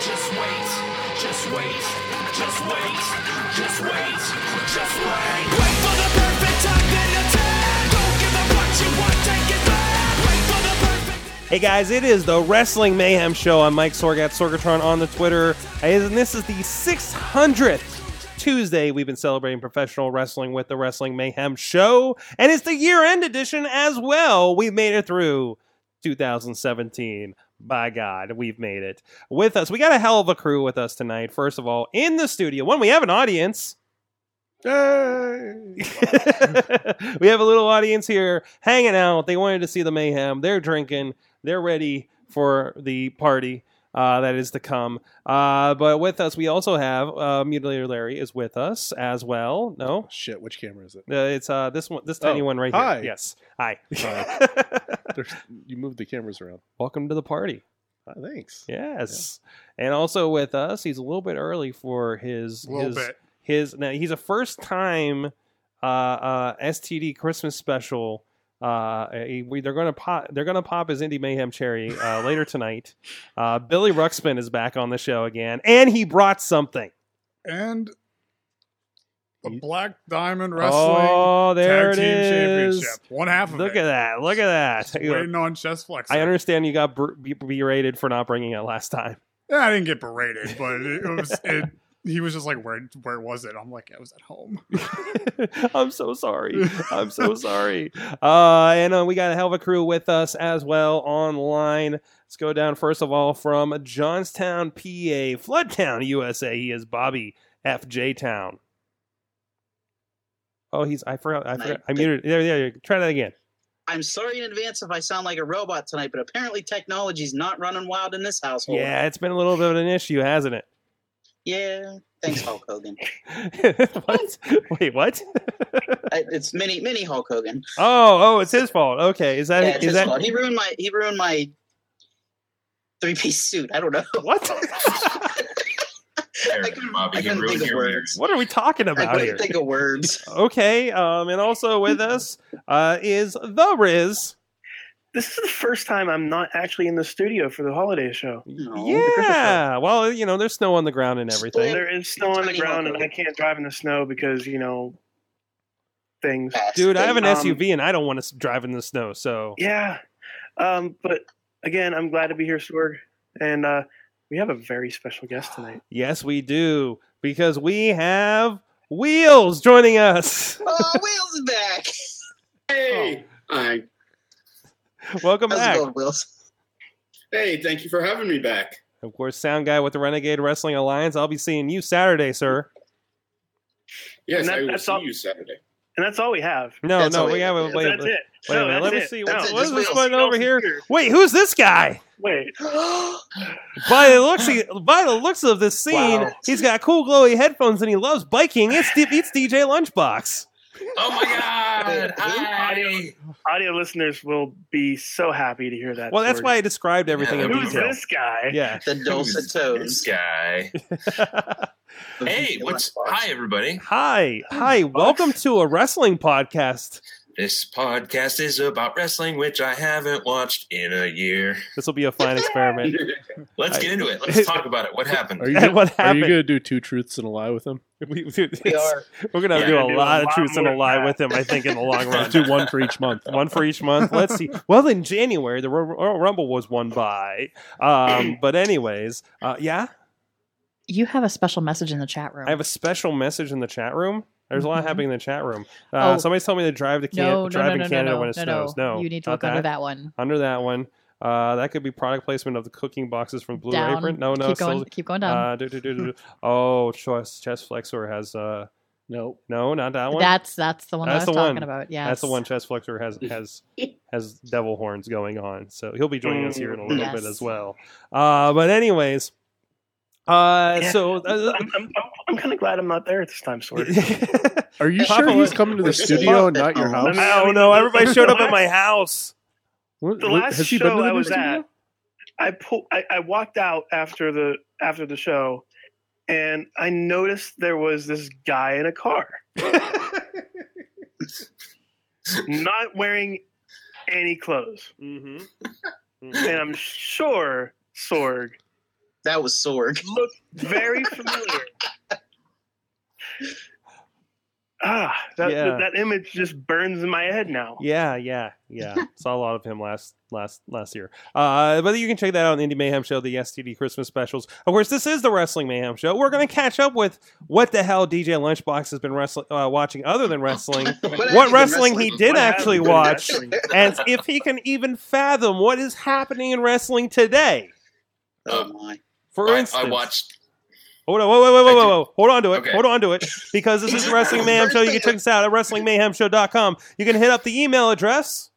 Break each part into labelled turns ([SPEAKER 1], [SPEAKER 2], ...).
[SPEAKER 1] Just wait, just wait, just wait, just wait, just wait. Wait for the perfect time, then attack. Don't give up what you want, take it back. Wait for the perfect.
[SPEAKER 2] Hey guys, it is the Wrestling Mayhem Show. I'm Mike Sorgat, Sorgatron on the Twitter, and this is the 600th Tuesday we've been celebrating professional wrestling with the Wrestling Mayhem Show, and it's the year-end edition as well. We've made it through 2017. By God, we've made it. With us, we got a hell of a crew with us tonight. First of all, in the studio, one we have an audience. we have a little audience here hanging out. They wanted to see the mayhem. They're drinking. They're ready for the party uh, that is to come. Uh, but with us, we also have uh, Mutilator Larry is with us as well. No,
[SPEAKER 3] Shit, which camera is it?
[SPEAKER 2] Uh, it's uh, this one, this tiny
[SPEAKER 3] Oh,
[SPEAKER 2] one right
[SPEAKER 3] hi.
[SPEAKER 2] here. Yes, hi.
[SPEAKER 3] There's, you moved the cameras around.
[SPEAKER 2] Welcome to the party.
[SPEAKER 3] Ah, thanks.
[SPEAKER 2] Yes, and also with us, he's a little bit early for his
[SPEAKER 4] A little
[SPEAKER 2] his,
[SPEAKER 4] bit.
[SPEAKER 2] his now he's a first time uh, uh, STD Christmas special. Uh, he- we, they're gonna pop. They're gonna pop his indie mayhem cherry uh, later tonight. Uh, Billy Ruxpin is back on the show again, and he brought something.
[SPEAKER 4] And the
[SPEAKER 3] You-
[SPEAKER 4] Black Diamond Wrestling
[SPEAKER 2] oh, there
[SPEAKER 4] Tag
[SPEAKER 2] it
[SPEAKER 4] Team
[SPEAKER 2] is.
[SPEAKER 4] Championship. One half of
[SPEAKER 2] Look
[SPEAKER 4] it.
[SPEAKER 2] at that! Look at
[SPEAKER 4] Just
[SPEAKER 2] that!
[SPEAKER 4] Waiting on chest flex.
[SPEAKER 2] I understand you got ber- be- berated for not bringing it last time.
[SPEAKER 4] Yeah, I didn't get berated, but it was. It, he was just like, "Where, where was it?" I'm like, "I was at home."
[SPEAKER 2] I'm so sorry. I'm so sorry. Uh, and uh, we got a hell of a crew with us as well online. Let's go down first of all from Johnstown, PA, Floodtown, USA. He is Bobby FJ Town. Oh, he's I forgot. I forgot. I muted. There, there. Try that again.
[SPEAKER 5] I'm sorry in advance if I sound like a robot tonight, but apparently technology's not running wild in this household.
[SPEAKER 2] Yeah, it's been a little bit of an issue, hasn't it?
[SPEAKER 5] Yeah. Thanks, Hulk Hogan.
[SPEAKER 2] what? Wait, what?
[SPEAKER 5] I- it's mini mini Hulk Hogan.
[SPEAKER 2] Oh, oh, it's his fault. Okay, is that
[SPEAKER 5] Yeah,
[SPEAKER 2] is
[SPEAKER 5] it's his
[SPEAKER 2] that
[SPEAKER 5] fault. He ruined my he ruined my three piece suit. I don't know.
[SPEAKER 2] what?
[SPEAKER 5] I couldn't, I couldn't think of words.
[SPEAKER 2] what are we talking
[SPEAKER 5] I
[SPEAKER 2] about
[SPEAKER 5] couldn't
[SPEAKER 2] here?
[SPEAKER 5] think of words.
[SPEAKER 2] Okay, um, and also with us uh, is the Riz.
[SPEAKER 6] this is the first time I'm not actually in the studio for the holiday show.
[SPEAKER 5] No.
[SPEAKER 2] yeah, well, you know, there's snow on the ground and everything.
[SPEAKER 5] Spoiler.
[SPEAKER 6] There is snow on the
[SPEAKER 5] Tiny
[SPEAKER 6] ground, and
[SPEAKER 5] Hulk.
[SPEAKER 6] I can't drive in the snow because you know things.
[SPEAKER 5] Pass.
[SPEAKER 2] Dude, I have an
[SPEAKER 6] Um,
[SPEAKER 2] SUV and I don't want to drive in the snow, so
[SPEAKER 6] Yeah, um, but again, I'm glad to be here, Sorg, and uh, we have a very special guest tonight.
[SPEAKER 2] yes, we do because we have Wheels joining us.
[SPEAKER 5] Oh, Will's is back.
[SPEAKER 7] Hey, I,
[SPEAKER 2] Welcome
[SPEAKER 5] How's
[SPEAKER 2] back.
[SPEAKER 5] it going, Wills?
[SPEAKER 7] hey, thank you for having me back.
[SPEAKER 2] Of course, Sound Guy with the Renegade Wrestling Alliance. I'll be seeing you Saturday, sir.
[SPEAKER 7] Yes,
[SPEAKER 6] And that-
[SPEAKER 7] I will
[SPEAKER 6] that's
[SPEAKER 7] see
[SPEAKER 6] all-
[SPEAKER 7] you Saturday.
[SPEAKER 6] And that's all we have.
[SPEAKER 2] No,
[SPEAKER 5] That's
[SPEAKER 2] no,
[SPEAKER 5] all
[SPEAKER 2] we
[SPEAKER 5] we-
[SPEAKER 2] have a
[SPEAKER 5] that's
[SPEAKER 2] wait.
[SPEAKER 6] that's
[SPEAKER 2] wait
[SPEAKER 6] it.
[SPEAKER 2] a
[SPEAKER 6] No,
[SPEAKER 2] minute,
[SPEAKER 6] that's
[SPEAKER 2] let me
[SPEAKER 6] it.
[SPEAKER 2] see.
[SPEAKER 5] That's
[SPEAKER 2] What,
[SPEAKER 5] it,
[SPEAKER 2] what is
[SPEAKER 5] just
[SPEAKER 2] this
[SPEAKER 5] Wheels.
[SPEAKER 2] going
[SPEAKER 6] What else
[SPEAKER 2] over
[SPEAKER 6] is
[SPEAKER 2] here? Wait, who's this guy?
[SPEAKER 6] Wait,
[SPEAKER 2] By the looks, of, by the looks of this scene,
[SPEAKER 5] Wow.
[SPEAKER 2] he's got cool glowy headphones and he loves biking. It's D- it's DJ Lunchbox.
[SPEAKER 7] Oh my God! Ah.
[SPEAKER 6] Hi. audio listeners will be so happy to hear that.
[SPEAKER 2] Well, that's
[SPEAKER 6] Sorg.
[SPEAKER 2] why I described everything in
[SPEAKER 7] Yeah,
[SPEAKER 6] Who's
[SPEAKER 2] detail.
[SPEAKER 6] this guy?
[SPEAKER 2] Yeah.
[SPEAKER 5] The dulcet tones.
[SPEAKER 7] This guy.
[SPEAKER 5] of
[SPEAKER 7] Hey,
[SPEAKER 5] DJ
[SPEAKER 7] what's
[SPEAKER 5] Lunchbox.
[SPEAKER 7] hi everybody?
[SPEAKER 2] Hi, hi. Welcome to a wrestling podcast.
[SPEAKER 7] This podcast is about wrestling, which I haven't watched in a year.
[SPEAKER 2] This will be a fine experiment.
[SPEAKER 7] Let's get into it. Let's talk about it. What happened?
[SPEAKER 3] Are you,
[SPEAKER 2] And what
[SPEAKER 3] are you
[SPEAKER 2] happened?
[SPEAKER 3] going to do two truths and a lie with them?
[SPEAKER 2] we, dude,
[SPEAKER 5] We
[SPEAKER 2] it's-
[SPEAKER 5] are.
[SPEAKER 2] we're gonna
[SPEAKER 7] Yeah,
[SPEAKER 2] do a
[SPEAKER 6] do a
[SPEAKER 2] lot of
[SPEAKER 6] lot
[SPEAKER 2] truths and
[SPEAKER 6] more
[SPEAKER 2] a lie
[SPEAKER 6] than
[SPEAKER 2] with him. I think in the long
[SPEAKER 3] Let's
[SPEAKER 2] run.
[SPEAKER 3] do one for each month.
[SPEAKER 2] one for each month. Let's see. Well, in January, the Ro- Royal Rumble was won by. Um, but anyways, uh, yeah,
[SPEAKER 8] You have a special message in the chat room.
[SPEAKER 2] I have a special message in the chat room. There's a lot
[SPEAKER 8] Mhm.
[SPEAKER 2] happening in the chat room. Uh,
[SPEAKER 8] Oh.
[SPEAKER 2] Somebody's telling me to drive to can- drive in Canada when it snows. No,
[SPEAKER 8] you need to
[SPEAKER 2] not
[SPEAKER 8] look under that one.
[SPEAKER 2] Under that one. Uh, that could be product placement of the cooking boxes from Blue
[SPEAKER 8] down.
[SPEAKER 2] Apron. No, no,
[SPEAKER 8] keep going.
[SPEAKER 2] still-
[SPEAKER 8] keep going down.
[SPEAKER 2] uh, do, do, do, do, do. oh, chest, chest flexor has uh,
[SPEAKER 3] No.
[SPEAKER 2] no, not that one.
[SPEAKER 8] that's that's the one
[SPEAKER 2] That's
[SPEAKER 8] that I was
[SPEAKER 2] the
[SPEAKER 8] talking
[SPEAKER 2] one.
[SPEAKER 8] about. Yeah,
[SPEAKER 2] That's the one chest flexor has has has devil horns going on. So he'll be joining us here in a little
[SPEAKER 8] Mm, Yes.
[SPEAKER 2] bit as well. Uh, but anyways, Uh,
[SPEAKER 6] Yeah.
[SPEAKER 2] so uh,
[SPEAKER 6] I'm, I'm, I'm kind of glad I'm not there at this time, Sword.
[SPEAKER 3] Are you
[SPEAKER 2] Papa
[SPEAKER 3] sure he's
[SPEAKER 2] Roach-
[SPEAKER 3] coming to the
[SPEAKER 5] Roach is
[SPEAKER 3] studio and
[SPEAKER 5] up
[SPEAKER 3] not
[SPEAKER 5] at
[SPEAKER 3] your house?
[SPEAKER 6] home.
[SPEAKER 2] I don't know. Everybody showed up at my house.
[SPEAKER 3] What-
[SPEAKER 6] The
[SPEAKER 3] what-
[SPEAKER 6] last
[SPEAKER 3] has he been
[SPEAKER 6] show
[SPEAKER 3] to the
[SPEAKER 6] I
[SPEAKER 3] new
[SPEAKER 6] was
[SPEAKER 3] studio?
[SPEAKER 6] at, I pull. I, I walked out after the after the show, and I noticed there was this guy in a car, not wearing any clothes,
[SPEAKER 2] Mm-hmm.
[SPEAKER 6] and I'm sure Sorg
[SPEAKER 5] That was Sorg.
[SPEAKER 6] looked very familiar. Ah, that,
[SPEAKER 2] Yeah.
[SPEAKER 6] that image just burns in my head now.
[SPEAKER 2] Yeah, yeah, yeah. Saw a lot of him last last last year. Uh, but you can check that out on Indie Mayhem Show, the STD Christmas specials. Of course, this is the Wrestling Mayhem Show. We're gonna catch up with what the hell DJ Lunchbox has been wrestling, uh, watching other than wrestling, what wrestling, he did
[SPEAKER 6] What
[SPEAKER 2] actually
[SPEAKER 6] happened to
[SPEAKER 2] watch,
[SPEAKER 6] wrestling?
[SPEAKER 2] and if he can even fathom what is happening in wrestling today.
[SPEAKER 5] Oh my.
[SPEAKER 2] For
[SPEAKER 7] I,
[SPEAKER 2] instance,
[SPEAKER 7] I watched.
[SPEAKER 2] Hold on, whoa, whoa, whoa,
[SPEAKER 7] I
[SPEAKER 2] whoa,
[SPEAKER 7] did-
[SPEAKER 2] whoa, whoa. Hold on to it.
[SPEAKER 7] Okay.
[SPEAKER 2] Hold on to it. Because this is the Wrestling Mayhem Show. You can check us out at WrestlingMayhemShow.com. You can hit up the email address.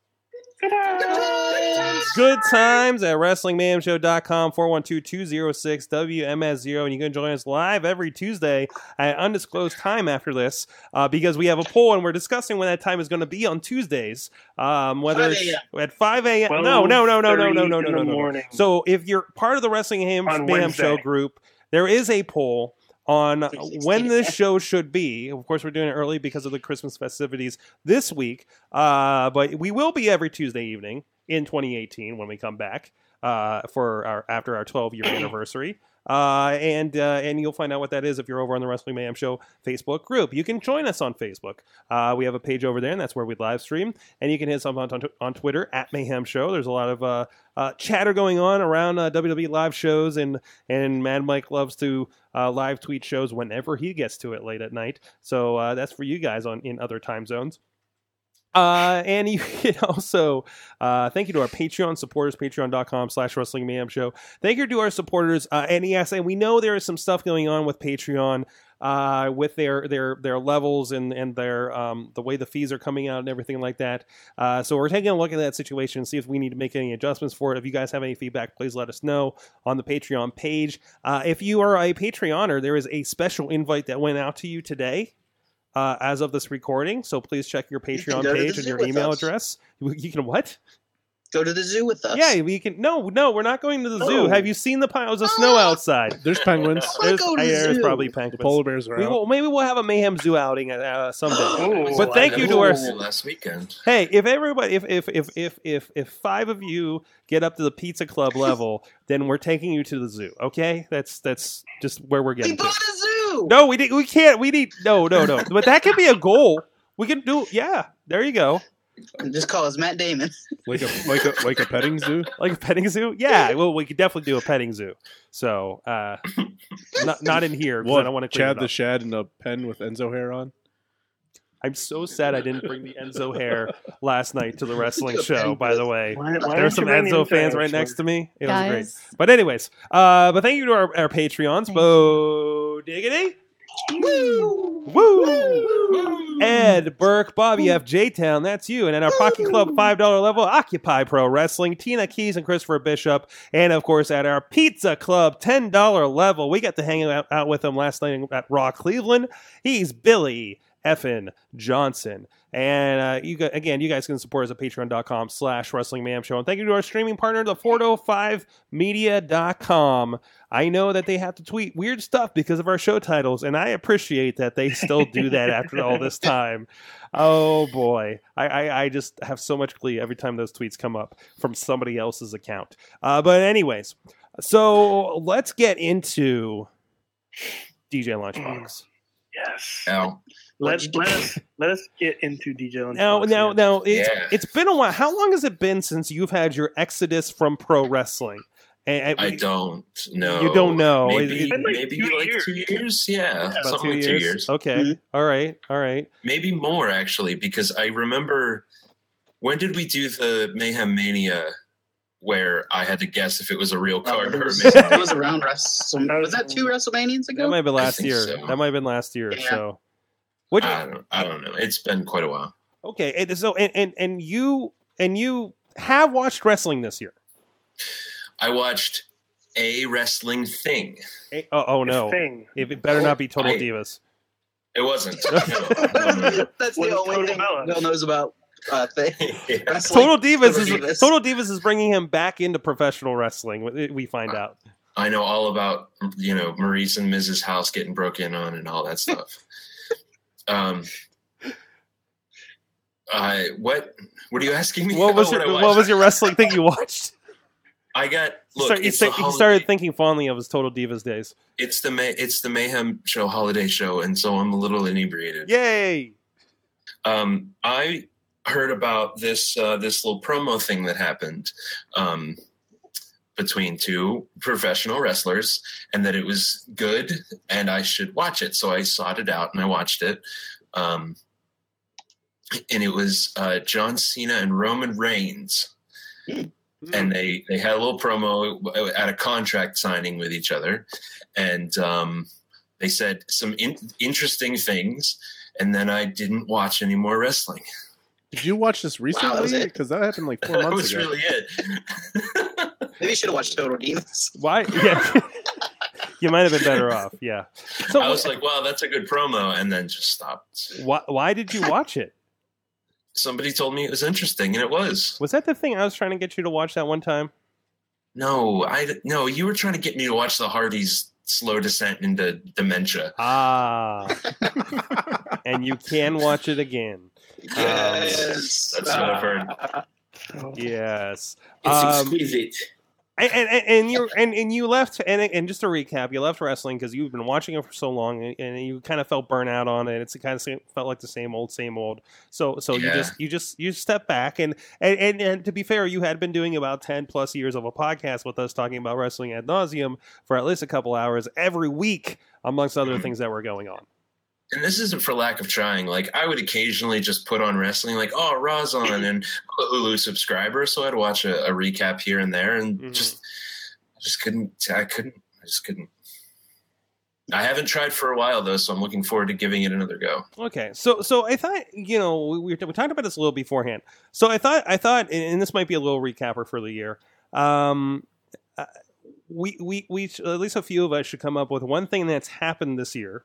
[SPEAKER 2] Good times at WrestlingMayhemShow.com, 412-206-WMS0. And you can join us live every Tuesday at undisclosed time after this uh, because we have a poll and we're discussing when that time is going to be on Tuesdays. Um, whether
[SPEAKER 5] 5
[SPEAKER 2] it's at 5 a.m. No, no, no, no, no, no,
[SPEAKER 6] 12:30
[SPEAKER 2] no, no,
[SPEAKER 6] in
[SPEAKER 2] no,
[SPEAKER 6] the
[SPEAKER 2] no.
[SPEAKER 6] morning.
[SPEAKER 2] So if you're part of the Wrestling Ham,
[SPEAKER 6] On
[SPEAKER 2] Mayhem Show
[SPEAKER 6] Wednesday.
[SPEAKER 2] group, there is a poll on
[SPEAKER 5] 360.
[SPEAKER 2] when this show should be. Of course, we're doing it early because of the Christmas festivities this week, uh, but we will be every Tuesday evening in 2018 when we come back uh, for our after our 12 year anniversary. Uh, and uh, and you'll find out what that is if you're over on the Wrestling Mayhem Show Facebook group. You can join us on Facebook. Uh, we have a page over there, and that's where we live stream. And you can hit us up on, on, on Twitter at Mayhem Show. There's a lot of uh, uh, chatter going on around uh, WWE live shows, and and Mad Mike loves to uh, live tweet shows whenever he gets to it late at night. So uh, that's for you guys on in other time zones. Uh, and you can also uh, thank you to our Patreon supporters, patreon.com slash wrestling mayhem show. Thank you to our supporters. Uh, and yes, and we know there is some stuff going on with Patreon uh, with their their their levels and and their um, the way the fees are coming out and everything like that. Uh, so we're taking a look at that situation and see if we need to make any adjustments for it. If you guys have any feedback, please let us know on the Patreon page. Uh, if you are a Patreoner, there is a special invite that went out to you today. Uh, as of this recording, so please check your
[SPEAKER 5] You can
[SPEAKER 2] Patreon
[SPEAKER 5] go to the
[SPEAKER 2] page and
[SPEAKER 5] zoo
[SPEAKER 2] your
[SPEAKER 5] with
[SPEAKER 2] email
[SPEAKER 5] us.
[SPEAKER 2] address. You you can what?
[SPEAKER 5] Go to the zoo with us.
[SPEAKER 2] Yeah, we can. No, no, we're not going to the zoo.
[SPEAKER 6] No.
[SPEAKER 2] Have you seen the piles of snow
[SPEAKER 5] Oh. Ah.
[SPEAKER 2] outside?
[SPEAKER 3] There's penguins.
[SPEAKER 5] I wanna go to the
[SPEAKER 2] there's
[SPEAKER 5] zoo.
[SPEAKER 2] probably
[SPEAKER 3] The
[SPEAKER 2] penguins.
[SPEAKER 3] polar bears are
[SPEAKER 2] We
[SPEAKER 3] out.
[SPEAKER 2] will, maybe we'll have a mayhem zoo outing uh, someday.
[SPEAKER 6] Ooh.
[SPEAKER 2] But thank you to our-
[SPEAKER 7] last weekend.
[SPEAKER 2] hey, if everybody, if if if if if if five of you get up to the pizza club level, then we're taking you to the zoo. Okay, that's that's just where we're
[SPEAKER 5] We
[SPEAKER 2] getting.
[SPEAKER 5] bought
[SPEAKER 2] To.
[SPEAKER 5] a zoo.
[SPEAKER 2] No, we did, we can't. We need no, no, no. But that could be a goal. We can do. Yeah, there you go.
[SPEAKER 5] And Just call us Matt Damon.
[SPEAKER 3] like a like a like a petting zoo.
[SPEAKER 2] like a petting zoo. Yeah, well, we could definitely do a petting zoo. So, uh, not not in here. 'cause I don't want to clean
[SPEAKER 3] Chad
[SPEAKER 2] it
[SPEAKER 3] the
[SPEAKER 2] up.
[SPEAKER 3] Shad and a pen with Enzo hair on.
[SPEAKER 2] I'm so sad I didn't bring the Enzo hair last night to the wrestling
[SPEAKER 5] Petting
[SPEAKER 2] show.
[SPEAKER 5] zoo.
[SPEAKER 2] By the way,
[SPEAKER 6] Why- why
[SPEAKER 2] there
[SPEAKER 6] don't
[SPEAKER 2] were
[SPEAKER 6] you
[SPEAKER 2] some
[SPEAKER 6] bring the
[SPEAKER 2] Enzo
[SPEAKER 6] Enzo
[SPEAKER 2] fans
[SPEAKER 6] out,
[SPEAKER 2] right
[SPEAKER 6] Sword?
[SPEAKER 2] next to me. It was great.
[SPEAKER 8] Guys,
[SPEAKER 2] But anyways, uh, but thank you to our, our Patreons,
[SPEAKER 8] Thank
[SPEAKER 2] Bo Diggity, Woo, Woo, Ed Burke, Bobby F. J Town, that's you, and at our Pocket Club five dollar level, Occupy Pro Wrestling, Tina Keys and Christopher Bishop, and of course at our Pizza Club ten dollar level, we got to hang out, out with him last night at Raw Cleveland. He's Billy Effin Johnson. And uh, you gu- again, you guys can support us at patreon.com slash wrestling mayhem show. And thank you to our streaming partner, the 405media.com. I know that they have to tweet weird stuff because of our show titles, and I appreciate that they still do that after all this time. Oh boy. I, I, I just have so much glee every time those tweets come up from somebody else's account. Uh, but, anyways, so let's get into DJ Lunchbox.
[SPEAKER 6] Yes.
[SPEAKER 7] Ow.
[SPEAKER 6] Let, let us let us get into DJ. and
[SPEAKER 2] Now,
[SPEAKER 6] Fox
[SPEAKER 2] now,
[SPEAKER 6] again.
[SPEAKER 2] now, it's,
[SPEAKER 7] Yeah.
[SPEAKER 2] it's been a while. How long has it been since you've had your exodus from pro wrestling? And, and-
[SPEAKER 7] I don't know.
[SPEAKER 2] You don't know. It-
[SPEAKER 7] Maybe,
[SPEAKER 2] it-
[SPEAKER 6] Been like
[SPEAKER 7] maybe
[SPEAKER 6] two
[SPEAKER 7] like
[SPEAKER 6] years.
[SPEAKER 7] two years. Yeah,
[SPEAKER 2] about
[SPEAKER 7] something like two years.
[SPEAKER 2] Okay.
[SPEAKER 5] Mhm.
[SPEAKER 2] All right. All right.
[SPEAKER 7] Maybe more actually, because I remember when did we do the Mayhem Mania where I had to guess if it was a real card
[SPEAKER 5] Oh, it
[SPEAKER 7] or a
[SPEAKER 5] was,
[SPEAKER 7] Mayhem.
[SPEAKER 5] it was around Wrestle. Was that two WrestleManias
[SPEAKER 2] That
[SPEAKER 5] ago?
[SPEAKER 2] might have been
[SPEAKER 7] I
[SPEAKER 2] last
[SPEAKER 7] think
[SPEAKER 2] year.
[SPEAKER 7] so.
[SPEAKER 2] That might have been last year.
[SPEAKER 5] Yeah.
[SPEAKER 2] So, what?
[SPEAKER 7] I don't, I don't know. It's been quite a while.
[SPEAKER 2] okay. And so, and, and and you and you have watched wrestling this year.
[SPEAKER 7] I watched a wrestling thing.
[SPEAKER 2] Eh, Oh, oh no.
[SPEAKER 6] Thing.
[SPEAKER 2] If it better not be Total
[SPEAKER 7] I-
[SPEAKER 2] Divas.
[SPEAKER 7] It wasn't.
[SPEAKER 5] That's
[SPEAKER 6] What
[SPEAKER 5] the
[SPEAKER 6] is
[SPEAKER 5] only
[SPEAKER 6] Total
[SPEAKER 5] thing
[SPEAKER 6] Bellas?
[SPEAKER 5] Bill knows about. Uh, thing.
[SPEAKER 7] Yeah.
[SPEAKER 5] Wrestling.
[SPEAKER 2] Total Divas is
[SPEAKER 5] Divas.
[SPEAKER 2] Total Divas is bringing him back into professional wrestling. we- We find out.
[SPEAKER 7] I know all about you know Maurice and Mrs. House getting broke in on and all that stuff. um, I what what are you asking me?
[SPEAKER 2] What was
[SPEAKER 7] Oh,
[SPEAKER 2] your
[SPEAKER 7] I
[SPEAKER 2] What,
[SPEAKER 7] watched?
[SPEAKER 2] was your wrestling thing you watched?
[SPEAKER 7] I got
[SPEAKER 2] He
[SPEAKER 7] look.
[SPEAKER 2] started- he,
[SPEAKER 7] it's,
[SPEAKER 2] sta-
[SPEAKER 7] the
[SPEAKER 2] he
[SPEAKER 7] holiday-
[SPEAKER 2] started thinking fondly of his Total Divas days.
[SPEAKER 7] it's the May, it's the mayhem show holiday show, and so I'm a little inebriated.
[SPEAKER 2] Yay!
[SPEAKER 7] um, I heard about this uh, this little promo thing that happened um, between two professional wrestlers, and that it was good, and I should watch it. So I sought it out and I watched it, um, and it was uh, John Cena and Roman Reigns.
[SPEAKER 5] Hmm.
[SPEAKER 7] And they, they had a little promo uh, at a contract signing with each other, and um, they said some in- interesting things and then I didn't watch any more wrestling.
[SPEAKER 3] Did you watch this
[SPEAKER 5] that was
[SPEAKER 3] recently?
[SPEAKER 5] it.
[SPEAKER 3] Because that happened like four
[SPEAKER 7] that
[SPEAKER 3] months
[SPEAKER 7] was
[SPEAKER 3] ago.
[SPEAKER 7] really it.
[SPEAKER 5] Maybe you should have watched Total Divas.
[SPEAKER 2] Why? Yeah. you might have been better off. Yeah. So
[SPEAKER 7] I was like, "Wow, that's a good promo," and then just stopped.
[SPEAKER 2] why, why did you watch it?
[SPEAKER 7] Somebody told me it was interesting, and it was.
[SPEAKER 2] Was that the thing I was trying to get you to watch that one time?
[SPEAKER 7] No, I no, you were trying to get me to watch the Hardys' slow descent into dementia.
[SPEAKER 2] Ah. and you can watch it again.
[SPEAKER 5] Yes.
[SPEAKER 7] That's what I've heard.
[SPEAKER 2] Yes.
[SPEAKER 9] It's
[SPEAKER 2] Um,
[SPEAKER 9] exquisite.
[SPEAKER 2] and and, and- and you and, and you left and and just to recap, you left wrestling because you've been watching it for so long and, and you kind of felt burnout on it. It's kind of same, felt like the same old, same old. So so you
[SPEAKER 7] Yeah.
[SPEAKER 2] just you just you step back and and, and and to be fair, you had been doing about ten plus years of a podcast with us talking about wrestling ad nauseum for at least a couple hours every week, amongst other
[SPEAKER 7] Mhm.
[SPEAKER 2] things that were going on.
[SPEAKER 7] And this isn't for lack of trying. Like I would occasionally just put on wrestling, like oh Raw's on, and I'm a Hulu subscriber, so I'd watch a, a recap here and there, and
[SPEAKER 2] Mhm.
[SPEAKER 7] just just couldn't. I couldn't. I just couldn't. I haven't tried for a while though, so I'm looking forward to giving it another go.
[SPEAKER 2] Okay, so so I thought you know we we, we talked about this a little beforehand. So I thought I thought, and- and this might be a little recapper for the year. Um, uh, we we we sh- at least a few of us should come up with one thing that's happened this year.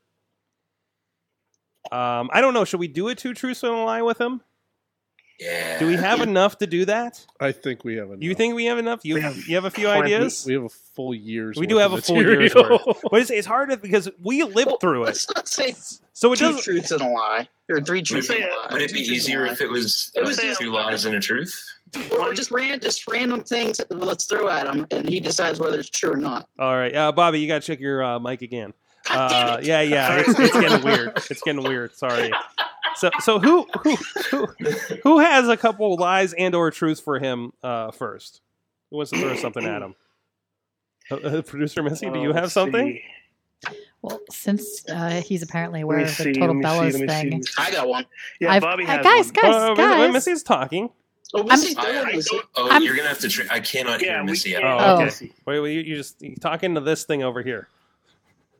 [SPEAKER 2] Um, I don't know. Should we do it two truths and a lie with him?
[SPEAKER 7] Yeah.
[SPEAKER 2] Do we have enough to do that?
[SPEAKER 3] I think we have enough.
[SPEAKER 2] You think we have enough? You
[SPEAKER 6] We have
[SPEAKER 2] you have a few
[SPEAKER 6] plenty.
[SPEAKER 2] ideas.
[SPEAKER 3] we have a full year's?
[SPEAKER 2] We do
[SPEAKER 3] worth
[SPEAKER 2] have
[SPEAKER 3] of
[SPEAKER 2] a full year's
[SPEAKER 3] material.
[SPEAKER 2] but it's, it's harder because we lived through it,
[SPEAKER 5] Let's not say
[SPEAKER 2] so it
[SPEAKER 5] two
[SPEAKER 2] doesn't.
[SPEAKER 5] truths and a lie, or three truths and a
[SPEAKER 6] say-
[SPEAKER 5] lie.
[SPEAKER 7] Would it be
[SPEAKER 5] Two truths and a
[SPEAKER 7] easier
[SPEAKER 5] lie.
[SPEAKER 7] if it was,
[SPEAKER 5] It was
[SPEAKER 7] uh, two lies and a truth?
[SPEAKER 5] Or just ran just random things that let's throw at him, and he decides whether it's true or not.
[SPEAKER 2] All right, uh, Bobby, you got to check your uh, mic again.
[SPEAKER 5] God damn
[SPEAKER 2] Uh,
[SPEAKER 5] it.
[SPEAKER 2] yeah, yeah, it's, it's getting weird. It's getting weird. Sorry. So, so who who who, who has a couple lies and or truths for him uh, first? Who wants to throw something at him? Uh, uh, Producer Missy,
[SPEAKER 6] Oh,
[SPEAKER 2] do you have something?
[SPEAKER 8] Well, since uh, he's apparently
[SPEAKER 6] Let
[SPEAKER 8] aware
[SPEAKER 6] me
[SPEAKER 8] of
[SPEAKER 6] see.
[SPEAKER 8] the
[SPEAKER 6] Let
[SPEAKER 8] Total
[SPEAKER 6] me see.
[SPEAKER 8] Bellas
[SPEAKER 6] Let me see.
[SPEAKER 8] thing,
[SPEAKER 5] I got one.
[SPEAKER 6] Yeah,
[SPEAKER 8] I've-
[SPEAKER 6] Bobby
[SPEAKER 8] uh,
[SPEAKER 6] has
[SPEAKER 8] guys,
[SPEAKER 6] one.
[SPEAKER 8] guys,
[SPEAKER 2] Uh, wait, wait,
[SPEAKER 8] guys.
[SPEAKER 2] Missy's talking.
[SPEAKER 5] Oh,
[SPEAKER 8] I'm-
[SPEAKER 5] Missy's
[SPEAKER 7] I-
[SPEAKER 5] doing
[SPEAKER 7] I
[SPEAKER 5] this.
[SPEAKER 7] Oh,
[SPEAKER 8] I'm-
[SPEAKER 7] you're gonna have to. Tra- I cannot
[SPEAKER 6] Yeah,
[SPEAKER 7] hear
[SPEAKER 6] we
[SPEAKER 7] Missy.
[SPEAKER 6] can't.
[SPEAKER 7] at all.
[SPEAKER 2] Oh,
[SPEAKER 8] Oh.
[SPEAKER 2] okay. Wait, wait, you, you just you talk into this thing over here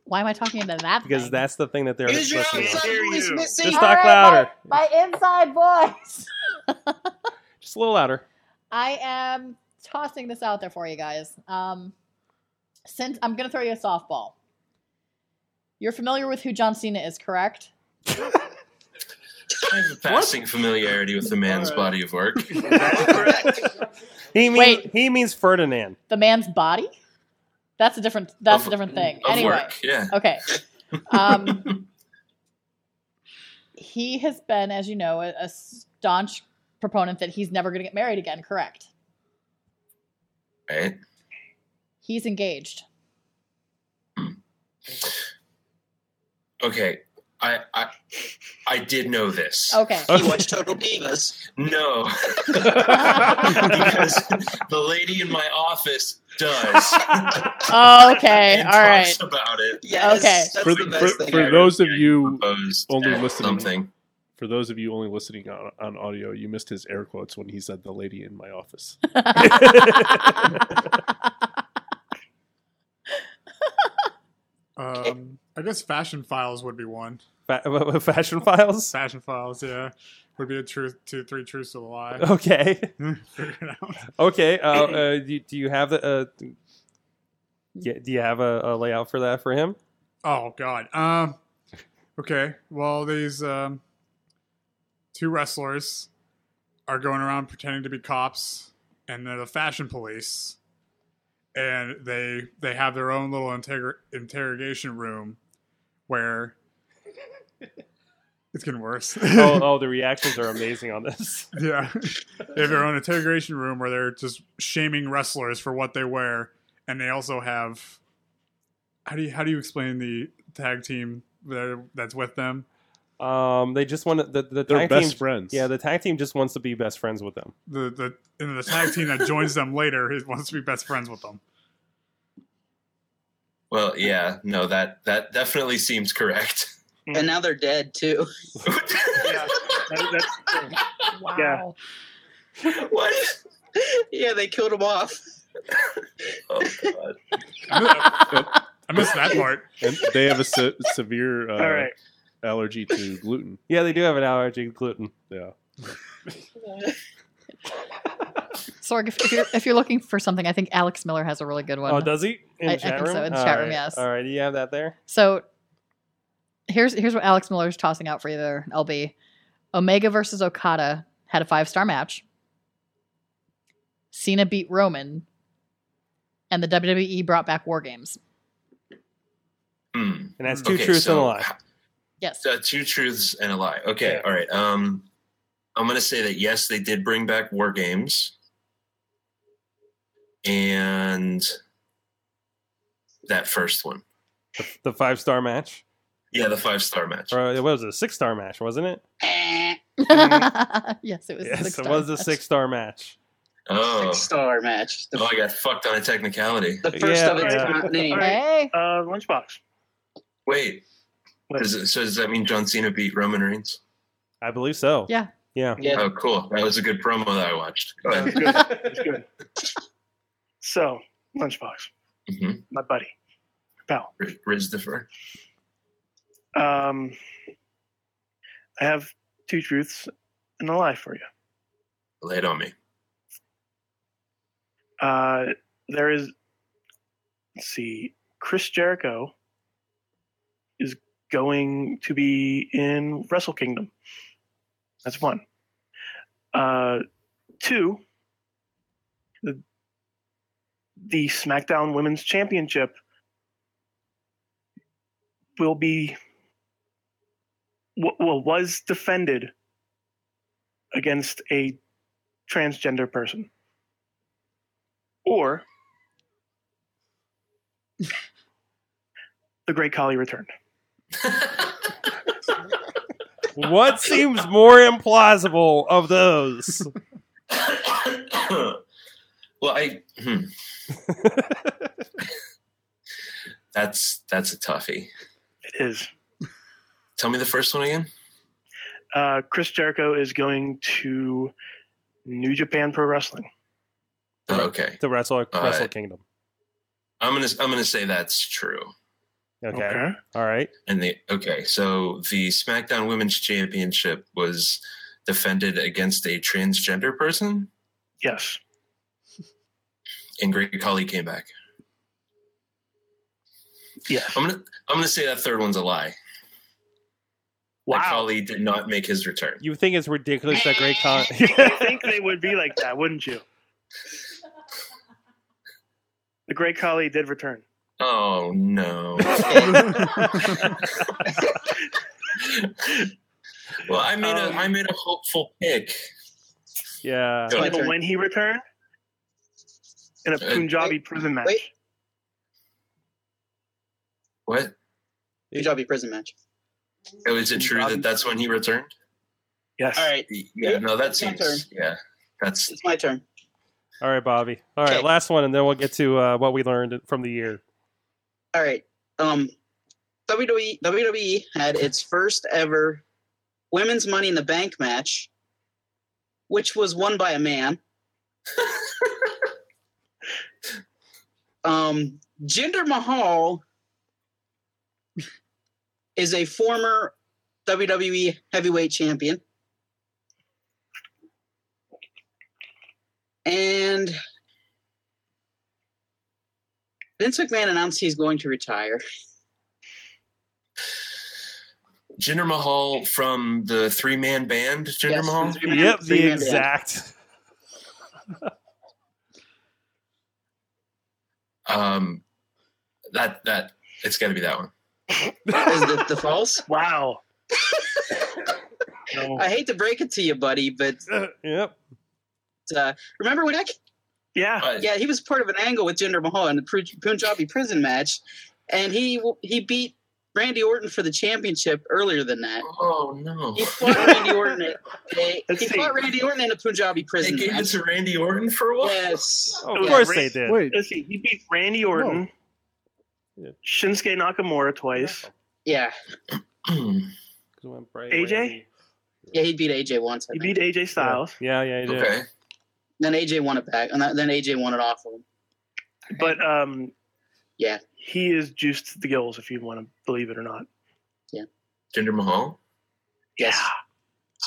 [SPEAKER 8] why am I talking about that?
[SPEAKER 2] because
[SPEAKER 8] thing?
[SPEAKER 2] that's the thing that they're
[SPEAKER 5] Use your
[SPEAKER 2] listening.
[SPEAKER 5] outside
[SPEAKER 2] To.
[SPEAKER 6] Hear
[SPEAKER 5] voice,
[SPEAKER 6] you.
[SPEAKER 5] Missy.
[SPEAKER 2] Just talk louder.
[SPEAKER 8] My, my inside voice.
[SPEAKER 2] Just a little louder.
[SPEAKER 8] I am tossing this out there for you guys. Um, since I'm going to throw you a softball. You're familiar with who John Cena is, correct?
[SPEAKER 7] I have a passing familiarity with the man's body of work.
[SPEAKER 2] He means
[SPEAKER 8] Wait.
[SPEAKER 2] he means Ferdinand.
[SPEAKER 8] The man's body. That's a different. That's
[SPEAKER 7] Of-
[SPEAKER 8] a different thing.
[SPEAKER 7] Of
[SPEAKER 8] anyway,
[SPEAKER 7] work, yeah.
[SPEAKER 8] okay. Um, he has been, as you know, a, a staunch proponent that he's never going to get married again. Correct?
[SPEAKER 7] Right.
[SPEAKER 8] He's engaged.
[SPEAKER 7] Okay. I I I did know this.
[SPEAKER 8] Okay.
[SPEAKER 5] He watched Total Divas.
[SPEAKER 7] No. because the lady in my office does.
[SPEAKER 8] Okay.
[SPEAKER 7] and
[SPEAKER 8] All right.
[SPEAKER 7] talks about it.
[SPEAKER 5] Yes,
[SPEAKER 8] Okay.
[SPEAKER 5] That's
[SPEAKER 3] For,
[SPEAKER 5] the,
[SPEAKER 3] the-
[SPEAKER 5] best
[SPEAKER 3] for,
[SPEAKER 5] thing.
[SPEAKER 3] for
[SPEAKER 7] ever.
[SPEAKER 3] those of you,
[SPEAKER 7] Proposed
[SPEAKER 3] Only
[SPEAKER 7] at
[SPEAKER 3] listening.
[SPEAKER 7] something.
[SPEAKER 3] for those of you only listening on, on audio, you missed his air quotes when he said "the lady in my office."
[SPEAKER 4] Um, I guess fashion files would be one.
[SPEAKER 2] Fa- fashion files.
[SPEAKER 4] Fashion files, yeah, would be a truth, two, three truths and a lie.
[SPEAKER 2] Okay.
[SPEAKER 3] Hmm,
[SPEAKER 2] uh,
[SPEAKER 4] Figure it out.
[SPEAKER 2] Okay. Uh, uh, do, do you have the? Uh, Yeah, do you have a, a layout for that for him?
[SPEAKER 4] Oh God. Um. Okay. Well, these um, two wrestlers are going around pretending to be cops, and they're the fashion police, and they they have their own little integra- interrogation room where it's getting worse.
[SPEAKER 2] oh, oh, the reactions are amazing on this.
[SPEAKER 4] Yeah. they have their own interrogation room where they're just shaming wrestlers for what they wear, and they also have how do you how do you explain the tag team that that's with them?
[SPEAKER 2] Um, they just want to, the, the
[SPEAKER 3] They're
[SPEAKER 2] tag
[SPEAKER 3] best
[SPEAKER 2] team.
[SPEAKER 3] friends.
[SPEAKER 2] Yeah, the tag team just wants to be best friends with them.
[SPEAKER 4] The the and the tag team that joins them later is wants to be best friends with them.
[SPEAKER 7] Well, yeah, no, that that definitely seems correct.
[SPEAKER 5] And now they're dead too.
[SPEAKER 6] Yeah, Mm. that- that's true.
[SPEAKER 8] Wow.
[SPEAKER 6] Yeah.
[SPEAKER 7] what?
[SPEAKER 5] yeah, they killed him off.
[SPEAKER 7] Oh god.
[SPEAKER 4] I missed that part.
[SPEAKER 3] and they have a se- severe uh,
[SPEAKER 6] All right.
[SPEAKER 3] allergy to gluten.
[SPEAKER 2] Yeah, they do have an allergy to gluten.
[SPEAKER 3] Yeah,
[SPEAKER 8] Sorg, if, if you're if you're looking for something, I think Alex Miller has a really good one.
[SPEAKER 2] Oh, does he? In
[SPEAKER 8] I- I
[SPEAKER 2] chat
[SPEAKER 8] think
[SPEAKER 2] room?
[SPEAKER 8] so, in
[SPEAKER 2] All
[SPEAKER 8] chat room,
[SPEAKER 2] right.
[SPEAKER 8] yes.
[SPEAKER 2] All right, do you have that there?
[SPEAKER 8] So here's here's what Alex Miller's tossing out for you there, LB. Omega versus Okada had a five star match. Cena beat Roman, and the WWE brought back War Games.
[SPEAKER 7] Hmm.
[SPEAKER 2] And that's two
[SPEAKER 7] Okay,
[SPEAKER 2] truths and a
[SPEAKER 7] so
[SPEAKER 2] lie.
[SPEAKER 8] Yes.
[SPEAKER 7] Uh, two truths and a lie. Okay, all right. Um, I'm gonna say that yes, they did bring back war games, and that first one.
[SPEAKER 2] The five star match,
[SPEAKER 7] Yeah, the five star match.
[SPEAKER 2] or it was a six star match, wasn't it?
[SPEAKER 8] yes, it was. a
[SPEAKER 2] yes, it
[SPEAKER 8] six-star
[SPEAKER 2] was a
[SPEAKER 8] match.
[SPEAKER 2] six star match.
[SPEAKER 7] Oh,
[SPEAKER 5] Six star match. The,
[SPEAKER 7] oh, I got fucked on a technicality.
[SPEAKER 5] the first
[SPEAKER 2] Yeah,
[SPEAKER 5] of its
[SPEAKER 2] yeah.
[SPEAKER 5] kind name.
[SPEAKER 6] Alright.
[SPEAKER 8] Hey,
[SPEAKER 6] Uh, lunchbox.
[SPEAKER 7] Wait, does it, so does that mean John Cena beat Roman Reigns?
[SPEAKER 2] I believe so.
[SPEAKER 8] Yeah.
[SPEAKER 2] Yeah.
[SPEAKER 5] Yeah.
[SPEAKER 7] Oh, cool. That was a good promo that I watched. Go
[SPEAKER 6] That was
[SPEAKER 7] ahead.
[SPEAKER 6] good. That was good. So, lunchbox,
[SPEAKER 7] Mhm.
[SPEAKER 6] my buddy, pal.
[SPEAKER 7] Riz- Riz the fur.
[SPEAKER 6] Um, I have two truths and a lie for you.
[SPEAKER 7] Lay it on me.
[SPEAKER 6] Uh, there is, let's see, Chris Jericho is going to be in Wrestle Kingdom. That's one. Uh, two, the, the SmackDown Women's Championship will be, wa- well, was defended against a transgender person or the Great Kali returned.
[SPEAKER 2] What seems more implausible of those?
[SPEAKER 7] well, I. Hmm. that's that's a toughie.
[SPEAKER 6] It is.
[SPEAKER 7] Tell me the first one again.
[SPEAKER 6] Uh, Chris Jericho is going to New Japan Pro Wrestling.
[SPEAKER 7] Oh, okay,
[SPEAKER 2] to Wrestle
[SPEAKER 7] All
[SPEAKER 2] Wrestle
[SPEAKER 7] right.
[SPEAKER 2] Kingdom.
[SPEAKER 7] I'm gonna I'm gonna say that's true.
[SPEAKER 2] Okay. All right.
[SPEAKER 7] And the okay, so the SmackDown Women's Championship was defended against a transgender person,
[SPEAKER 6] Yes.
[SPEAKER 7] and Great Khali came back.
[SPEAKER 6] Yes.
[SPEAKER 7] I'm gonna I'm gonna say that third one's a lie. Wow, Khali did not make his return.
[SPEAKER 2] You think it's ridiculous that Great Con.
[SPEAKER 6] you think they would be like that, wouldn't you? The Great Kali did return.
[SPEAKER 7] Oh no. Well, I made a
[SPEAKER 6] Um,
[SPEAKER 7] I made a hopeful pick.
[SPEAKER 2] yeah.
[SPEAKER 7] Go.
[SPEAKER 5] My
[SPEAKER 6] You know
[SPEAKER 5] turn.
[SPEAKER 6] when he returned? In a
[SPEAKER 7] Uh,
[SPEAKER 6] Punjabi
[SPEAKER 5] wait,
[SPEAKER 6] prison match.
[SPEAKER 5] wait.
[SPEAKER 7] What?
[SPEAKER 5] Punjabi prison match.
[SPEAKER 7] Oh, is it true that that's when he returned?
[SPEAKER 6] Yes.
[SPEAKER 5] um, All right,
[SPEAKER 7] Yeah, no, that
[SPEAKER 5] It's my turn.
[SPEAKER 7] seems. Yeah, that's
[SPEAKER 5] it's my turn.
[SPEAKER 2] All right, Bobby. All right,
[SPEAKER 5] Okay.
[SPEAKER 2] last one, and then we'll get to uh, what we learned from the year.
[SPEAKER 5] All right. Um, E, WWE WWE had its first ever women's Money in the Bank match, which was won by a man. um, Jinder Mahal is a former WWE heavyweight champion. And Vince McMahon announced he's going to retire.
[SPEAKER 7] Jinder Mahal from the three man band. Jinder
[SPEAKER 5] Yes,
[SPEAKER 7] Mahal.
[SPEAKER 5] three man-
[SPEAKER 2] Yep,
[SPEAKER 5] three
[SPEAKER 2] the
[SPEAKER 5] man band.
[SPEAKER 2] exact.
[SPEAKER 7] Um, that that it's got to be that one.
[SPEAKER 5] Is the, the false?
[SPEAKER 6] Wow. No.
[SPEAKER 5] I hate to break it to you, buddy, but
[SPEAKER 2] Yep.
[SPEAKER 5] uh, remember when I
[SPEAKER 6] Yeah.
[SPEAKER 7] Uh,
[SPEAKER 5] yeah, he was part of an angle with Jinder Mahal in the Pru- Punjabi prison match, and he he beat Randy Orton for the championship earlier than that.
[SPEAKER 7] Oh no!
[SPEAKER 5] He fought Randy Orton. At, they-
[SPEAKER 6] Let's
[SPEAKER 5] he
[SPEAKER 6] see.
[SPEAKER 5] fought Randy Orton in a Punjabi
[SPEAKER 7] They
[SPEAKER 5] prison
[SPEAKER 7] gave it
[SPEAKER 5] match.
[SPEAKER 7] to Randy Orton for a while.
[SPEAKER 5] Yes.
[SPEAKER 2] Of
[SPEAKER 6] Yeah,
[SPEAKER 2] course
[SPEAKER 6] right.
[SPEAKER 2] they did.
[SPEAKER 3] Wait,
[SPEAKER 6] Let's see. He beat Randy
[SPEAKER 5] Oh.
[SPEAKER 6] Orton,
[SPEAKER 2] Yeah.
[SPEAKER 6] Shinsuke Nakamura twice.
[SPEAKER 5] Yeah.
[SPEAKER 6] AJ?
[SPEAKER 5] Yeah, he beat AJ once. I
[SPEAKER 6] He
[SPEAKER 5] think.
[SPEAKER 6] beat AJ Styles,
[SPEAKER 2] Yeah, yeah, he did.
[SPEAKER 7] okay.
[SPEAKER 5] then AJ won it back, and then AJ won it off of him.
[SPEAKER 6] but um,
[SPEAKER 5] Yeah.
[SPEAKER 6] he is juiced to the gills if you want to believe it or not.
[SPEAKER 7] Jinder Mahal.
[SPEAKER 5] Yes.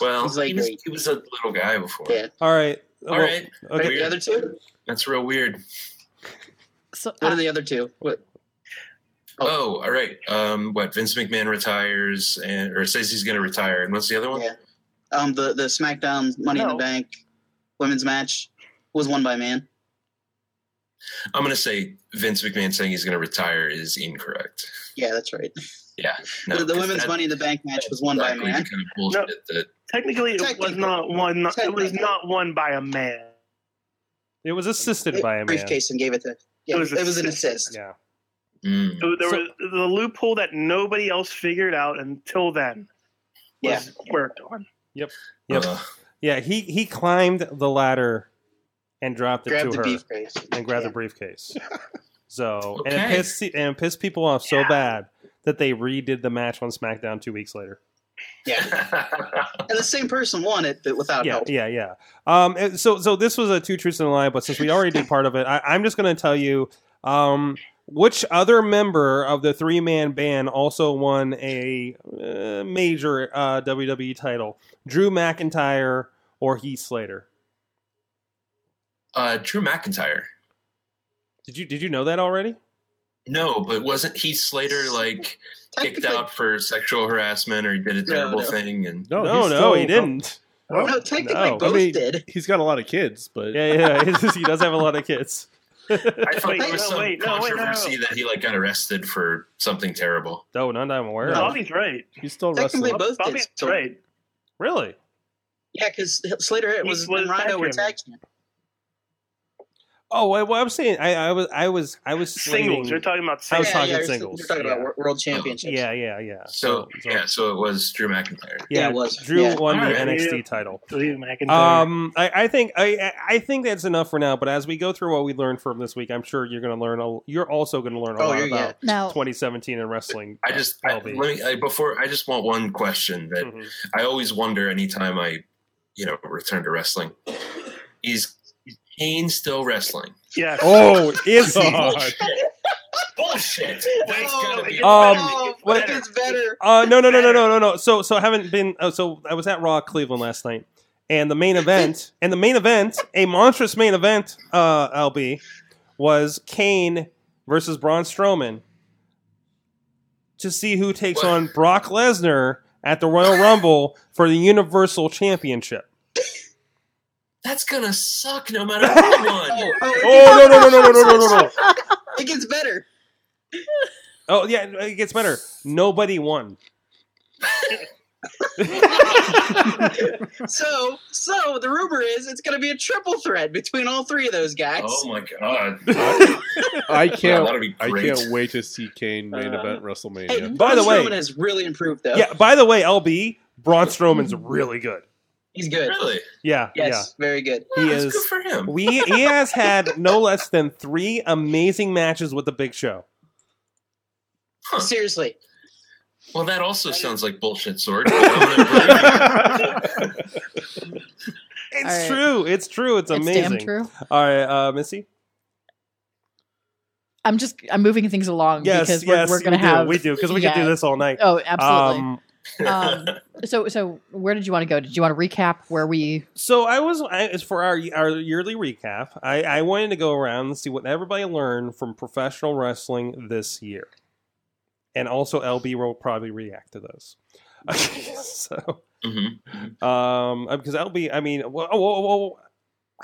[SPEAKER 7] Well,
[SPEAKER 5] He's like
[SPEAKER 7] he, was,
[SPEAKER 5] a-
[SPEAKER 7] he was a little guy before.
[SPEAKER 5] Yeah.
[SPEAKER 2] All right.
[SPEAKER 7] All
[SPEAKER 2] Well,
[SPEAKER 7] right.
[SPEAKER 5] What are
[SPEAKER 2] Oh, Okay.
[SPEAKER 5] the other two?
[SPEAKER 7] That's real weird.
[SPEAKER 8] So,
[SPEAKER 5] What are
[SPEAKER 8] uh,
[SPEAKER 5] the other two? What?
[SPEAKER 7] Oh, all right. Um, what? Vince McMahon retires and or says he's going to retire. And what's the other one?
[SPEAKER 5] Yeah. Um, the the SmackDown Money in the
[SPEAKER 6] No.
[SPEAKER 5] Bank women's match was won by a man.
[SPEAKER 7] I'm going to say Vince McMahon saying he's going to retire is incorrect.
[SPEAKER 5] Yeah, that's right.
[SPEAKER 7] Yeah. No,
[SPEAKER 5] the, the
[SPEAKER 7] 'cause
[SPEAKER 5] women's
[SPEAKER 7] that-
[SPEAKER 5] Money in the Bank match was won by a
[SPEAKER 7] exactly the
[SPEAKER 5] man.
[SPEAKER 7] Kind of bullshit that
[SPEAKER 6] Technically, it was
[SPEAKER 5] Technically.
[SPEAKER 6] not won. It was
[SPEAKER 5] Technically.
[SPEAKER 6] not won by a man.
[SPEAKER 2] It was assisted by a man.
[SPEAKER 5] briefcase and gave it to. Yeah, it
[SPEAKER 6] It was
[SPEAKER 5] was, an
[SPEAKER 6] assist.
[SPEAKER 5] assist.
[SPEAKER 2] Yeah.
[SPEAKER 7] Mm.
[SPEAKER 6] So there
[SPEAKER 2] So-
[SPEAKER 6] was the loophole that nobody else figured out until then. Was worked on.
[SPEAKER 2] Yep.
[SPEAKER 7] Uh,
[SPEAKER 2] Yeah, he he climbed the ladder and dropped it
[SPEAKER 5] Grab
[SPEAKER 2] to
[SPEAKER 5] the
[SPEAKER 2] her
[SPEAKER 5] briefcase
[SPEAKER 2] and grabbed the
[SPEAKER 5] Yeah.
[SPEAKER 2] briefcase. So and it
[SPEAKER 7] Okay.
[SPEAKER 2] pissed and it pissed people off so bad that they redid the match on SmackDown two weeks later.
[SPEAKER 5] Yeah, and the same person won it, but without
[SPEAKER 2] yeah,
[SPEAKER 5] help.
[SPEAKER 2] yeah, yeah. Um, and so so this was a two truths and a lie, but since we already did part of it, I, I'm just going to tell you um, which other member of the three man band also won a uh, major uh, WWE title: Drew McIntyre or Heath Slater.
[SPEAKER 7] uh, Drew McIntyre.
[SPEAKER 2] Did you did you know that already?
[SPEAKER 7] No, but wasn't Heath Slater like kicked
[SPEAKER 5] Technically-
[SPEAKER 7] out for sexual harassment or he did a
[SPEAKER 5] No,
[SPEAKER 7] terrible
[SPEAKER 5] no.
[SPEAKER 7] thing? And
[SPEAKER 2] No,
[SPEAKER 3] no,
[SPEAKER 2] no,
[SPEAKER 3] he's still-
[SPEAKER 2] he didn't.
[SPEAKER 5] Well, no, technically
[SPEAKER 2] No.
[SPEAKER 5] both
[SPEAKER 3] I mean-
[SPEAKER 5] did.
[SPEAKER 3] He's got a lot of kids, but
[SPEAKER 2] Yeah, yeah, yeah. he does have a lot of kids.
[SPEAKER 7] I thought
[SPEAKER 6] Wait,
[SPEAKER 7] there was
[SPEAKER 6] no,
[SPEAKER 7] some
[SPEAKER 6] wait, no, wait, no, no.
[SPEAKER 7] controversy that he like got arrested for something terrible.
[SPEAKER 2] No, none that I'm aware of.
[SPEAKER 6] Bobby's right.
[SPEAKER 3] he's still
[SPEAKER 5] Technically
[SPEAKER 3] wrestling.
[SPEAKER 5] both did.
[SPEAKER 6] Bobby's
[SPEAKER 5] So-
[SPEAKER 6] right.
[SPEAKER 2] Really?
[SPEAKER 5] Yeah, because Slater
[SPEAKER 6] He
[SPEAKER 5] was
[SPEAKER 6] was
[SPEAKER 5] when Rhino were
[SPEAKER 6] attacking.
[SPEAKER 5] attacking him.
[SPEAKER 2] Oh, well, well, I'm saying I, I was, I was, I was
[SPEAKER 6] Singles. You're
[SPEAKER 2] slating-
[SPEAKER 6] talking about
[SPEAKER 2] I was
[SPEAKER 6] singles.
[SPEAKER 5] yeah,
[SPEAKER 2] talking
[SPEAKER 5] yeah, you're-
[SPEAKER 2] singles.
[SPEAKER 5] You're talking
[SPEAKER 2] Yeah.
[SPEAKER 5] about wor- world championships.
[SPEAKER 2] Yeah, yeah, yeah.
[SPEAKER 7] So, yeah, so it was Drew McIntyre.
[SPEAKER 5] Yeah, it was.
[SPEAKER 2] Drew
[SPEAKER 5] Yeah.
[SPEAKER 2] won the
[SPEAKER 7] Alright.
[SPEAKER 2] NXT title.
[SPEAKER 6] Drew McIntyre.
[SPEAKER 2] Um, I, I think I, I- I think that's enough for now. But as we go through what we learned from this week, I'm sure you're going to learn. A, you're also going to learn a
[SPEAKER 5] Oh,
[SPEAKER 2] lot
[SPEAKER 5] you're- yeah.
[SPEAKER 2] about
[SPEAKER 8] now,
[SPEAKER 2] 2017 and wrestling.
[SPEAKER 7] I just I,
[SPEAKER 2] LB.
[SPEAKER 7] let me I, before I just want one question that
[SPEAKER 2] Mhm.
[SPEAKER 7] I always wonder anytime I, you know, return to wrestling. Is Kane still wrestling?
[SPEAKER 6] yes.
[SPEAKER 2] Oh, is he?
[SPEAKER 3] God.
[SPEAKER 7] Bullshit. That's gotta be.
[SPEAKER 2] Um,
[SPEAKER 5] oh,
[SPEAKER 2] what-
[SPEAKER 5] it gets better.
[SPEAKER 2] Uh, no, no, no, no, no, no, no. So, so I haven't been. Oh, so I was at Raw Cleveland last night, and the main event, and the main event, a monstrous main event, uh, LB, was Kane versus Braun Strowman to see who takes
[SPEAKER 7] What?
[SPEAKER 2] on Brock Lesnar at the Royal Rumble for the Universal Championship.
[SPEAKER 7] That's gonna suck no matter who won.
[SPEAKER 5] Oh, oh, it,
[SPEAKER 2] Oh no, no, no, no, no, no, no, no, no.
[SPEAKER 5] it gets better.
[SPEAKER 2] Oh yeah, it gets better. Nobody won.
[SPEAKER 5] So, so the rumor is it's going to be a triple threat between all three of those guys.
[SPEAKER 7] Oh my god.
[SPEAKER 3] I can't.
[SPEAKER 7] that'll be
[SPEAKER 3] I
[SPEAKER 7] great.
[SPEAKER 3] can't wait to see Kane main event
[SPEAKER 5] Uh,
[SPEAKER 3] WrestleMania.
[SPEAKER 5] Hey,
[SPEAKER 2] By the
[SPEAKER 5] Braun
[SPEAKER 2] way-
[SPEAKER 5] Strowman has really improved though.
[SPEAKER 2] Yeah. By the way, LB Braun Strowman's really good.
[SPEAKER 5] he's good.
[SPEAKER 7] Really?
[SPEAKER 2] Yeah. Yeah.
[SPEAKER 5] Yes, very good.
[SPEAKER 2] He
[SPEAKER 7] That's
[SPEAKER 2] is-
[SPEAKER 7] good for him.
[SPEAKER 2] we he has had no less than three amazing matches with the Big Show.
[SPEAKER 7] Huh.
[SPEAKER 5] Seriously,
[SPEAKER 7] Well, that also sounds like bullshit, Sword. but I'm gonna believe
[SPEAKER 2] It's
[SPEAKER 8] All right.
[SPEAKER 2] true. It's true. It's
[SPEAKER 8] it's
[SPEAKER 2] amazing.
[SPEAKER 8] damn true.
[SPEAKER 2] All right, uh, Missy.
[SPEAKER 8] I'm just I'm moving things along
[SPEAKER 2] Yes,
[SPEAKER 8] Um, because we're,
[SPEAKER 2] yes,
[SPEAKER 8] we're gonna
[SPEAKER 2] we do.
[SPEAKER 8] have
[SPEAKER 2] we do because we
[SPEAKER 8] yeah.
[SPEAKER 2] could do this all night.
[SPEAKER 8] Oh, absolutely.
[SPEAKER 2] Um,
[SPEAKER 8] Um, so, so where did you want to go? Did you want to recap where we?
[SPEAKER 2] So I was I, as for our our yearly recap. I, I wanted to go around and see what everybody learned from professional wrestling this year, and also LB will probably react to those. so
[SPEAKER 7] Mhm.
[SPEAKER 2] um uh, because LB, I mean, well, oh, well, well,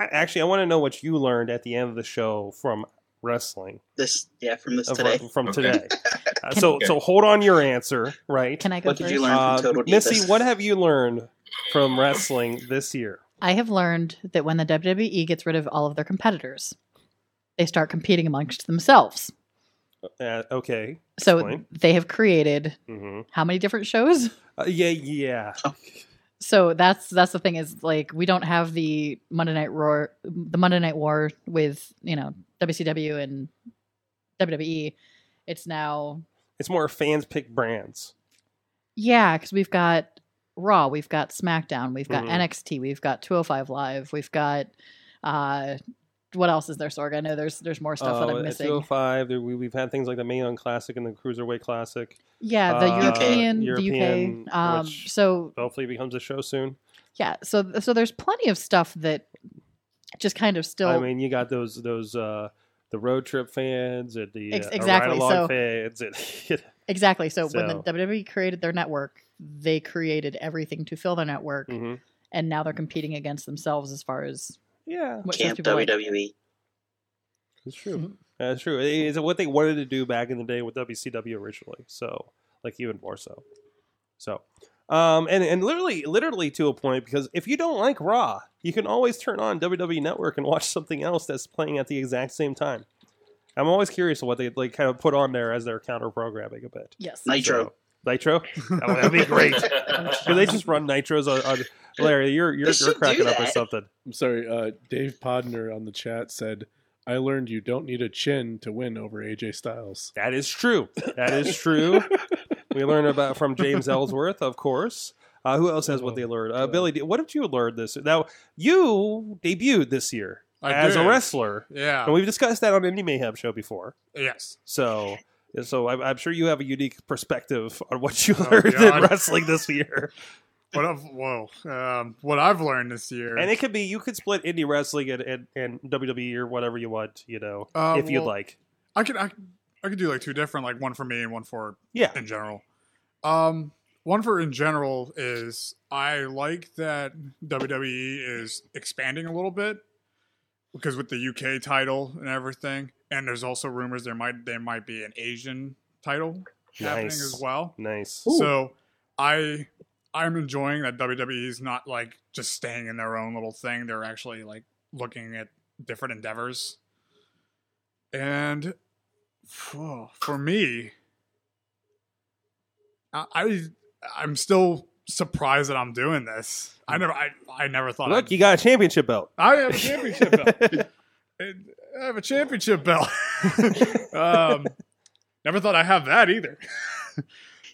[SPEAKER 2] I, actually, I want to know what you learned at the end of the show from wrestling
[SPEAKER 5] This, yeah, from this
[SPEAKER 2] of-
[SPEAKER 5] today.
[SPEAKER 2] from
[SPEAKER 7] Okay.
[SPEAKER 2] today. Uh, so
[SPEAKER 7] Okay.
[SPEAKER 2] so hold on your answer, right? Uh,
[SPEAKER 8] Can I go
[SPEAKER 5] What
[SPEAKER 8] first?
[SPEAKER 5] did you learn from Total Divas?
[SPEAKER 2] Missy, what have you learned from wrestling this year?
[SPEAKER 8] I have learned that when the WWE gets rid of all of their competitors, they start competing amongst themselves.
[SPEAKER 2] Uh, okay.
[SPEAKER 8] So
[SPEAKER 2] Explain.
[SPEAKER 8] they have created
[SPEAKER 2] hmm
[SPEAKER 8] how many different shows?
[SPEAKER 2] Uh, yeah, yeah.
[SPEAKER 8] So that's that's the thing is like we don't have the Monday Night Roar, the Monday Night War with you know WCW and WWE. It's now
[SPEAKER 2] It's more fans pick brands.
[SPEAKER 8] yeah because we've got Raw, we've got SmackDown, we've got
[SPEAKER 2] Mhm.
[SPEAKER 8] NXT, we've got 205 Live, we've got uh what else is there? Sorg, I know there's there's more stuff that
[SPEAKER 2] Uh,
[SPEAKER 8] I'm
[SPEAKER 2] at
[SPEAKER 8] missing.
[SPEAKER 2] 205, there- we, we've had things like the Main Young Classic and the Cruiserweight Classic.
[SPEAKER 8] Yeah, the
[SPEAKER 2] Uh,
[SPEAKER 8] European, the
[SPEAKER 2] European,
[SPEAKER 8] UK. Um,
[SPEAKER 2] which-
[SPEAKER 8] so
[SPEAKER 2] Hopefully, it becomes a show soon.
[SPEAKER 8] yeah, so so there's plenty of stuff that just kind of still
[SPEAKER 2] I mean, you got those those uh, the road trip fans and the
[SPEAKER 8] Ex-
[SPEAKER 2] uh,
[SPEAKER 8] exactly,
[SPEAKER 2] ride-along
[SPEAKER 8] so-
[SPEAKER 2] fans. And,
[SPEAKER 8] exactly. So, when the
[SPEAKER 2] So-
[SPEAKER 8] WWE created their network, they created everything to fill their network,
[SPEAKER 2] Mhm.
[SPEAKER 8] and now they're competing against themselves as far as
[SPEAKER 2] Yeah,
[SPEAKER 8] what shows
[SPEAKER 5] Camp
[SPEAKER 8] people like.
[SPEAKER 5] WWE.
[SPEAKER 2] it's true. That's true. It- It's what they wanted to do back in the day with WCW originally. So, like even more so. So, um, and and literally, literally to a point because if you don't like Raw, you can always turn on WWE Network and watch something else that's playing at the exact same time. I'm always curious what they like kind of put on there as their counter programming a bit.
[SPEAKER 8] Yes.
[SPEAKER 5] Nitro.
[SPEAKER 2] So, Nitro. That would that'd be great. Do they just run nitros on, on Larry? You're you're, you're
[SPEAKER 5] should do
[SPEAKER 2] cracking up with
[SPEAKER 5] that.
[SPEAKER 2] something.
[SPEAKER 3] I'm sorry, uh, Dave Podner on the chat said, I learned you don't need a chin to win over AJ Styles.
[SPEAKER 2] That is true. That is true. we learned about from James Ellsworth, of course. Uh, who else has what they learned? Uh, Billy, d- what did you learn this? Now you debuted this year
[SPEAKER 4] I
[SPEAKER 2] as a
[SPEAKER 4] did.
[SPEAKER 2] wrestler, and
[SPEAKER 4] Yeah.
[SPEAKER 2] we've discussed that on Indie Mayhem show before.
[SPEAKER 4] Yes.
[SPEAKER 2] So, so I'm, I'm sure you have a unique perspective on what you
[SPEAKER 4] Oh,
[SPEAKER 2] learned in
[SPEAKER 4] God.
[SPEAKER 2] wrestling this year.
[SPEAKER 4] What I've whoa. Um, what I've learned this year.
[SPEAKER 2] And it could be you could split indie wrestling and, and, and WWE or whatever you want, you know,
[SPEAKER 4] Uh,
[SPEAKER 2] if you'd
[SPEAKER 4] well,
[SPEAKER 2] like.
[SPEAKER 4] I could I, could- I could do like two different, like one for me and one for
[SPEAKER 2] Yeah.
[SPEAKER 4] in general. Um, one for in general is I like that WWE is expanding a little bit because with the UK title and everything, and there's also rumors there might there might be an Asian title happening
[SPEAKER 2] Nice.
[SPEAKER 4] as well.
[SPEAKER 2] Nice.
[SPEAKER 4] So I I'm enjoying that WWE is not like just staying in their own little thing. They're actually like looking at different endeavors. And phew, for me, I, I I'm still surprised that I'm doing this. I never I, I never thought
[SPEAKER 2] Look,
[SPEAKER 4] I'd-
[SPEAKER 2] you got a championship belt.
[SPEAKER 4] I have a championship belt. And I have a championship belt. um, never thought I have that either.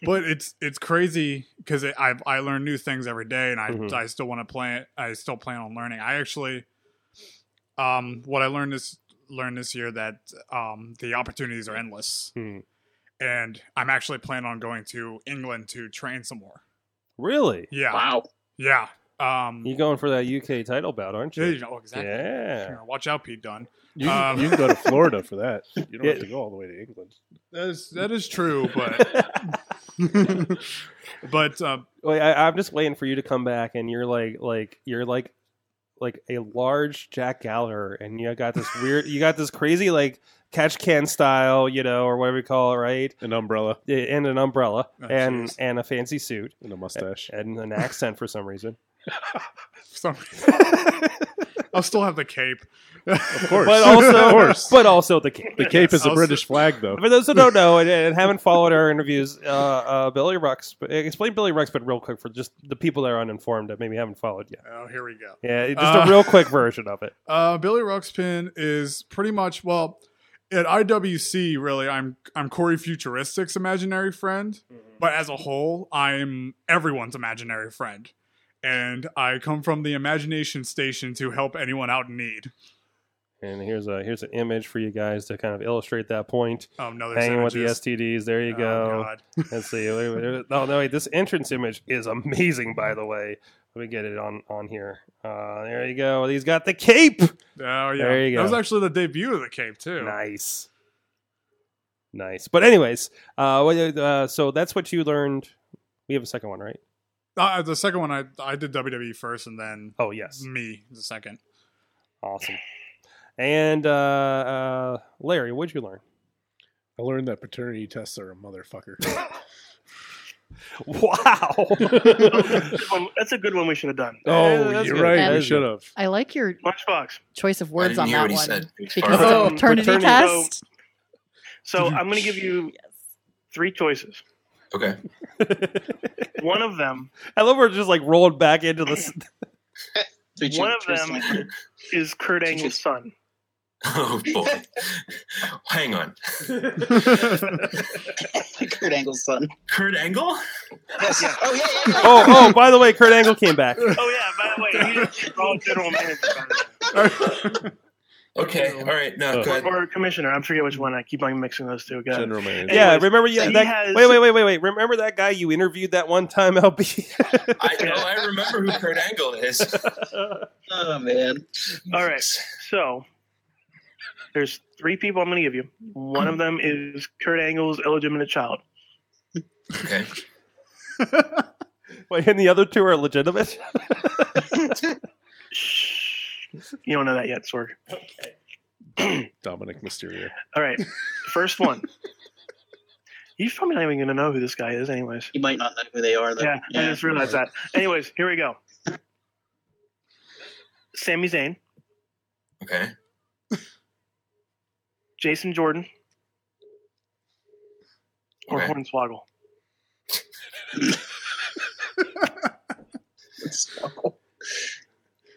[SPEAKER 4] but it's it's crazy because it, I I learn new things every day, and I
[SPEAKER 3] Mm-hmm.
[SPEAKER 2] Mhm.
[SPEAKER 4] I still want to plan. I still plan on learning. I actually, um, what I learned this learned this year that um the opportunities are endless,
[SPEAKER 2] Hmm.
[SPEAKER 4] and I'm actually planning on going to England to train some more.
[SPEAKER 2] Really?
[SPEAKER 4] Yeah,
[SPEAKER 5] Wow.
[SPEAKER 4] yeah. Um,
[SPEAKER 2] You going for that UK title bout, aren't
[SPEAKER 4] yeah, you
[SPEAKER 2] you?
[SPEAKER 4] know exactly.
[SPEAKER 2] Yeah.
[SPEAKER 4] Sure, Watch out, Pete Dunn.
[SPEAKER 3] You, can
[SPEAKER 4] Um.
[SPEAKER 3] you can go to Florida for that. You don't
[SPEAKER 2] Yeah.
[SPEAKER 3] have to go all the way to England.
[SPEAKER 4] That is that is true, but but uh,
[SPEAKER 2] Wait, I, I'm just waiting for you to come back, and you're like, like, you're like, like a large Jack Gallagher, and you got this weird, you got this crazy like catch can style, you know, or whatever you call it, right?
[SPEAKER 3] An umbrella
[SPEAKER 2] And an umbrella,
[SPEAKER 4] Oh,
[SPEAKER 2] and
[SPEAKER 4] jeez.
[SPEAKER 2] and a fancy suit,
[SPEAKER 3] and a mustache.
[SPEAKER 2] and an accent for some reason.
[SPEAKER 4] for some I'll still have the cape.
[SPEAKER 3] Of course.
[SPEAKER 2] But
[SPEAKER 3] of
[SPEAKER 2] also,
[SPEAKER 3] course.
[SPEAKER 2] but also the cape.
[SPEAKER 3] The cape is a
[SPEAKER 4] I'll
[SPEAKER 3] British
[SPEAKER 4] sit-
[SPEAKER 3] flag, though.
[SPEAKER 2] For those who don't know and, and haven't followed our interviews, uh, uh, Billy Rux, explain Billy Ruxpin real quick for just the people that are uninformed that maybe haven't followed yet.
[SPEAKER 4] Oh, here we go.
[SPEAKER 2] Yeah, just
[SPEAKER 4] Uh,
[SPEAKER 2] a real quick version of it.
[SPEAKER 4] Uh, Billy Ruxpin is pretty much well at IWC. Really, I'm I'm Corey Futuristic's imaginary friend,
[SPEAKER 2] Mm-hmm.
[SPEAKER 4] but as a whole, I'm everyone's imaginary friend, and I come from the imagination station to help anyone out in need.
[SPEAKER 2] And here's a here's an image for you guys to kind of illustrate that point.
[SPEAKER 4] Oh no, there's
[SPEAKER 2] Hanging with the
[SPEAKER 4] images.
[SPEAKER 2] STDs. There you
[SPEAKER 4] Oh,
[SPEAKER 2] go.
[SPEAKER 4] God.
[SPEAKER 2] Let's see. Wait, wait, wait. Oh no, wait. This entrance image is amazing, by the way. Let me get it on on here. Uh, there you go. He's got the cape.
[SPEAKER 4] Oh yeah,
[SPEAKER 2] There you
[SPEAKER 4] that was
[SPEAKER 2] go.
[SPEAKER 4] actually the debut of the cape too.
[SPEAKER 2] Nice, nice. But anyways, uh, what- uh, so that's what you learned. We have a second one, right?
[SPEAKER 4] Uh, the second one, I I did WWE first, and then
[SPEAKER 2] Oh yes,
[SPEAKER 4] me the second.
[SPEAKER 2] awesome. And uh, uh, Larry, what'd you learn?
[SPEAKER 3] I learned that paternity tests are a motherfucker.
[SPEAKER 2] Wow.
[SPEAKER 6] That's a good one- That's a good one we should have done.
[SPEAKER 2] Yeah,
[SPEAKER 3] oh,
[SPEAKER 2] that's
[SPEAKER 3] you're
[SPEAKER 2] good.
[SPEAKER 3] right.
[SPEAKER 8] That
[SPEAKER 3] We
[SPEAKER 2] is
[SPEAKER 3] should have.
[SPEAKER 8] I like your
[SPEAKER 6] Lunchbox.
[SPEAKER 8] choice of
[SPEAKER 7] I
[SPEAKER 8] words
[SPEAKER 7] didn't
[SPEAKER 8] on
[SPEAKER 7] hear
[SPEAKER 8] that
[SPEAKER 7] what he
[SPEAKER 8] one
[SPEAKER 7] said.
[SPEAKER 8] because
[SPEAKER 6] Oh,
[SPEAKER 8] of paternity
[SPEAKER 2] paternity.
[SPEAKER 8] test.
[SPEAKER 6] So I'm going to give you three choices.
[SPEAKER 7] Okay.
[SPEAKER 6] One of them
[SPEAKER 2] I love we're just like rolling back into this.
[SPEAKER 5] Did
[SPEAKER 6] One of them-
[SPEAKER 5] Tristan?
[SPEAKER 6] is Kurt Angle's son.
[SPEAKER 7] Oh boy. Hang on.
[SPEAKER 5] Kurt Angle's son.
[SPEAKER 7] Kurt Angle?
[SPEAKER 5] Yes. Oh yeah, yeah, yeah.
[SPEAKER 2] Oh, oh! By the way, Kurt Angle came back.
[SPEAKER 6] Oh yeah, by the way, he's a raw general manager by the way.
[SPEAKER 7] Okay. All right. No,
[SPEAKER 2] Oh.
[SPEAKER 7] go ahead.
[SPEAKER 6] or commissioner. I'm forget which one. I keep on mixing those two guys.
[SPEAKER 3] General manager.
[SPEAKER 2] Yeah,
[SPEAKER 6] Anyways,
[SPEAKER 2] remember yeah,
[SPEAKER 6] he
[SPEAKER 2] that?
[SPEAKER 6] has-
[SPEAKER 2] Wait, wait, wait, wait, wait! Remember that guy you interviewed that one time, LB?
[SPEAKER 7] I know I remember who Kurt Angle is.
[SPEAKER 5] Oh man.
[SPEAKER 6] All right. So there's three people I'm going to give you. One of them is Kurt Angle's illegitimate child.
[SPEAKER 7] Okay.
[SPEAKER 2] Wait, and the other two are legitimate.
[SPEAKER 6] Shh. You don't know that yet, Sorg.
[SPEAKER 3] Dominic Mysterio.
[SPEAKER 6] All right. First one. He's probably not even going to know who this guy is, anyways.
[SPEAKER 5] You might not know who they are though.
[SPEAKER 6] Yeah, I just realized that. Anyways, here we go. Sami Zayn,
[SPEAKER 7] Okay.
[SPEAKER 6] Jason Jordan, or
[SPEAKER 7] Okay.
[SPEAKER 6] Hornswoggle.
[SPEAKER 5] So-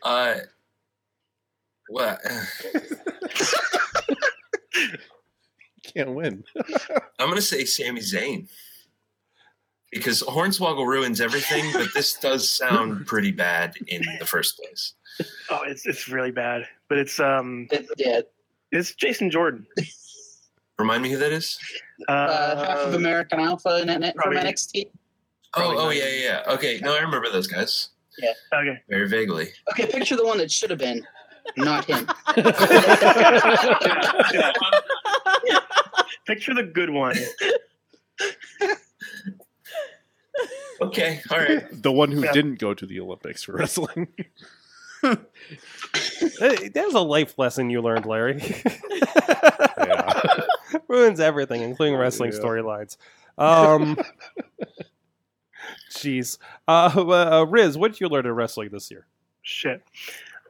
[SPEAKER 7] Uh, what?
[SPEAKER 3] Can't win.
[SPEAKER 7] I'm gonna say Sami Zayn because Hornswoggle ruins everything, but this does sound pretty bad in the first place.
[SPEAKER 6] Oh, it's it's really bad, but it's um
[SPEAKER 5] it- yeah.
[SPEAKER 6] it's Jason Jordan.
[SPEAKER 7] Remind me who that is?
[SPEAKER 6] Uh,
[SPEAKER 5] Uh, half of American Alpha and and- from
[SPEAKER 6] probably-
[SPEAKER 5] NXT.
[SPEAKER 7] Oh,
[SPEAKER 6] Probably
[SPEAKER 7] oh
[SPEAKER 6] not.
[SPEAKER 7] yeah, yeah. yeah. Okay, no, I remember those guys
[SPEAKER 6] okay,
[SPEAKER 7] very vaguely.
[SPEAKER 5] Okay, picture the one that should have been, not him.
[SPEAKER 6] picture the good one.
[SPEAKER 7] Okay, all right.
[SPEAKER 3] The one who
[SPEAKER 6] Yeah.
[SPEAKER 3] didn't go to the Olympics for wrestling.
[SPEAKER 2] Hey, That was a life lesson you learned, Larry.
[SPEAKER 3] Yeah.
[SPEAKER 2] Ruins everything, including wrestling
[SPEAKER 3] Yeah.
[SPEAKER 2] storylines. Um, jeez, uh, uh, Riz, what did you learn in wrestling this year?
[SPEAKER 6] Shit.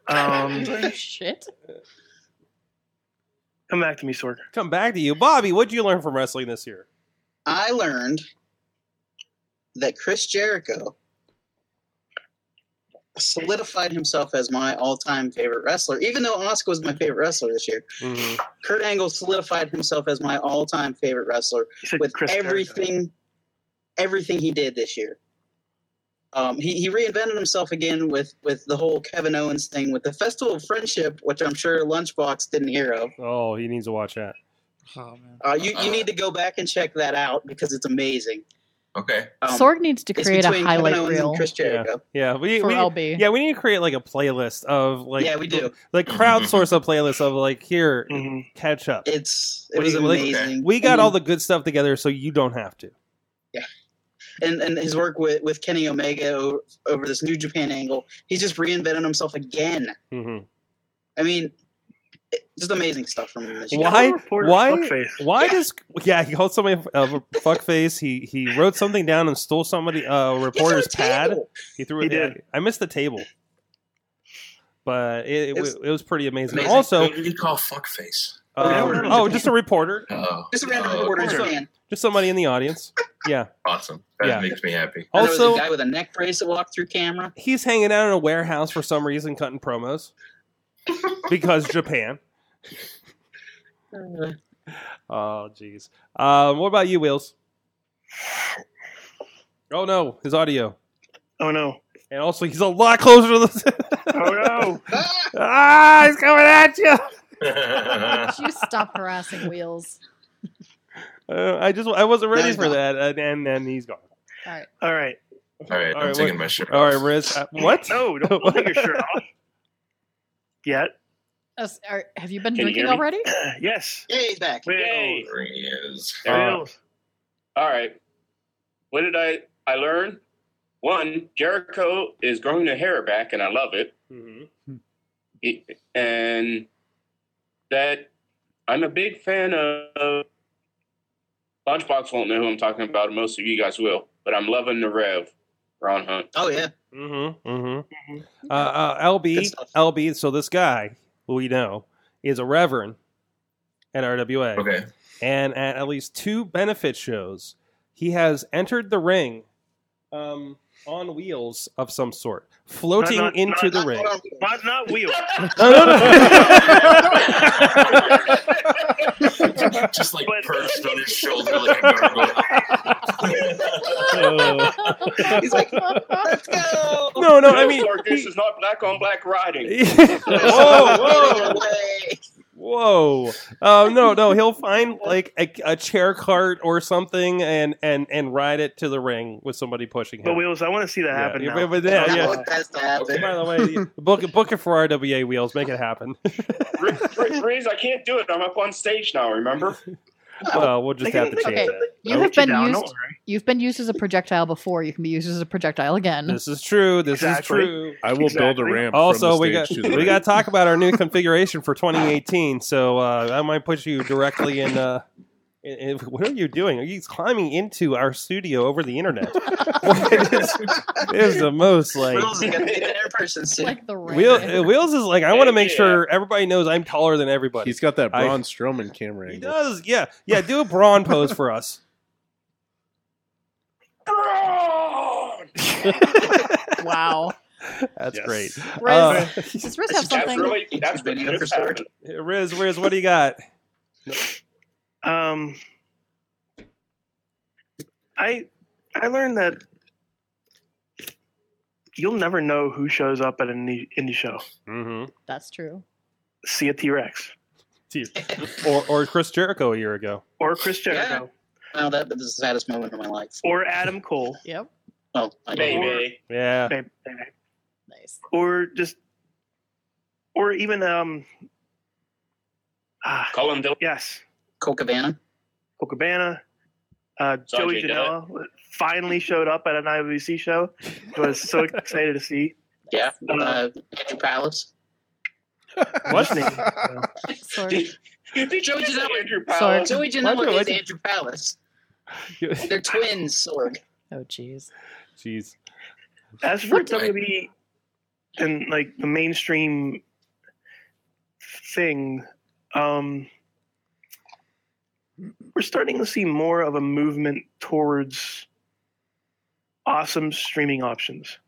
[SPEAKER 6] Um,
[SPEAKER 8] Shit.
[SPEAKER 6] come back to me, Sorg.
[SPEAKER 2] Come back to you, Bobby. What did you learn from wrestling this year?
[SPEAKER 5] I learned that Chris Jericho solidified himself as my all-time favorite wrestler. Even though Oscar was my favorite wrestler this year,
[SPEAKER 2] Mm-hmm.
[SPEAKER 5] Kurt Angle solidified himself as my all-time favorite wrestler
[SPEAKER 6] You said
[SPEAKER 5] with
[SPEAKER 6] Chris Jericho.
[SPEAKER 5] everything, everything he did this year. Um, he, he reinvented himself again with with the whole Kevin Owens thing with the Festival of Friendship, which I'm sure Lunchbox didn't hear of.
[SPEAKER 2] Oh, he needs to watch that.
[SPEAKER 4] Oh man.
[SPEAKER 5] Uh, you you need to go back and check that out because it's amazing.
[SPEAKER 7] Okay,
[SPEAKER 5] Um,
[SPEAKER 8] Sorg needs to
[SPEAKER 5] It's
[SPEAKER 8] create a
[SPEAKER 5] between Kevin
[SPEAKER 8] highlight
[SPEAKER 5] Owens
[SPEAKER 8] reel
[SPEAKER 5] And Chris Jericho.
[SPEAKER 2] Yeah, we,
[SPEAKER 8] for
[SPEAKER 2] we
[SPEAKER 8] LB.
[SPEAKER 2] yeah we need to create like a playlist of like
[SPEAKER 5] yeah, we do.
[SPEAKER 2] like crowdsource a playlist of like here
[SPEAKER 6] Mhm.
[SPEAKER 2] catch up.
[SPEAKER 5] It's it
[SPEAKER 2] What do
[SPEAKER 5] was
[SPEAKER 2] you- like,
[SPEAKER 5] amazing.
[SPEAKER 2] We got
[SPEAKER 5] and,
[SPEAKER 2] all the good stuff together, so you don't have to.
[SPEAKER 5] and and his work with with Kenny Omega over, over this New Japan angle. He's just reinvented himself again.
[SPEAKER 2] hmm
[SPEAKER 5] I mean, it, just amazing stuff from him. This year.
[SPEAKER 2] Why-
[SPEAKER 6] Tell the reporter
[SPEAKER 2] why-
[SPEAKER 6] fuckface.
[SPEAKER 2] Why
[SPEAKER 5] Yeah.
[SPEAKER 2] does yeah? He called somebody a fuckface. He he wrote something down and stole somebody uh, a
[SPEAKER 5] He's on
[SPEAKER 2] reporter's
[SPEAKER 5] a
[SPEAKER 2] pad.
[SPEAKER 5] table.
[SPEAKER 2] He threw
[SPEAKER 6] He
[SPEAKER 2] it. yeah,
[SPEAKER 6] did.
[SPEAKER 2] I missed the table, but it it,
[SPEAKER 5] It's-
[SPEAKER 2] wa- it was pretty amazing.
[SPEAKER 5] amazing.
[SPEAKER 2] Also,
[SPEAKER 7] who did he call fuckface?
[SPEAKER 2] um,
[SPEAKER 5] Reporter.
[SPEAKER 2] oh, just a reporter,
[SPEAKER 7] Oh,
[SPEAKER 5] Just a random
[SPEAKER 7] oh,
[SPEAKER 5] reporter's
[SPEAKER 6] reporter.
[SPEAKER 5] fan.
[SPEAKER 2] just somebody in the audience. Yeah.
[SPEAKER 7] awesome. That
[SPEAKER 2] Yeah.
[SPEAKER 7] makes me happy.
[SPEAKER 5] And there
[SPEAKER 2] Also,
[SPEAKER 5] was a guy with a neck brace that walked through camera.
[SPEAKER 2] he's hanging out in a warehouse for some reason, cutting promos because Japan. Oh, jeez. Um, what about you, Wheels? Oh no, his audio,
[SPEAKER 6] Oh no!
[SPEAKER 2] and also he's a lot closer to the.
[SPEAKER 6] Oh no!
[SPEAKER 2] ah, he's coming at you.
[SPEAKER 5] Uh,
[SPEAKER 8] you stop harassing wheels?
[SPEAKER 2] Uh, I just I wasn't ready
[SPEAKER 5] he's
[SPEAKER 2] for
[SPEAKER 5] gone.
[SPEAKER 2] that, and, and then he's gone.
[SPEAKER 8] All right.
[SPEAKER 6] All right.
[SPEAKER 7] All right,
[SPEAKER 2] All
[SPEAKER 7] I'm
[SPEAKER 2] right,
[SPEAKER 7] taking
[SPEAKER 2] what-
[SPEAKER 7] my shirt.
[SPEAKER 2] All right,
[SPEAKER 7] off.
[SPEAKER 2] Riz. Uh, what?
[SPEAKER 6] No, don't, don't take your shirt off. Yet.
[SPEAKER 8] Us- Oh, are- have you been
[SPEAKER 9] Can you
[SPEAKER 8] drinking
[SPEAKER 9] hear me?
[SPEAKER 8] already?
[SPEAKER 6] yes.
[SPEAKER 5] Yeah, he's back.
[SPEAKER 9] Yay.
[SPEAKER 7] There he is.
[SPEAKER 9] There
[SPEAKER 6] Wheels.
[SPEAKER 9] All right. What did I I learn? One, Jericho is growing her hair back, and I love it.
[SPEAKER 2] Mhm.
[SPEAKER 9] It- And that I'm a big fan of. Lunchbox won't know who I'm talking about. and Most of you guys will, but I'm loving the Rev, Ron Hunt.
[SPEAKER 5] Oh yeah.
[SPEAKER 2] Mm-hmm. Mm-hmm. Uh, uh, LB,
[SPEAKER 5] Good stuff.
[SPEAKER 2] LB. So this guy, who we know, is a reverend at RWA,
[SPEAKER 7] Okay.
[SPEAKER 2] and at at least two benefit shows, he has entered the ring um, on wheels of some sort, floating
[SPEAKER 6] Not- not-
[SPEAKER 2] into
[SPEAKER 6] not-
[SPEAKER 2] the
[SPEAKER 5] Not-
[SPEAKER 2] ring.
[SPEAKER 5] hold on.
[SPEAKER 6] Not, not wheels.
[SPEAKER 2] No, no,
[SPEAKER 7] Just like
[SPEAKER 6] But-
[SPEAKER 7] perched on his shoulder like a gargoyle.
[SPEAKER 5] He's like, Let's go.
[SPEAKER 2] no. no, no. I mean,
[SPEAKER 9] Clark, this is not black on black riding.
[SPEAKER 2] whoa, whoa,
[SPEAKER 5] Way.
[SPEAKER 2] whoa! Um, no, no, he'll find like a, a chair cart or something and and and ride it to the ring with somebody pushing him.
[SPEAKER 6] But wheels, I want to see that
[SPEAKER 2] yeah.
[SPEAKER 6] happen
[SPEAKER 2] yeah,
[SPEAKER 6] now.
[SPEAKER 2] but yeah,
[SPEAKER 5] That
[SPEAKER 2] yeah.
[SPEAKER 5] one has to happen.
[SPEAKER 2] By the way, book book it for RWA wheels. Make it happen.
[SPEAKER 9] Breeze, I can't do it. I'm up on stage now. Remember?
[SPEAKER 2] well, we'll just
[SPEAKER 6] They
[SPEAKER 2] have
[SPEAKER 6] can-
[SPEAKER 2] to
[SPEAKER 6] they
[SPEAKER 2] change
[SPEAKER 6] can-
[SPEAKER 8] Okay.
[SPEAKER 2] it.
[SPEAKER 8] You
[SPEAKER 6] I'll
[SPEAKER 8] have
[SPEAKER 6] put you
[SPEAKER 8] been
[SPEAKER 6] down, don't
[SPEAKER 8] used.
[SPEAKER 6] worry.
[SPEAKER 8] You've been used as a projectile before. You can be used as a projectile again.
[SPEAKER 2] This is true. This
[SPEAKER 6] Exactly.
[SPEAKER 2] is true.
[SPEAKER 3] I will build
[SPEAKER 6] Exactly.
[SPEAKER 3] a ramp.
[SPEAKER 2] Also,
[SPEAKER 3] from the
[SPEAKER 2] we got
[SPEAKER 3] stage to the
[SPEAKER 2] we
[SPEAKER 3] ring.
[SPEAKER 2] got to talk about our new configuration for 2018. So uh, I might put you directly in. Uh, in, in- what are you doing? Are you climbing into our studio over the internet? it, is, it is the most like
[SPEAKER 5] Will's is gonna be there in person soon.
[SPEAKER 8] like the ring.
[SPEAKER 2] Wheel, uh, Wheels is like I want to make
[SPEAKER 9] Yeah.
[SPEAKER 2] sure everybody knows I'm taller than everybody.
[SPEAKER 3] He's got that
[SPEAKER 2] I-
[SPEAKER 3] Braun Strowman camera
[SPEAKER 2] he
[SPEAKER 3] angle.
[SPEAKER 2] does, yeah, yeah. Do a brawn pose for us.
[SPEAKER 8] Um, wow.
[SPEAKER 2] That's
[SPEAKER 3] Yes.
[SPEAKER 2] great.
[SPEAKER 8] Riz,
[SPEAKER 2] Uh,
[SPEAKER 8] does Riz
[SPEAKER 5] I
[SPEAKER 8] have
[SPEAKER 5] should
[SPEAKER 9] That's
[SPEAKER 8] something?
[SPEAKER 9] really that's
[SPEAKER 5] Video
[SPEAKER 9] really
[SPEAKER 5] for Sarge.
[SPEAKER 9] good.
[SPEAKER 2] Riz, Riz, what do you got?
[SPEAKER 6] Um, I I learned that you'll never know who shows up at an indie, indie show.
[SPEAKER 2] Mm-hmm.
[SPEAKER 8] That's true.
[SPEAKER 6] See a T Rex
[SPEAKER 2] Or, or Chris Jericho a year ago.
[SPEAKER 6] or Chris Jericho
[SPEAKER 5] Well, that was the saddest moment of my life.
[SPEAKER 6] or Adam Cole.
[SPEAKER 8] Yep.
[SPEAKER 5] Oh, I know.
[SPEAKER 9] Maybe.
[SPEAKER 2] Yeah.
[SPEAKER 6] Babe,
[SPEAKER 8] Nice.
[SPEAKER 6] Or just or even um ah,
[SPEAKER 9] Colin Dillon.
[SPEAKER 6] yes,
[SPEAKER 5] Coke Cabana.
[SPEAKER 6] Cocabana. Uh, Joey
[SPEAKER 9] Sanjay Dutt.
[SPEAKER 6] Janela finally showed up at an IWC show. I was so excited to see.
[SPEAKER 5] Yeah.
[SPEAKER 6] Um,
[SPEAKER 5] Uh, Andrew Palace.
[SPEAKER 2] What?
[SPEAKER 8] Sorry.
[SPEAKER 9] Did
[SPEAKER 5] Joey
[SPEAKER 9] you say
[SPEAKER 5] Janela.
[SPEAKER 9] Andrew
[SPEAKER 8] Sorry.
[SPEAKER 9] Powell?
[SPEAKER 5] Joey
[SPEAKER 2] Why do-
[SPEAKER 5] Janela
[SPEAKER 2] why
[SPEAKER 5] is
[SPEAKER 2] do-
[SPEAKER 5] Andrew Palace. They're twins, Sorg.
[SPEAKER 8] Oh, jeez.
[SPEAKER 2] Jeez.
[SPEAKER 6] As for
[SPEAKER 9] Fuck, I-
[SPEAKER 6] WWE and like the mainstream thing, um, we're starting to see more of a movement towards awesome streaming options,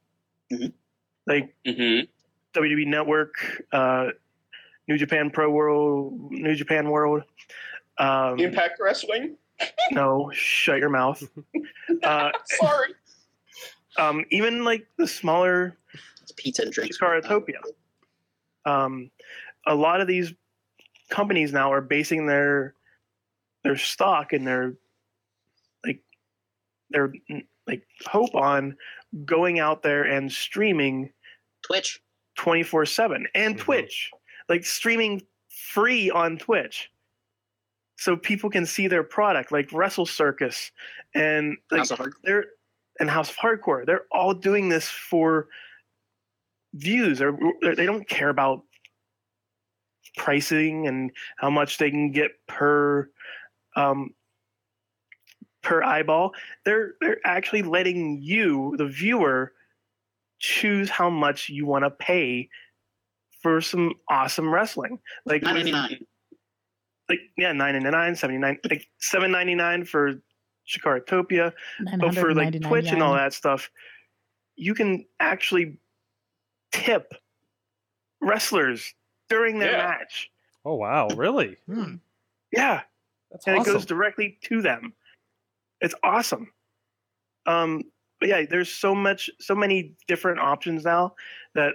[SPEAKER 5] Mhm.
[SPEAKER 6] like
[SPEAKER 9] Mm-hmm.
[SPEAKER 6] WWE E Network, uh, New Japan Pro World, New Japan World. Um,
[SPEAKER 9] Impact Wrestling.
[SPEAKER 6] no, shut your mouth. uh,
[SPEAKER 9] Sorry.
[SPEAKER 6] um, even like the smaller
[SPEAKER 5] It's pizza and drinks.
[SPEAKER 6] Scaratopia. um, a lot of these companies now are basing their their stock and their like their like hope on going out there and streaming
[SPEAKER 5] Twitch.
[SPEAKER 6] 24/7 and
[SPEAKER 2] Mhm.
[SPEAKER 6] Twitch like streaming free on Twitch so people can see their product like Wrestle Circus and like
[SPEAKER 5] House of Hard-
[SPEAKER 6] they're and House of Hardcore. They're all doing this for views. They're, they don't care about pricing and how much they can get per um, per eyeball. They're they're actually letting you, the viewer, choose how much you want to pay for some awesome wrestling. Like with-
[SPEAKER 5] 999.
[SPEAKER 6] like yeah, nine ninety nine, seventy nine, like seven ninety nine for Shikaratopia but for like
[SPEAKER 8] 999
[SPEAKER 6] Twitch and all
[SPEAKER 8] yen.
[SPEAKER 6] that stuff, you can actually tip wrestlers during their
[SPEAKER 9] Yeah.
[SPEAKER 6] match.
[SPEAKER 2] Oh wow, really?
[SPEAKER 8] Hmm.
[SPEAKER 6] Yeah,
[SPEAKER 2] That's
[SPEAKER 6] and
[SPEAKER 2] awesome.
[SPEAKER 6] it goes directly to them. It's awesome. Um, but yeah, there's so much, so many different options now that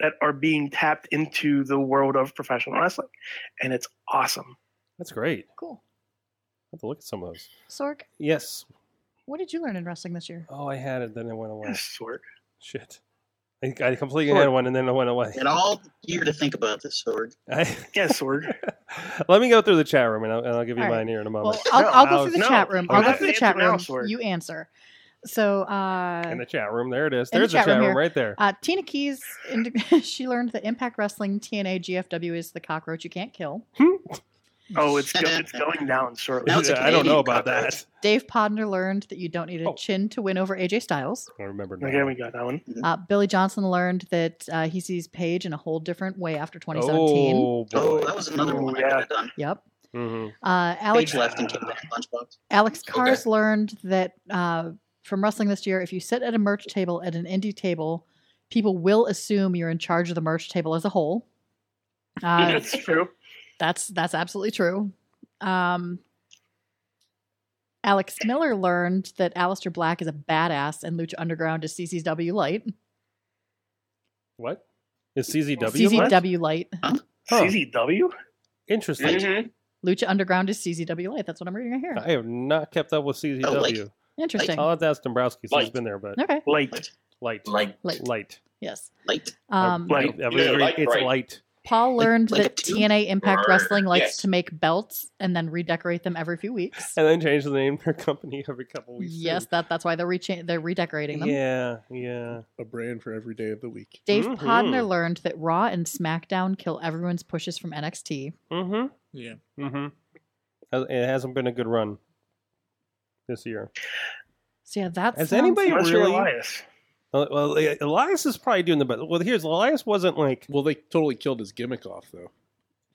[SPEAKER 6] that are being tapped into the world of professional wrestling, and it's awesome.
[SPEAKER 2] That's great.
[SPEAKER 8] Cool.
[SPEAKER 2] I have to look at some of those.
[SPEAKER 8] Sorg,
[SPEAKER 2] Yes.
[SPEAKER 8] what did you learn in wrestling this year?
[SPEAKER 2] Oh, I had it, then it went away.
[SPEAKER 6] Sort.
[SPEAKER 2] Shit. I, I completely had one, and then it went away.
[SPEAKER 5] And all year to think about this, Sorg.
[SPEAKER 2] I-
[SPEAKER 6] Yes, Sorg.
[SPEAKER 2] let me go through the chat room, and I'll, and I'll give you
[SPEAKER 8] All right.
[SPEAKER 2] mine here in a moment.
[SPEAKER 8] Well, I'll,
[SPEAKER 6] No,
[SPEAKER 8] I'll go
[SPEAKER 2] I'll-
[SPEAKER 8] through the
[SPEAKER 6] no,
[SPEAKER 8] chat room.
[SPEAKER 2] I'm
[SPEAKER 8] I'll go
[SPEAKER 2] gonna
[SPEAKER 8] through the
[SPEAKER 6] answer
[SPEAKER 8] chat
[SPEAKER 6] now,
[SPEAKER 8] room.
[SPEAKER 6] Sorg.
[SPEAKER 8] You answer. So uh,
[SPEAKER 2] in the chat room, there it is.
[SPEAKER 8] in the
[SPEAKER 2] There's
[SPEAKER 8] chat
[SPEAKER 2] the chat
[SPEAKER 8] room
[SPEAKER 2] room
[SPEAKER 8] here.
[SPEAKER 2] right there.
[SPEAKER 8] uh, Tina Keys, ind- she learned that Impact Wrestling TNA GFW is the cockroach you can't kill.
[SPEAKER 2] Hmm.
[SPEAKER 6] Oh, it's go, it's going down shortly.
[SPEAKER 5] Now it's a
[SPEAKER 2] I don't know
[SPEAKER 5] Canadian
[SPEAKER 2] about
[SPEAKER 5] cockroach.
[SPEAKER 2] that.
[SPEAKER 8] Dave Podner learned that you don't need a
[SPEAKER 2] Oh.
[SPEAKER 8] chin to win over AJ Styles.
[SPEAKER 2] I remember now.
[SPEAKER 6] Okay, we got that one.
[SPEAKER 8] Uh, Billy Johnson learned that uh, he sees Paige in a whole different way after 2017.
[SPEAKER 2] Oh,
[SPEAKER 5] Oh,
[SPEAKER 2] boy.
[SPEAKER 5] that was another one I
[SPEAKER 6] Yeah.
[SPEAKER 5] could have done.
[SPEAKER 8] Yep.
[SPEAKER 2] Mhm.
[SPEAKER 8] Uh, Alex
[SPEAKER 5] Page left and came back. Lunchbox.
[SPEAKER 8] Alex Cars
[SPEAKER 7] Okay.
[SPEAKER 8] learned that uh, from wrestling this year, if you sit at a merch table at an indie table, people will assume you're in charge of the merch table as a whole. Uh,
[SPEAKER 6] That's true.
[SPEAKER 8] that's that's absolutely true. Um, Alex Miller learned that Alistair Black is a badass and Lucha Underground is CCW Light.
[SPEAKER 2] What? Is CZW?
[SPEAKER 6] what?
[SPEAKER 8] CCW Light.
[SPEAKER 2] Huh.
[SPEAKER 6] CZW.
[SPEAKER 2] Interesting.
[SPEAKER 8] Mm-hmm.
[SPEAKER 9] Mhm.
[SPEAKER 8] Lucha Underground is CCW Light. That's what I'm reading right here.
[SPEAKER 2] I have not kept up with CZW.
[SPEAKER 5] Oh, like-
[SPEAKER 8] Interesting.
[SPEAKER 2] I'll have to ask Dombrowski. So he's
[SPEAKER 9] Light.
[SPEAKER 2] been there, but
[SPEAKER 8] Okay.
[SPEAKER 6] Light.
[SPEAKER 2] light,
[SPEAKER 7] Like,
[SPEAKER 8] Light.
[SPEAKER 2] light.
[SPEAKER 8] Yes.
[SPEAKER 5] Like,
[SPEAKER 8] Um,
[SPEAKER 2] I, I
[SPEAKER 6] Light.
[SPEAKER 2] would
[SPEAKER 9] Yeah,
[SPEAKER 2] agree.
[SPEAKER 9] light,
[SPEAKER 2] it's
[SPEAKER 9] right.
[SPEAKER 2] light.
[SPEAKER 8] Paul
[SPEAKER 5] Like-
[SPEAKER 8] learned
[SPEAKER 5] like a
[SPEAKER 8] that
[SPEAKER 5] tube?
[SPEAKER 8] TNA Impact
[SPEAKER 7] Or-
[SPEAKER 8] Wrestling likes
[SPEAKER 9] yes.
[SPEAKER 8] to make belts and then redecorate them every few weeks.
[SPEAKER 2] And then change the name of their company every couple weeks.
[SPEAKER 8] yes,
[SPEAKER 2] too.
[SPEAKER 8] that that's why they're recha- they're redecorating them.
[SPEAKER 2] Yeah, yeah.
[SPEAKER 3] A brand for every day of the week.
[SPEAKER 8] Dave
[SPEAKER 2] Mhm.
[SPEAKER 8] Podner learned that Raw and SmackDown kill everyone's pushes from NXT.
[SPEAKER 2] Mm-hmm.
[SPEAKER 4] Yeah.
[SPEAKER 2] Mm-hmm. It hasn't been a good run this year.
[SPEAKER 8] So yeah, that's
[SPEAKER 2] Has anybody
[SPEAKER 6] Must be
[SPEAKER 2] really?
[SPEAKER 6] Elias.
[SPEAKER 2] Uh, Well, uh, Elias is probably doing the best. Well, here's Elias wasn't like
[SPEAKER 3] Well, they totally killed his gimmick off though.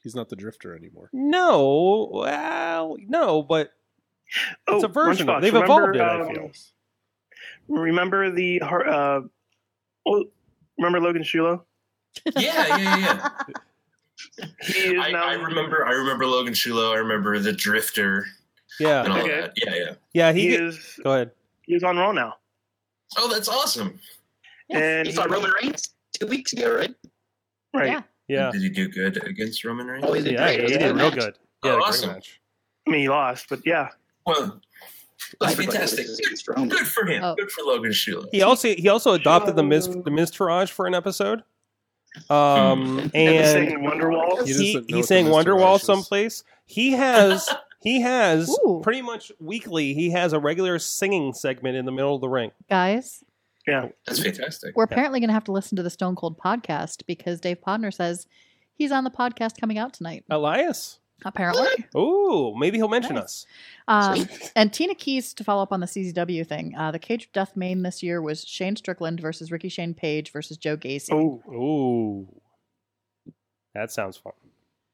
[SPEAKER 3] He's not the drifter anymore.
[SPEAKER 2] no, well, no, but it's a version of
[SPEAKER 6] Oh, Lunchbox,
[SPEAKER 2] it. They've
[SPEAKER 6] remember,
[SPEAKER 2] evolved it. I
[SPEAKER 6] um,
[SPEAKER 2] feel.
[SPEAKER 6] Remember the har- uh, oh, remember Logan Shulo?
[SPEAKER 7] yeah, yeah, yeah, yeah.
[SPEAKER 6] He is
[SPEAKER 7] I,
[SPEAKER 6] now.
[SPEAKER 7] I remember. I remember Logan Shulo. I remember the Drifter and
[SPEAKER 2] Yeah,
[SPEAKER 7] all
[SPEAKER 6] Okay.
[SPEAKER 7] that. Yeah, yeah.
[SPEAKER 2] yeah. He,
[SPEAKER 6] He
[SPEAKER 2] get-
[SPEAKER 6] is.
[SPEAKER 2] go ahead.
[SPEAKER 6] He is on Raw now.
[SPEAKER 7] Oh, that's awesome.
[SPEAKER 8] Yes.
[SPEAKER 6] And
[SPEAKER 5] you saw
[SPEAKER 6] he-
[SPEAKER 5] Roman Reigns two weeks ago, right?
[SPEAKER 6] right.
[SPEAKER 8] Yeah.
[SPEAKER 2] Yeah,
[SPEAKER 7] Did he do good against Roman Reigns?
[SPEAKER 5] Oh, he did
[SPEAKER 2] yeah.
[SPEAKER 5] great. It was
[SPEAKER 2] He
[SPEAKER 5] a
[SPEAKER 2] did
[SPEAKER 5] good
[SPEAKER 2] real
[SPEAKER 5] match.
[SPEAKER 2] good. Yeah,
[SPEAKER 7] Oh,
[SPEAKER 2] great
[SPEAKER 7] awesome.
[SPEAKER 2] match.
[SPEAKER 6] I mean, he lost, but yeah.
[SPEAKER 7] Well, that's
[SPEAKER 5] Everybody
[SPEAKER 7] fantastic.
[SPEAKER 5] loses against Roman.
[SPEAKER 7] Good for him.
[SPEAKER 8] Oh.
[SPEAKER 7] Good for Logan Shulo.
[SPEAKER 2] He also he also adopted the Miz the Miz Taraj for an episode. Um and
[SPEAKER 6] Saying Wonderwall.
[SPEAKER 3] He
[SPEAKER 2] he,
[SPEAKER 3] doesn't know
[SPEAKER 2] he's
[SPEAKER 3] what
[SPEAKER 2] saying
[SPEAKER 3] the Mr.
[SPEAKER 2] Wonderwall
[SPEAKER 3] Rush is.
[SPEAKER 2] someplace. He has he has
[SPEAKER 8] Ooh.
[SPEAKER 2] pretty much weekly he has a regular singing segment in the middle of the ring.
[SPEAKER 8] Guys,
[SPEAKER 7] That's fantastic.
[SPEAKER 8] we're apparently going to have to listen to the Stone Cold podcast because Dave Podner says he's on the podcast coming out tonight.
[SPEAKER 2] Elias.
[SPEAKER 8] Apparently.
[SPEAKER 2] Ooh, maybe he'll mention
[SPEAKER 8] Nice.
[SPEAKER 2] us.
[SPEAKER 8] Um, and Tina Keys to follow up on the CZW thing. Uh, the Cage of Death main this year was Shane Strickland versus Ricky Shane Page versus Joe Gacy.
[SPEAKER 6] Oh,
[SPEAKER 2] Ooh. That sounds fun.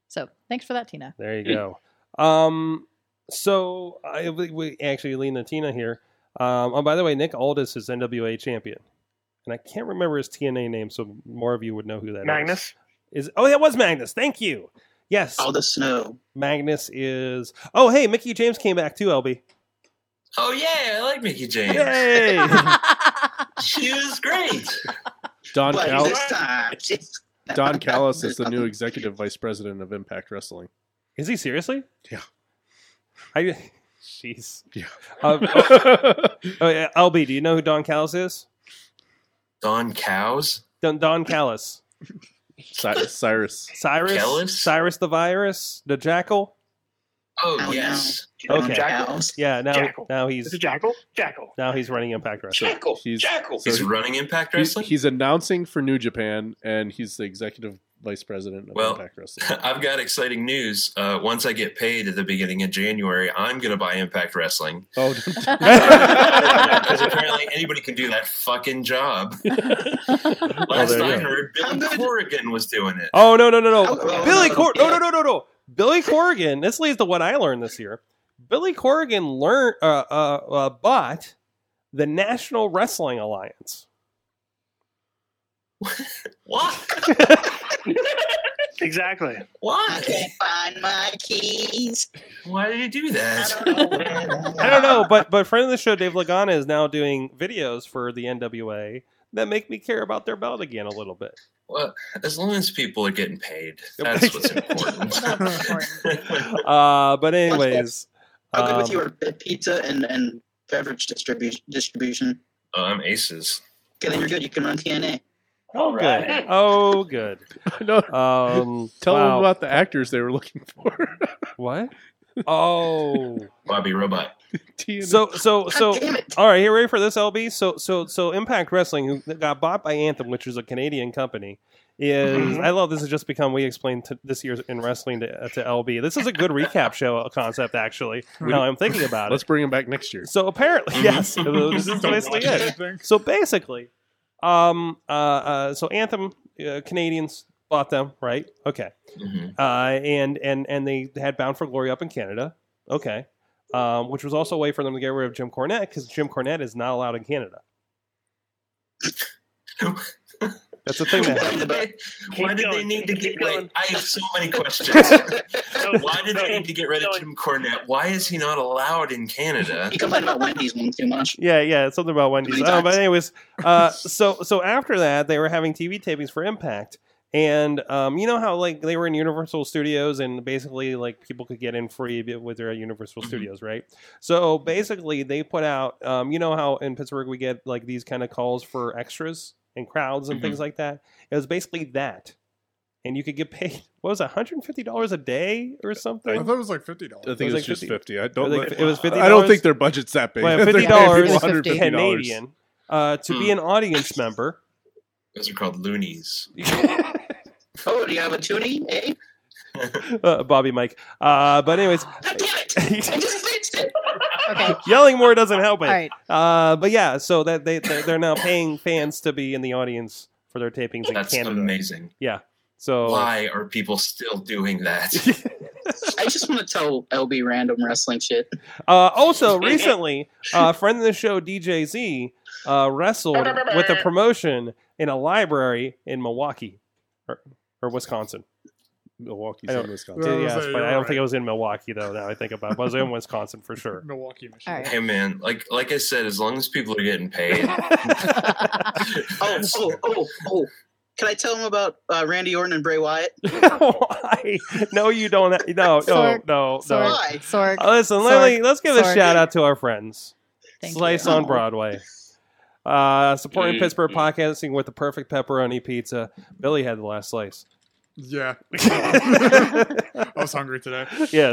[SPEAKER 8] So thanks for that, Tina.
[SPEAKER 2] There you go. Um, so I we, we actually Lena Tina here. Um, oh, by the way, Nick Aldis is NWA champion, and I can't remember his TNA name, so more of you would know who that is.
[SPEAKER 6] Magnus.
[SPEAKER 2] is. Oh, that was Magnus. Thank you. Yes,
[SPEAKER 5] All the snow.
[SPEAKER 2] Magnus is. Oh, hey, Mickey James came back too. LB.
[SPEAKER 7] Oh yeah, I like Mickey James.
[SPEAKER 2] Yay!
[SPEAKER 7] She was great.
[SPEAKER 3] Don
[SPEAKER 5] But
[SPEAKER 3] Callis.
[SPEAKER 5] this time, it's-
[SPEAKER 3] Don Callis is the new executive vice president of Impact Wrestling.
[SPEAKER 2] is he seriously?
[SPEAKER 3] Yeah.
[SPEAKER 2] I. Jeez.
[SPEAKER 3] Yeah.
[SPEAKER 2] Uh, oh, oh, yeah, LB, do you know who Don Callis is?
[SPEAKER 7] Don Cows.
[SPEAKER 2] Don, Don Callis.
[SPEAKER 3] Cy- Cyrus.
[SPEAKER 2] Cyrus,
[SPEAKER 7] Kellis?
[SPEAKER 2] Cyrus the virus, the jackal.
[SPEAKER 7] Oh,
[SPEAKER 5] Oh,
[SPEAKER 7] yes.
[SPEAKER 2] Okay.
[SPEAKER 6] Jackal.
[SPEAKER 5] Cows.
[SPEAKER 2] Yeah, now
[SPEAKER 6] Jackal.
[SPEAKER 2] now
[SPEAKER 6] Is it
[SPEAKER 2] he's
[SPEAKER 6] Jackal? Jackal.
[SPEAKER 2] now he's running Impact Wrestling.
[SPEAKER 9] Jackal.
[SPEAKER 3] He's-
[SPEAKER 9] Jackal.
[SPEAKER 3] so
[SPEAKER 7] He's
[SPEAKER 3] he-
[SPEAKER 7] running Impact
[SPEAKER 3] He's,
[SPEAKER 7] Wrestling.
[SPEAKER 3] he's announcing for New Japan, and he's the executive vice president of
[SPEAKER 7] Well,
[SPEAKER 3] Impact Wrestling.
[SPEAKER 7] I've got exciting news. Uh, once I get paid at the beginning of January, I'm going to buy Impact Wrestling
[SPEAKER 3] Oh,
[SPEAKER 7] because apparently anybody can do that fucking job. Last
[SPEAKER 2] Oh, there you
[SPEAKER 7] I
[SPEAKER 2] go.
[SPEAKER 7] heard,
[SPEAKER 5] I'm
[SPEAKER 7] Billy
[SPEAKER 5] good.
[SPEAKER 7] Corrigan was doing it.
[SPEAKER 2] oh no no no no!
[SPEAKER 5] Oh,
[SPEAKER 2] Billy
[SPEAKER 5] oh,
[SPEAKER 2] Cor no no
[SPEAKER 5] yeah.
[SPEAKER 2] no no no! Billy Corrigan. This leads to what I learned this year. Billy Corrigan learned uh, uh, uh, bought the National Wrestling Alliance.
[SPEAKER 7] What?
[SPEAKER 6] Exactly.
[SPEAKER 5] I
[SPEAKER 7] Why?
[SPEAKER 5] can't find my keys.
[SPEAKER 7] Why did he do
[SPEAKER 5] I
[SPEAKER 7] that?
[SPEAKER 5] don't know where
[SPEAKER 2] I don't know, but but friend of the show Dave Lagana is now doing videos for the NWA that make me care about their belt again a little bit.
[SPEAKER 7] Well, as long as people are getting paid, that's what's important.
[SPEAKER 8] That's important.
[SPEAKER 2] Uh, but anyways,
[SPEAKER 5] How good with
[SPEAKER 2] um,
[SPEAKER 5] you are at pizza and, and beverage distribution distribution.
[SPEAKER 7] Uh, I'm aces.
[SPEAKER 5] Okay, then you're good. You can run TNA.
[SPEAKER 2] oh good, oh good.
[SPEAKER 3] no,
[SPEAKER 2] Um,
[SPEAKER 3] tell
[SPEAKER 2] wow.
[SPEAKER 3] them about the actors they were looking for.
[SPEAKER 2] what? Oh,
[SPEAKER 7] Bobby Robot.
[SPEAKER 3] TNA.
[SPEAKER 2] so so so.
[SPEAKER 5] God damn it.
[SPEAKER 2] All right, here ready for this, LB. So so so Impact Wrestling, who got bought by Anthem, which is a Canadian company, is
[SPEAKER 5] Mm-hmm.
[SPEAKER 6] Mhm.
[SPEAKER 2] I love this has just become we explained to, this year's in wrestling to, uh, to LB. This is a good recap show concept actually. Now I'm thinking about it.
[SPEAKER 3] let's bring them back next year.
[SPEAKER 2] So apparently, yes, this is
[SPEAKER 4] Don't
[SPEAKER 2] basically
[SPEAKER 4] watch
[SPEAKER 2] it.
[SPEAKER 4] anything.
[SPEAKER 2] So basically, um, uh, uh, so Anthem uh, Canadians bought them, right? Okay,
[SPEAKER 7] hmm
[SPEAKER 2] uh, and and and they had Bound for Glory up in Canada, okay, um, which was also a way for them to get rid of Jim Cornette because Jim Cornette is not allowed in Canada. That's the thing that.
[SPEAKER 7] Why did they
[SPEAKER 6] going,
[SPEAKER 7] need to get?
[SPEAKER 6] keep going.
[SPEAKER 7] Wait, I have so many questions. Why did
[SPEAKER 6] no,
[SPEAKER 7] they need to get rid of
[SPEAKER 6] no.
[SPEAKER 7] Jim Cornette? Why is he not allowed in Canada?
[SPEAKER 5] He complained about Wendy's one too much.
[SPEAKER 2] Yeah, yeah, it's something about Wendy's.
[SPEAKER 5] Many
[SPEAKER 2] Oh, but
[SPEAKER 5] times.
[SPEAKER 2] anyways, uh, so so after that, they were having TV tapings for Impact, and um, you know how like they were in Universal Studios, and basically like people could get in free bi- with their Universal
[SPEAKER 5] Mm-hmm.
[SPEAKER 7] Mhm.
[SPEAKER 2] Studios, right? So basically, they put out, um, you know how in Pittsburgh we get like these kind of calls for extras and crowds and
[SPEAKER 5] Mm-hmm.
[SPEAKER 7] Mhm.
[SPEAKER 2] things like that. It was basically that, and you could get paid. What was it, one hundred and fifty dollars a day or
[SPEAKER 4] I
[SPEAKER 2] something?
[SPEAKER 4] thought it was like fifty
[SPEAKER 3] I
[SPEAKER 4] dollars.
[SPEAKER 3] think it was,
[SPEAKER 2] like
[SPEAKER 3] just
[SPEAKER 2] 50.
[SPEAKER 3] fifty. I don't.
[SPEAKER 2] It was like-
[SPEAKER 3] let-
[SPEAKER 2] it was $50?
[SPEAKER 3] I don't think their budget's that big.
[SPEAKER 2] Well,
[SPEAKER 3] They're paying
[SPEAKER 2] $50
[SPEAKER 3] people
[SPEAKER 8] is
[SPEAKER 3] $150.
[SPEAKER 2] Canadian uh, to be
[SPEAKER 7] Hmm.
[SPEAKER 2] an audience member.
[SPEAKER 7] Those are called loonies.
[SPEAKER 5] Oh, do you have a toonie? Eh?
[SPEAKER 2] uh, Bobby Mike. Uh, but anyways,
[SPEAKER 5] God damn it! I just fixed it.
[SPEAKER 8] Okay. All
[SPEAKER 2] yelling more doesn't help it.
[SPEAKER 8] right.
[SPEAKER 2] Uh, but yeah, so that they they're, they're now paying fans to be in the audience for their tapings in
[SPEAKER 7] That's
[SPEAKER 2] Canada.
[SPEAKER 7] amazing.
[SPEAKER 2] So
[SPEAKER 7] Why are people still doing that?
[SPEAKER 5] I just want to tell LB random wrestling shit.
[SPEAKER 2] uh, also recently, uh, friend of the show DJZ uh, wrestled with a promotion in a library in Milwaukee or, or Wisconsin.
[SPEAKER 3] Milwaukee's
[SPEAKER 2] I don't-
[SPEAKER 3] in Wisconsin.
[SPEAKER 4] Yeah, I was
[SPEAKER 2] yes,
[SPEAKER 4] like,
[SPEAKER 2] but I
[SPEAKER 4] you're
[SPEAKER 2] don't think
[SPEAKER 4] right.
[SPEAKER 2] it was in Milwaukee though. Now I think about it, but it was in Wisconsin for sure.
[SPEAKER 4] Milwaukee, Michigan.
[SPEAKER 8] All right.
[SPEAKER 7] Hey man, like like I said, as long as people are getting paid.
[SPEAKER 5] Oh, oh, oh, oh. Can I tell him about uh, Randy Orton and Bray Wyatt?
[SPEAKER 2] Why? No, you don't. No, no,
[SPEAKER 8] Sorg.
[SPEAKER 2] no, no.
[SPEAKER 8] Sorg.
[SPEAKER 5] Why?
[SPEAKER 8] Sorg.
[SPEAKER 2] Uh, Listen, let me, let's give a
[SPEAKER 8] Sorg.
[SPEAKER 2] shout out to our friends.
[SPEAKER 8] Thank
[SPEAKER 2] Slice
[SPEAKER 8] you.
[SPEAKER 2] on
[SPEAKER 5] Oh.
[SPEAKER 2] Broadway. Uh, supporting
[SPEAKER 9] Mm.
[SPEAKER 3] Mm-hmm.
[SPEAKER 2] Pittsburgh podcasting with the perfect pepperoni pizza. Billy had the last slice.
[SPEAKER 4] Yeah,
[SPEAKER 2] yes,
[SPEAKER 4] I was hungry today.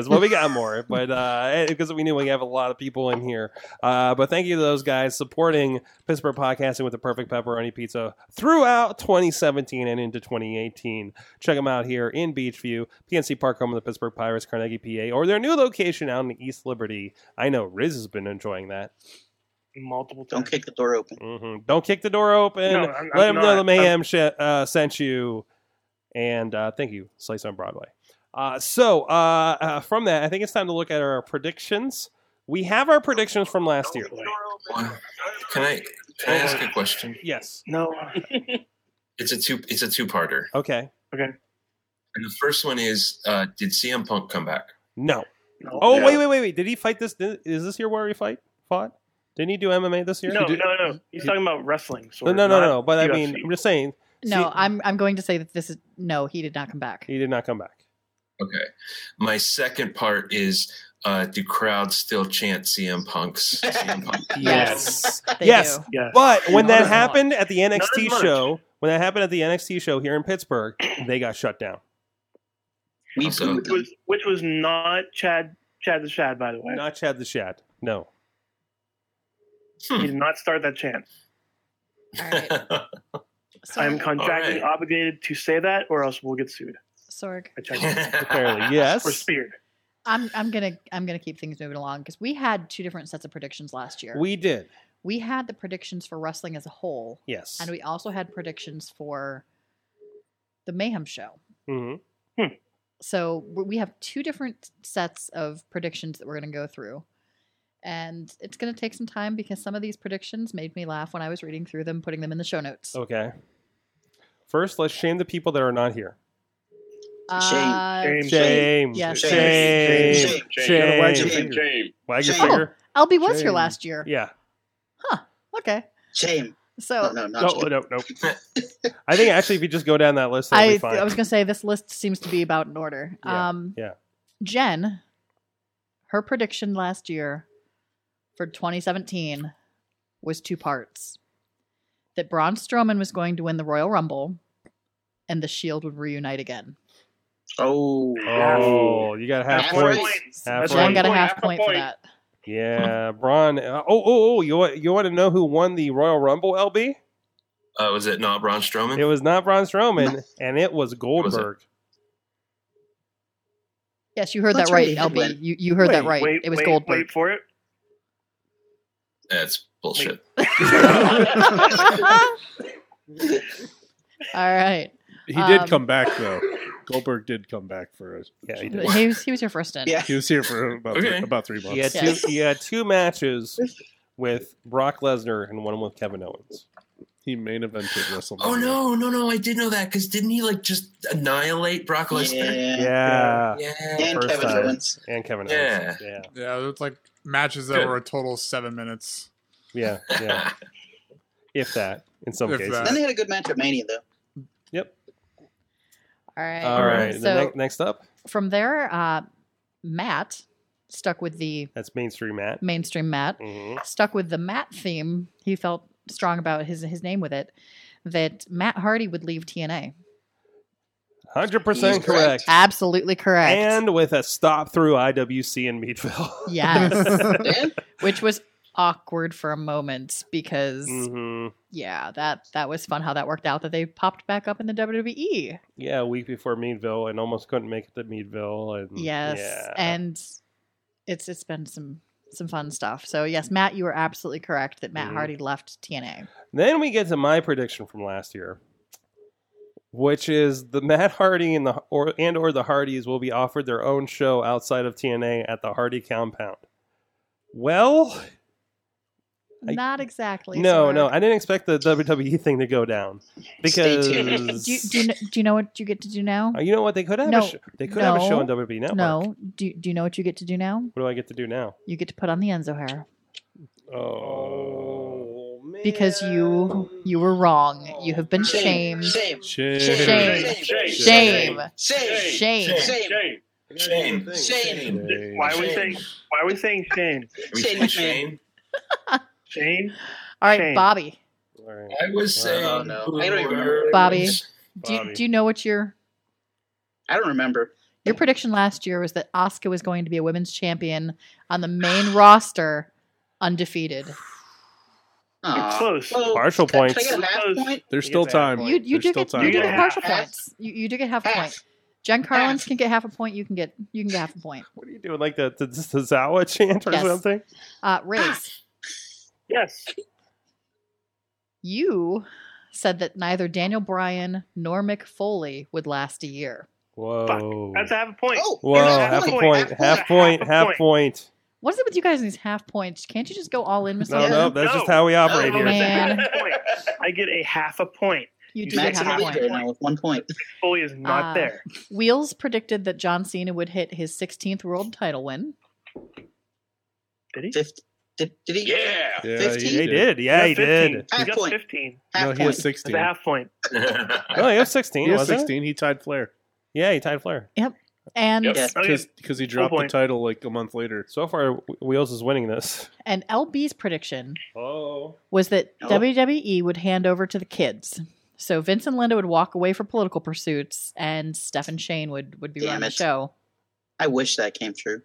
[SPEAKER 2] well, we got more, but uh, because we knew we have a lot of people in here. Uh, but thank you to those guys supporting Pittsburgh podcasting with the perfect pepperoni pizza throughout 2017 and into 2018. Check them out here in Beachview, PNC Park, home of the Pittsburgh Pirates, Carnegie, PA, or their new location out in East Liberty. I know Riz has been enjoying that.
[SPEAKER 6] multiple times.
[SPEAKER 5] Don't kick the door open.
[SPEAKER 2] hmm Don't kick the door open.
[SPEAKER 6] No, I'm-
[SPEAKER 2] Let
[SPEAKER 6] I'm
[SPEAKER 2] them know
[SPEAKER 6] not.
[SPEAKER 2] the mayhem sh- uh, sent you. And uh, thank you, Slice on Broadway. Uh, so uh, uh, from that, I think it's time to look at our predictions. We have our predictions from last year.
[SPEAKER 7] Can I can I ask a question?
[SPEAKER 2] Yes.
[SPEAKER 6] No,
[SPEAKER 7] It's a two it's a two parter.
[SPEAKER 2] Okay.
[SPEAKER 7] And the first one is uh, did CM Punk come back?
[SPEAKER 2] No.
[SPEAKER 6] no.
[SPEAKER 2] Oh
[SPEAKER 6] no.
[SPEAKER 2] wait, wait, wait, wait. Did he fight this? Did, is this year where he fight fought? Didn't he do MMA this year?
[SPEAKER 6] No, no, no. He's talking about wrestling.
[SPEAKER 2] No,
[SPEAKER 6] Sort
[SPEAKER 2] no, no,
[SPEAKER 6] not
[SPEAKER 2] no. But I
[SPEAKER 6] UFC.
[SPEAKER 2] mean, I'm just saying
[SPEAKER 8] No,
[SPEAKER 2] See-
[SPEAKER 8] I'm I'm going to say that this is no. He did not come back.
[SPEAKER 2] he did not come back.
[SPEAKER 7] Okay. My second part is uh, do crowds still chant CM Punk's CM Punk?
[SPEAKER 8] Yes. They
[SPEAKER 2] yes.
[SPEAKER 8] do.
[SPEAKER 6] yes.
[SPEAKER 2] But when
[SPEAKER 6] Not
[SPEAKER 2] that
[SPEAKER 6] as much.
[SPEAKER 2] happened at the NXT
[SPEAKER 6] much.
[SPEAKER 2] show, when that happened at the NXT show here in Pittsburgh, they got shut down.
[SPEAKER 5] We
[SPEAKER 7] Also-
[SPEAKER 5] booed
[SPEAKER 6] which
[SPEAKER 5] them.
[SPEAKER 6] was which was not Chad Chad the Chad, by the way.
[SPEAKER 2] Not Chad the Shad. No.
[SPEAKER 6] He did not start that chant.
[SPEAKER 8] All right.
[SPEAKER 6] I'm
[SPEAKER 8] Sorg.
[SPEAKER 6] contractually
[SPEAKER 7] Alright.
[SPEAKER 6] obligated to say that, or else we'll get sued.
[SPEAKER 8] Sorg.
[SPEAKER 6] I checked.
[SPEAKER 2] Apparently,
[SPEAKER 6] Or
[SPEAKER 2] yes.
[SPEAKER 6] speared.
[SPEAKER 8] I'm I'm gonna I'm gonna keep things moving along because we had two different sets of predictions last year.
[SPEAKER 2] We did.
[SPEAKER 8] we had the predictions for wrestling as a whole,
[SPEAKER 2] Yes.
[SPEAKER 8] and we also had predictions for the Mayhem Show.
[SPEAKER 2] Mhm.
[SPEAKER 8] so w- we have two different sets of predictions that we're going to go through and it's going to take some time because some of these predictions made me laugh when i was reading through them putting them in the show notes
[SPEAKER 2] Okay. First, let's shame the people that are not here.
[SPEAKER 5] Shame.
[SPEAKER 8] Uh,
[SPEAKER 6] Shame.
[SPEAKER 2] Shame.
[SPEAKER 8] Yes.
[SPEAKER 2] Shame. Shame.
[SPEAKER 5] Shame.
[SPEAKER 2] Shame.
[SPEAKER 3] Wag your
[SPEAKER 5] Shame.
[SPEAKER 3] finger.
[SPEAKER 9] James.
[SPEAKER 8] Oh,
[SPEAKER 2] Wag your
[SPEAKER 5] Shame.
[SPEAKER 2] finger.
[SPEAKER 8] lb was here
[SPEAKER 3] Shame.
[SPEAKER 8] last year
[SPEAKER 2] Yeah.
[SPEAKER 8] okay
[SPEAKER 5] Shame.
[SPEAKER 8] So
[SPEAKER 5] no, no, not
[SPEAKER 2] No,
[SPEAKER 5] you.
[SPEAKER 2] no, no. I think actually, if you just go down that list, that'll
[SPEAKER 8] I,
[SPEAKER 2] be fine.
[SPEAKER 8] I was going to say this list seems to be about in order.
[SPEAKER 2] Yeah,
[SPEAKER 8] um,
[SPEAKER 2] yeah.
[SPEAKER 8] Jen, her prediction last year for 2017 was two parts that Braun Strowman was going to win the Royal Rumble and the Shield would reunite again.
[SPEAKER 5] Oh,
[SPEAKER 2] oh, you got half
[SPEAKER 5] Half
[SPEAKER 2] points.
[SPEAKER 5] points.
[SPEAKER 2] Half
[SPEAKER 6] That's
[SPEAKER 2] points.
[SPEAKER 8] Jen
[SPEAKER 6] one
[SPEAKER 8] got a
[SPEAKER 6] point,
[SPEAKER 8] half
[SPEAKER 6] half a
[SPEAKER 8] point, for
[SPEAKER 6] point.
[SPEAKER 8] that.
[SPEAKER 2] Yeah, Braun. Uh, oh, oh, oh! You want you want to know who won the Royal Rumble? LB.
[SPEAKER 7] Uh, was it not Braun Strowman?
[SPEAKER 2] It was not Braun Strowman, and it was Goldberg.
[SPEAKER 8] Yes, you heard
[SPEAKER 5] That's
[SPEAKER 8] that right,
[SPEAKER 5] right, he did
[SPEAKER 8] LB.
[SPEAKER 5] win.
[SPEAKER 8] You, you heard that
[SPEAKER 6] Wait,
[SPEAKER 8] right.
[SPEAKER 6] Wait,
[SPEAKER 8] it was
[SPEAKER 6] wait,
[SPEAKER 8] Goldberg.
[SPEAKER 6] Wait for it.
[SPEAKER 7] That's bullshit.
[SPEAKER 8] All right.
[SPEAKER 3] He did
[SPEAKER 8] Um,
[SPEAKER 3] come back though. Goldberg did come back for us.
[SPEAKER 2] Yeah, he did.
[SPEAKER 8] He was, he was your first in.
[SPEAKER 5] yeah.
[SPEAKER 3] He was here for about
[SPEAKER 7] Okay.
[SPEAKER 3] three, about three
[SPEAKER 2] He
[SPEAKER 3] months.
[SPEAKER 2] had
[SPEAKER 8] Yeah.
[SPEAKER 2] two. He had two matches with Brock Lesnar and one with Kevin Owens.
[SPEAKER 3] He main evented WrestleMania.
[SPEAKER 7] Oh no, no, no! I did know that because didn't he like just annihilate Brock Lesnar?
[SPEAKER 5] Yeah.
[SPEAKER 2] Yeah,
[SPEAKER 7] Yeah.
[SPEAKER 5] And
[SPEAKER 2] First
[SPEAKER 5] Kevin
[SPEAKER 2] time.
[SPEAKER 5] Owens.
[SPEAKER 2] and Kevin Owens. Yeah,
[SPEAKER 4] Yeah, it's like matches that
[SPEAKER 7] Good.
[SPEAKER 4] were a total of seven minutes.
[SPEAKER 2] yeah, yeah. if that, in some
[SPEAKER 4] If
[SPEAKER 2] cases.
[SPEAKER 4] that.
[SPEAKER 5] Then they had a good match at Mania, though.
[SPEAKER 8] All right.
[SPEAKER 2] All right.
[SPEAKER 8] So
[SPEAKER 2] the ne- next up,
[SPEAKER 8] from there, uh, Matt stuck with the
[SPEAKER 2] that's mainstream Matt.
[SPEAKER 8] mainstream Matt,
[SPEAKER 2] Mhm.
[SPEAKER 8] stuck with the Matt theme. He felt strong about his his name with it. That Matt Hardy would leave TNA.
[SPEAKER 2] Hundred percent
[SPEAKER 5] He's correct.
[SPEAKER 2] correct.
[SPEAKER 8] Absolutely correct.
[SPEAKER 2] And with a stop through IWC in Meadville.
[SPEAKER 8] yes,
[SPEAKER 5] Yeah.
[SPEAKER 8] which was awkward for a moment because
[SPEAKER 2] hmm
[SPEAKER 8] yeah, that that was fun how that worked out that they popped back up in the E. WWE.
[SPEAKER 2] Yeah, a week before Meadville, and almost couldn't make it to Meadville. And
[SPEAKER 8] Yes,
[SPEAKER 2] Mm, yeah.
[SPEAKER 8] and it's it's been some some fun stuff. So yes, Matt, you were absolutely correct that Matt
[SPEAKER 2] Mhm.
[SPEAKER 8] Hardy left TNA.
[SPEAKER 2] then we get to my prediction from last year, which is the Matt Hardy and the or and or the Hardys will be offered their own show outside of TNA at the Hardy Compound. Well, I-
[SPEAKER 8] Not exactly.
[SPEAKER 2] no,
[SPEAKER 8] sir.
[SPEAKER 2] no, I didn't expect the WWE thing to go down because
[SPEAKER 5] tuned.
[SPEAKER 8] do, you, do, you know, do you know what you get to do now?
[SPEAKER 2] Uh, you know what they could have
[SPEAKER 8] No.
[SPEAKER 2] a sh- they could have a show on
[SPEAKER 8] No.
[SPEAKER 2] WWE Network.
[SPEAKER 8] No. Do, do you know what you get to do now?
[SPEAKER 2] What do I get to do now?
[SPEAKER 8] You get to put on the Enzo hair
[SPEAKER 3] Oh.
[SPEAKER 2] man.
[SPEAKER 8] because you you were wrong. You have been
[SPEAKER 5] Shame.
[SPEAKER 8] shamed.
[SPEAKER 5] Shame.
[SPEAKER 3] Shame.
[SPEAKER 8] Shame.
[SPEAKER 5] Shame.
[SPEAKER 8] Shame.
[SPEAKER 5] Shame.
[SPEAKER 8] Shame.
[SPEAKER 5] Shame.
[SPEAKER 6] Shane.
[SPEAKER 7] Shane. Shane.
[SPEAKER 5] Shane.
[SPEAKER 3] Shame.
[SPEAKER 6] Why are we
[SPEAKER 7] Shame.
[SPEAKER 6] saying? Why are we saying Shane?
[SPEAKER 7] Everything
[SPEAKER 5] Shane.
[SPEAKER 7] Shane.
[SPEAKER 6] Shane.
[SPEAKER 8] All right,
[SPEAKER 6] Shame.
[SPEAKER 8] Bobby.
[SPEAKER 2] All right.
[SPEAKER 7] I was um,
[SPEAKER 2] Oh,
[SPEAKER 7] saying,
[SPEAKER 5] no.
[SPEAKER 7] whoever
[SPEAKER 5] I don't even remember.
[SPEAKER 8] Bobby.
[SPEAKER 7] was-
[SPEAKER 8] Do you,
[SPEAKER 2] Bobby.
[SPEAKER 8] do you know what your
[SPEAKER 5] I don't remember.
[SPEAKER 8] your prediction last year was that Asuka was going to be a women's champion on the main roster, undefeated.
[SPEAKER 5] Aw.
[SPEAKER 6] close.
[SPEAKER 5] Well,
[SPEAKER 2] Partial
[SPEAKER 5] can I-
[SPEAKER 2] points.
[SPEAKER 5] Can I get a half
[SPEAKER 6] Close.
[SPEAKER 5] point?
[SPEAKER 3] There's
[SPEAKER 6] You
[SPEAKER 3] still
[SPEAKER 6] get that
[SPEAKER 3] time.
[SPEAKER 8] You you
[SPEAKER 3] There's
[SPEAKER 8] do
[SPEAKER 3] still
[SPEAKER 8] get
[SPEAKER 3] time.
[SPEAKER 8] you do
[SPEAKER 6] You
[SPEAKER 8] get
[SPEAKER 6] get
[SPEAKER 8] partial
[SPEAKER 5] half.
[SPEAKER 8] points. You, you do get half a point.
[SPEAKER 5] Half.
[SPEAKER 8] Jen Carlins
[SPEAKER 5] Half.
[SPEAKER 8] can get half a point. You can get you can get half a point.
[SPEAKER 2] What are you doing? Like the the, the Zawa chant or
[SPEAKER 8] Yes.
[SPEAKER 2] something?
[SPEAKER 8] Uh, Riz,
[SPEAKER 6] Yes.
[SPEAKER 8] you said that neither Daniel Bryan nor Mick Foley would last a year.
[SPEAKER 2] Whoa.
[SPEAKER 6] That's a half a point.
[SPEAKER 5] Oh,
[SPEAKER 2] Whoa,
[SPEAKER 5] there's
[SPEAKER 2] half a point, half
[SPEAKER 6] half a
[SPEAKER 2] point,
[SPEAKER 6] point, half
[SPEAKER 2] half
[SPEAKER 6] a
[SPEAKER 2] point.
[SPEAKER 8] What is it with you guys and these half points? Can't you just go all in with
[SPEAKER 2] No,
[SPEAKER 8] something?
[SPEAKER 2] no, that's
[SPEAKER 6] No.
[SPEAKER 2] just how we operate
[SPEAKER 5] No.
[SPEAKER 2] here.
[SPEAKER 6] It's a
[SPEAKER 8] Man.
[SPEAKER 6] half a point. I get a half a point.
[SPEAKER 8] You
[SPEAKER 6] You
[SPEAKER 8] do
[SPEAKER 6] said
[SPEAKER 8] get
[SPEAKER 5] Matt's in
[SPEAKER 8] half a
[SPEAKER 5] the lead
[SPEAKER 8] point.
[SPEAKER 5] right now with one point.
[SPEAKER 6] Foley is not
[SPEAKER 8] Ah.
[SPEAKER 6] there.
[SPEAKER 8] Wheels predicted that John Cena would hit his 16th world title win.
[SPEAKER 6] Did he?
[SPEAKER 5] Fifth, did, did he?
[SPEAKER 9] Yeah.
[SPEAKER 3] Yeah,
[SPEAKER 5] Fifteen?
[SPEAKER 2] He did. Yeah,
[SPEAKER 6] got
[SPEAKER 2] he
[SPEAKER 6] 15.
[SPEAKER 2] did.
[SPEAKER 6] He
[SPEAKER 5] Half
[SPEAKER 6] got
[SPEAKER 5] point.
[SPEAKER 6] 15.
[SPEAKER 5] Half
[SPEAKER 3] no, he
[SPEAKER 5] point.
[SPEAKER 3] has
[SPEAKER 6] That's
[SPEAKER 3] 16.
[SPEAKER 6] a half point.
[SPEAKER 2] No, he was 16,
[SPEAKER 3] He has
[SPEAKER 2] wasn't
[SPEAKER 3] 16. He tied Flair
[SPEAKER 2] it? Yeah, he tied Flair.
[SPEAKER 8] And
[SPEAKER 9] Yep.
[SPEAKER 5] Yeah.
[SPEAKER 6] Okay.
[SPEAKER 3] because he dropped the
[SPEAKER 6] point.
[SPEAKER 3] title like a month later.
[SPEAKER 2] So far, Wh- Wheels is winning this.
[SPEAKER 8] and LB's prediction
[SPEAKER 2] Oh.
[SPEAKER 8] was that
[SPEAKER 5] Oh.
[SPEAKER 8] WWE would hand over to the kids. So Vince and Linda would walk away for political pursuits, and Steph and Shane would would be
[SPEAKER 5] Damn
[SPEAKER 8] running the
[SPEAKER 5] it.
[SPEAKER 8] show.
[SPEAKER 5] I wish that came true.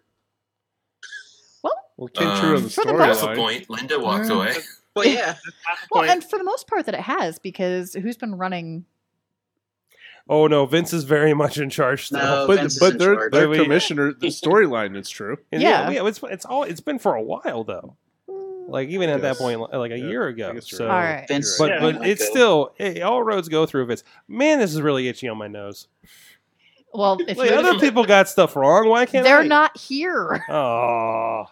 [SPEAKER 8] Well,
[SPEAKER 3] Well, it came true on the
[SPEAKER 8] For the most-
[SPEAKER 7] half a
[SPEAKER 3] storyline.
[SPEAKER 7] Um, point. Linda walked away.
[SPEAKER 5] Well, yeah.
[SPEAKER 6] Half a
[SPEAKER 8] well,
[SPEAKER 6] point.
[SPEAKER 8] and for the most part, that it has because who's been running?
[SPEAKER 2] Oh, no. Vince is very much in charge still.
[SPEAKER 5] No,
[SPEAKER 3] But
[SPEAKER 5] Vince is
[SPEAKER 3] but
[SPEAKER 5] in
[SPEAKER 3] their
[SPEAKER 5] charge.
[SPEAKER 3] their
[SPEAKER 2] But we-
[SPEAKER 3] commissioner the storyline is true.
[SPEAKER 2] And yeah.
[SPEAKER 8] Yeah.
[SPEAKER 2] yeah, it's it's all it's been for a while though. Like even at that
[SPEAKER 3] Yes.
[SPEAKER 2] point, li- like a
[SPEAKER 3] Yeah,
[SPEAKER 2] year
[SPEAKER 3] I
[SPEAKER 2] ago.
[SPEAKER 3] guess you're
[SPEAKER 2] So,
[SPEAKER 8] All right,
[SPEAKER 5] Vince.
[SPEAKER 3] You're
[SPEAKER 2] but
[SPEAKER 6] right. Yeah.
[SPEAKER 2] but
[SPEAKER 5] Oh my
[SPEAKER 2] it's
[SPEAKER 5] God.
[SPEAKER 2] still it, all roads go through Vince. Man, this is really itchy on my nose.
[SPEAKER 8] well, if
[SPEAKER 2] Like,
[SPEAKER 8] you-
[SPEAKER 2] other people got stuff wrong. Why can't
[SPEAKER 8] they're
[SPEAKER 2] I?
[SPEAKER 8] not here.
[SPEAKER 2] Oh,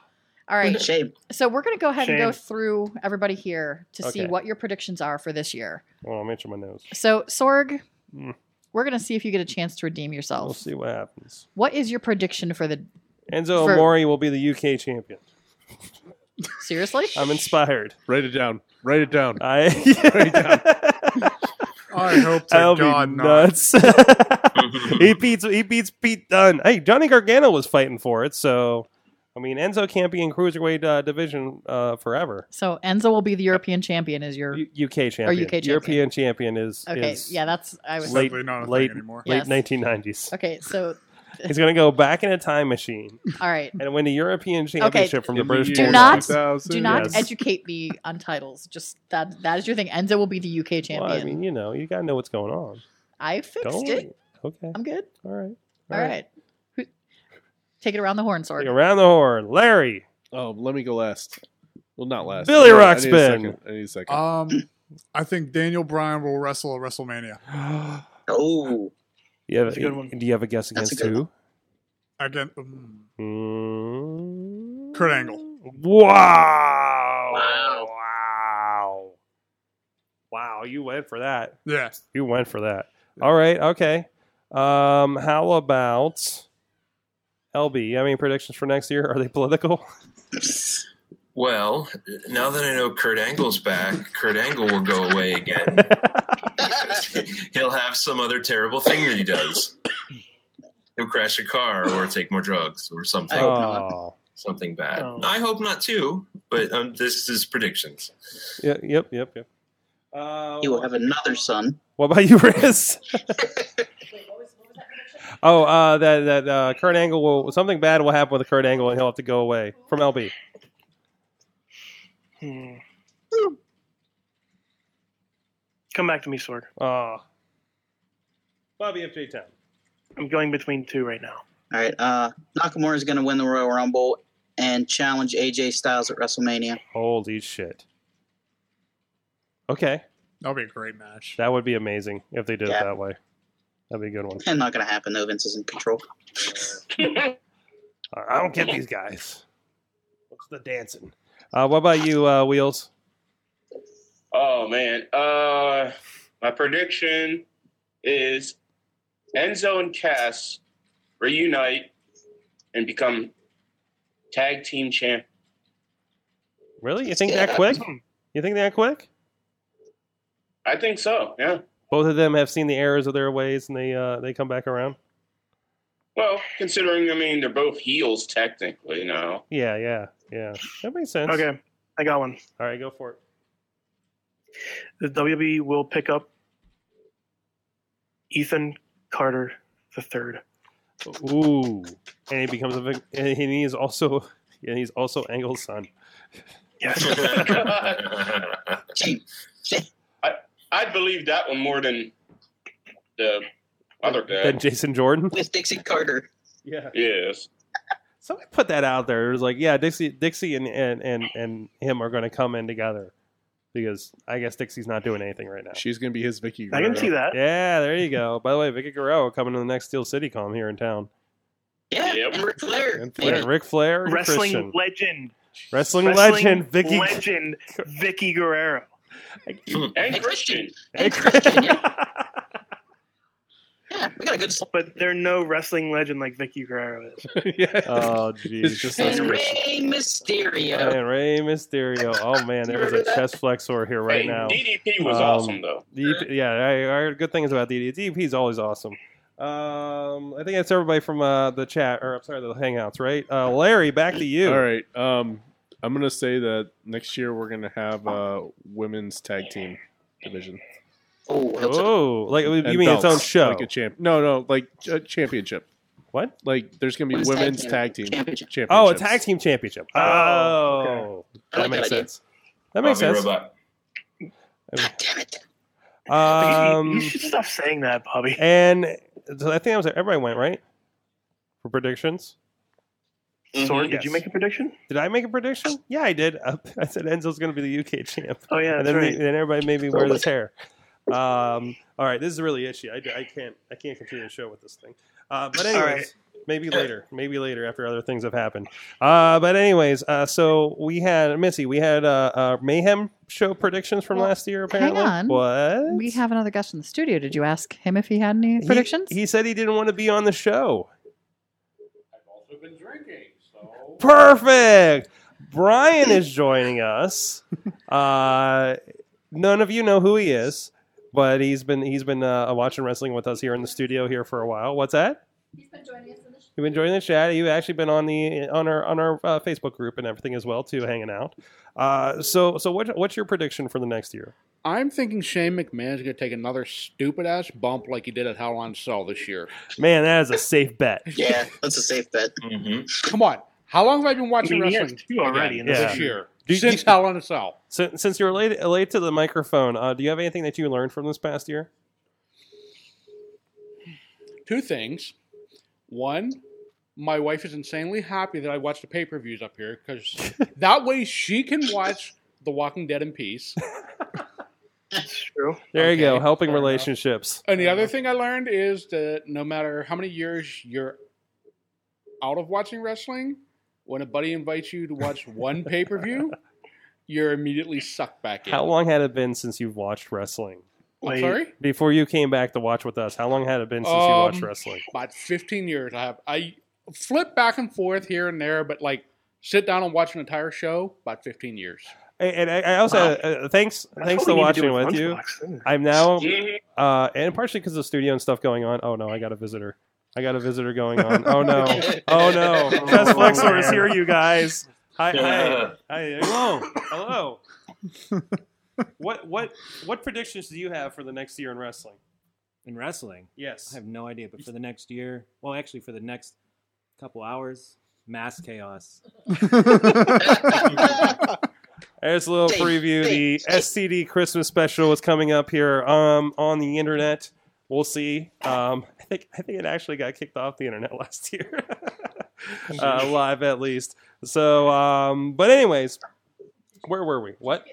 [SPEAKER 8] All right,
[SPEAKER 5] Shame.
[SPEAKER 8] so we're gonna go ahead and go
[SPEAKER 6] Shame.
[SPEAKER 8] through everybody here to see
[SPEAKER 2] Okay.
[SPEAKER 8] what your predictions are for this year.
[SPEAKER 2] well, I'm itching my nose.
[SPEAKER 8] So Sorg,
[SPEAKER 2] Mm.
[SPEAKER 8] we're gonna see if you get a chance to redeem
[SPEAKER 2] We'll
[SPEAKER 8] yourself.
[SPEAKER 2] see what happens.
[SPEAKER 8] What is your prediction for the
[SPEAKER 2] Enzo
[SPEAKER 8] For-
[SPEAKER 2] Amore will be the UK champion.
[SPEAKER 8] seriously?
[SPEAKER 2] Um, I'm inspired.
[SPEAKER 3] Write it down. Write it down.
[SPEAKER 2] I,
[SPEAKER 3] Write it down.
[SPEAKER 4] I hope to
[SPEAKER 2] I'll
[SPEAKER 4] God
[SPEAKER 2] be
[SPEAKER 4] not.
[SPEAKER 2] nuts. he beats he beats Pete Dunne. Hey, Johnny Gargano was fighting for it, so I mean Enzo can't be in cruiserweight uh, division uh, forever.
[SPEAKER 8] So Enzo will be the European champion. Is your
[SPEAKER 2] U- UK champion,
[SPEAKER 8] UK champion.
[SPEAKER 2] European champion is
[SPEAKER 8] okay?
[SPEAKER 2] is
[SPEAKER 8] Yeah, that's I was.
[SPEAKER 2] late
[SPEAKER 4] Sadly not a thing
[SPEAKER 2] late
[SPEAKER 4] anymore.
[SPEAKER 2] late
[SPEAKER 8] Yes.
[SPEAKER 2] nineteen nineties.
[SPEAKER 8] Okay, so
[SPEAKER 2] He's gonna go back in a time machine
[SPEAKER 8] all right.
[SPEAKER 2] and win the European championship from the
[SPEAKER 3] In
[SPEAKER 2] British.
[SPEAKER 3] year
[SPEAKER 8] Do
[SPEAKER 2] Bulldog.
[SPEAKER 8] not-
[SPEAKER 3] 2000.
[SPEAKER 8] Do not
[SPEAKER 2] Yes.
[SPEAKER 8] educate me on titles. Just that that is your thing. Enzo will be the UK champion.
[SPEAKER 2] Well, I mean, you know, you gotta know what's going on.
[SPEAKER 8] I fixed
[SPEAKER 2] Don't.
[SPEAKER 8] it.
[SPEAKER 2] Okay.
[SPEAKER 8] I'm good.
[SPEAKER 2] All right.
[SPEAKER 8] All right. Who- Take it around the horn, Sorg.
[SPEAKER 2] Like around the horn, Larry.
[SPEAKER 3] Oh, let me go last. Well, not last.
[SPEAKER 2] Billy
[SPEAKER 3] I need a
[SPEAKER 2] Rockspin.
[SPEAKER 3] second. I need a second.
[SPEAKER 4] Um, I think Daniel Bryan will wrestle at WrestleMania
[SPEAKER 5] Oh,
[SPEAKER 2] You have,
[SPEAKER 6] That's a good one.
[SPEAKER 2] Do you have a guess
[SPEAKER 5] That's
[SPEAKER 2] against
[SPEAKER 5] a good
[SPEAKER 2] who?
[SPEAKER 4] again. mm,
[SPEAKER 2] Mm.
[SPEAKER 4] Kurt Angle.
[SPEAKER 2] Wow.
[SPEAKER 5] Wow.
[SPEAKER 2] Wow. Wow, you went for that.
[SPEAKER 4] Yeah,
[SPEAKER 2] You went for that. All right, okay. Um, how about LB? You have any predictions for next year? Are they political?
[SPEAKER 7] Well, now that I know Kurt Angle's back, Kurt Angle will go away again. He'll have some other terrible thing that he does. He'll crash a car or take more drugs or something.
[SPEAKER 5] hope
[SPEAKER 2] oh.
[SPEAKER 7] Something bad.
[SPEAKER 6] Oh.
[SPEAKER 7] I hope not too, but um, this is predictions.
[SPEAKER 2] Yeah, yep, yep, yep. Uh,
[SPEAKER 5] he will have another son.
[SPEAKER 2] What about you, Riz? oh, uh, that that uh, Kurt Angle will something bad will happen with Kurt Angle and he'll have to go away from LB.
[SPEAKER 6] Hmm. Come back to me, Sorg.
[SPEAKER 2] Uh, Bobby FJ Town.
[SPEAKER 6] I'm going between two right now.
[SPEAKER 5] All right, uh, Nakamura is going to win the Royal Rumble and challenge AJ Styles at WrestleMania.
[SPEAKER 2] Holy shit. Okay,
[SPEAKER 4] that'll be a great match.
[SPEAKER 2] that would be amazing if they did it
[SPEAKER 5] Yeah.
[SPEAKER 2] that way. That'd be a good one.
[SPEAKER 5] And not going to happen though. Vince is in control.
[SPEAKER 2] I I don't get these guys. What's the dancing? Uh, what about you, uh, Wheels?
[SPEAKER 9] Oh man. Uh my prediction is Enzo and Cass reunite and become tag team champ.
[SPEAKER 2] Really? You think that quick? You think that quick?
[SPEAKER 9] I think so, yeah.
[SPEAKER 2] Both of them have seen the errors of their ways, and they uh, they come back around.
[SPEAKER 9] Well, considering I mean they're both heels technically now.
[SPEAKER 2] Yeah, yeah, yeah. That makes sense.
[SPEAKER 6] Okay, I got one.
[SPEAKER 2] All right, go for it.
[SPEAKER 6] The WWE will pick up Ethan Carter the third.
[SPEAKER 2] Ooh, and he becomes a vic- and he is also and he's also Angle's son.
[SPEAKER 6] Yes.
[SPEAKER 7] That's
[SPEAKER 5] Gee,
[SPEAKER 9] I'd believe that one more than the other
[SPEAKER 2] Then
[SPEAKER 9] guy.
[SPEAKER 2] Jason Jordan.
[SPEAKER 5] with Dixie Carter.
[SPEAKER 2] Yeah.
[SPEAKER 9] Yes.
[SPEAKER 2] Somebody put that out there. It was like, yeah, Dixie, Dixie, and and and, and him are going to come in together because I guess Dixie's not doing anything right now.
[SPEAKER 3] She's gonna be his Vicky.
[SPEAKER 6] I can see that.
[SPEAKER 2] Yeah, there you go. By the way, Vicky Guerrero coming to the next Steel City Com here in town.
[SPEAKER 5] Yeah,
[SPEAKER 9] Yep.
[SPEAKER 5] and Ric Flair.
[SPEAKER 3] And
[SPEAKER 2] And Ric Flair, and
[SPEAKER 6] Wrestling
[SPEAKER 2] Christian.
[SPEAKER 6] legend.
[SPEAKER 2] wrestling,
[SPEAKER 6] Wrestling
[SPEAKER 2] legend, Vicky.
[SPEAKER 6] legend Vicky Guerrero.
[SPEAKER 9] And Christian.
[SPEAKER 5] And Christian, yeah. yeah, we got a good. s-
[SPEAKER 6] But they're no wrestling legend like Vicky Guerrero is.
[SPEAKER 3] yeah.
[SPEAKER 2] oh,
[SPEAKER 3] it's
[SPEAKER 2] jeez.
[SPEAKER 3] just like
[SPEAKER 5] And Rey Mysterio.
[SPEAKER 2] And Rey Mysterio. Oh man, there was a chest flexor here right
[SPEAKER 9] hey,
[SPEAKER 2] now.
[SPEAKER 9] DDP was
[SPEAKER 2] Um,
[SPEAKER 9] awesome though.
[SPEAKER 2] DDP yeah, I, I heard good things about DDP. DDP is always awesome. Um, I think that's everybody from uh, the chat, or I'm sorry, the Hangouts, right? Uh, Larry, back to you.
[SPEAKER 3] All right. Um, I'm gonna say that next year we're gonna have a women's tag team division.
[SPEAKER 5] Oh, he'll take-
[SPEAKER 2] Oh, like you
[SPEAKER 3] And
[SPEAKER 2] mean its
[SPEAKER 3] belts,
[SPEAKER 2] own show?
[SPEAKER 3] Like a champ? No, no, like a championship.
[SPEAKER 2] what?
[SPEAKER 3] Like there's gonna be
[SPEAKER 5] Women's tag
[SPEAKER 3] women's
[SPEAKER 5] team.
[SPEAKER 3] tag team
[SPEAKER 5] Championship.
[SPEAKER 3] championships.
[SPEAKER 2] Oh, a tag team championship. Oh,
[SPEAKER 5] I like
[SPEAKER 2] that makes
[SPEAKER 5] that idea.
[SPEAKER 2] sense. That makes sense.
[SPEAKER 7] Robot.
[SPEAKER 5] God damn it!
[SPEAKER 6] you,
[SPEAKER 2] Um,
[SPEAKER 6] you should stop saying that, Bobby.
[SPEAKER 2] and so I think I was everybody went right for predictions.
[SPEAKER 5] Mm-hmm,
[SPEAKER 6] Sorg,
[SPEAKER 7] Mhm.
[SPEAKER 6] did you make a prediction?
[SPEAKER 2] Did I make a prediction? Yeah, I did. I said Enzo's going to be the UK champ.
[SPEAKER 6] Oh
[SPEAKER 2] and
[SPEAKER 6] yeah, that's
[SPEAKER 2] then,
[SPEAKER 6] right.
[SPEAKER 2] they- then everybody made me wear this hair. Um, all right, this is really itchy. I, I can't I can't continue the show with this thing. Uh, but anyways,
[SPEAKER 6] right.
[SPEAKER 2] maybe later, maybe later after other things have happened. Uh, but anyways, uh, so we had Missy, we had uh, uh, mayhem show predictions from
[SPEAKER 8] Well,
[SPEAKER 2] last year.
[SPEAKER 8] hang
[SPEAKER 2] Apparently,
[SPEAKER 8] on.
[SPEAKER 2] what
[SPEAKER 8] We have another guest in the studio. Did you ask him if he had any
[SPEAKER 2] He-
[SPEAKER 8] predictions?
[SPEAKER 2] He, said he didn't want to be on the show. I've also been drinking, so perfect. Brian is joining us. Uh, none of you know who he is, but he's been he's been uh, watching wrestling with us here in the studio here for a while. What's that? You've been joining the chat. You've actually been on the on our on our uh, Facebook group and everything as well too, hanging out. Uh, so so what what's your prediction for the next year?
[SPEAKER 10] I'm thinking Shane McMahon's going to take another stupid ass bump like he did at Hell on Cell this year.
[SPEAKER 2] Man, that is a safe bet.
[SPEAKER 5] Yeah, that's a safe bet.
[SPEAKER 10] Come on. How long have I been watching
[SPEAKER 6] Mm-hmm. I mean, he has
[SPEAKER 10] wrestling?
[SPEAKER 6] two already
[SPEAKER 10] again
[SPEAKER 6] in this
[SPEAKER 10] this year.
[SPEAKER 2] Do you-
[SPEAKER 10] Since Hell on a Cell.
[SPEAKER 2] Since, since you're late late to the microphone, uh, do you have anything that you learned from this past year?
[SPEAKER 10] Two things. One, my wife is insanely happy that I watch the pay per views up here because that way she can watch The Walking Dead in peace.
[SPEAKER 6] It's true.
[SPEAKER 2] There you go,
[SPEAKER 10] Okay,
[SPEAKER 2] helping
[SPEAKER 10] fair enough.
[SPEAKER 2] relationships.
[SPEAKER 10] And the other thing I learned is that no matter how many years you're out of watching wrestling, when a buddy invites you to watch one pay per view, you're immediately sucked back in.
[SPEAKER 2] How long had it been since you've watched wrestling?
[SPEAKER 10] I'm sorry?
[SPEAKER 2] Before you came back to watch with us, how long had it been since you
[SPEAKER 10] Um,
[SPEAKER 2] watched wrestling?
[SPEAKER 10] About 15 years. I have. I flip back and forth here and there, but like sit down and watch an entire show. About 15 years.
[SPEAKER 2] And, and I, I also uh, thanks
[SPEAKER 6] That's
[SPEAKER 2] thanks
[SPEAKER 6] what we
[SPEAKER 2] to
[SPEAKER 6] need to do
[SPEAKER 2] watching with
[SPEAKER 6] with
[SPEAKER 2] you.
[SPEAKER 6] Lunchbox.
[SPEAKER 2] I'm now
[SPEAKER 9] Mhm.
[SPEAKER 2] uh, and partially because of studio and stuff going on. Oh no, I got a visitor. I got a visitor going on. Oh no, oh no. Fest Flexor
[SPEAKER 6] Oh,
[SPEAKER 2] is here, you guys. Hi, hi, hi. Hello, hello. What what what predictions do you have for the next year in wrestling?
[SPEAKER 11] in wrestling. I
[SPEAKER 2] Yes.
[SPEAKER 11] have no idea, but for the next year, well, actually, for the next couple hours, mass chaos.
[SPEAKER 2] There's a little
[SPEAKER 5] Dave,
[SPEAKER 2] preview. The
[SPEAKER 5] Dave, Dave.
[SPEAKER 2] SCD Christmas special is coming up here um, on the internet. We'll see. Um, I think I think it actually got kicked off the internet last year, uh, live at least. So, um, but anyways, where were we? What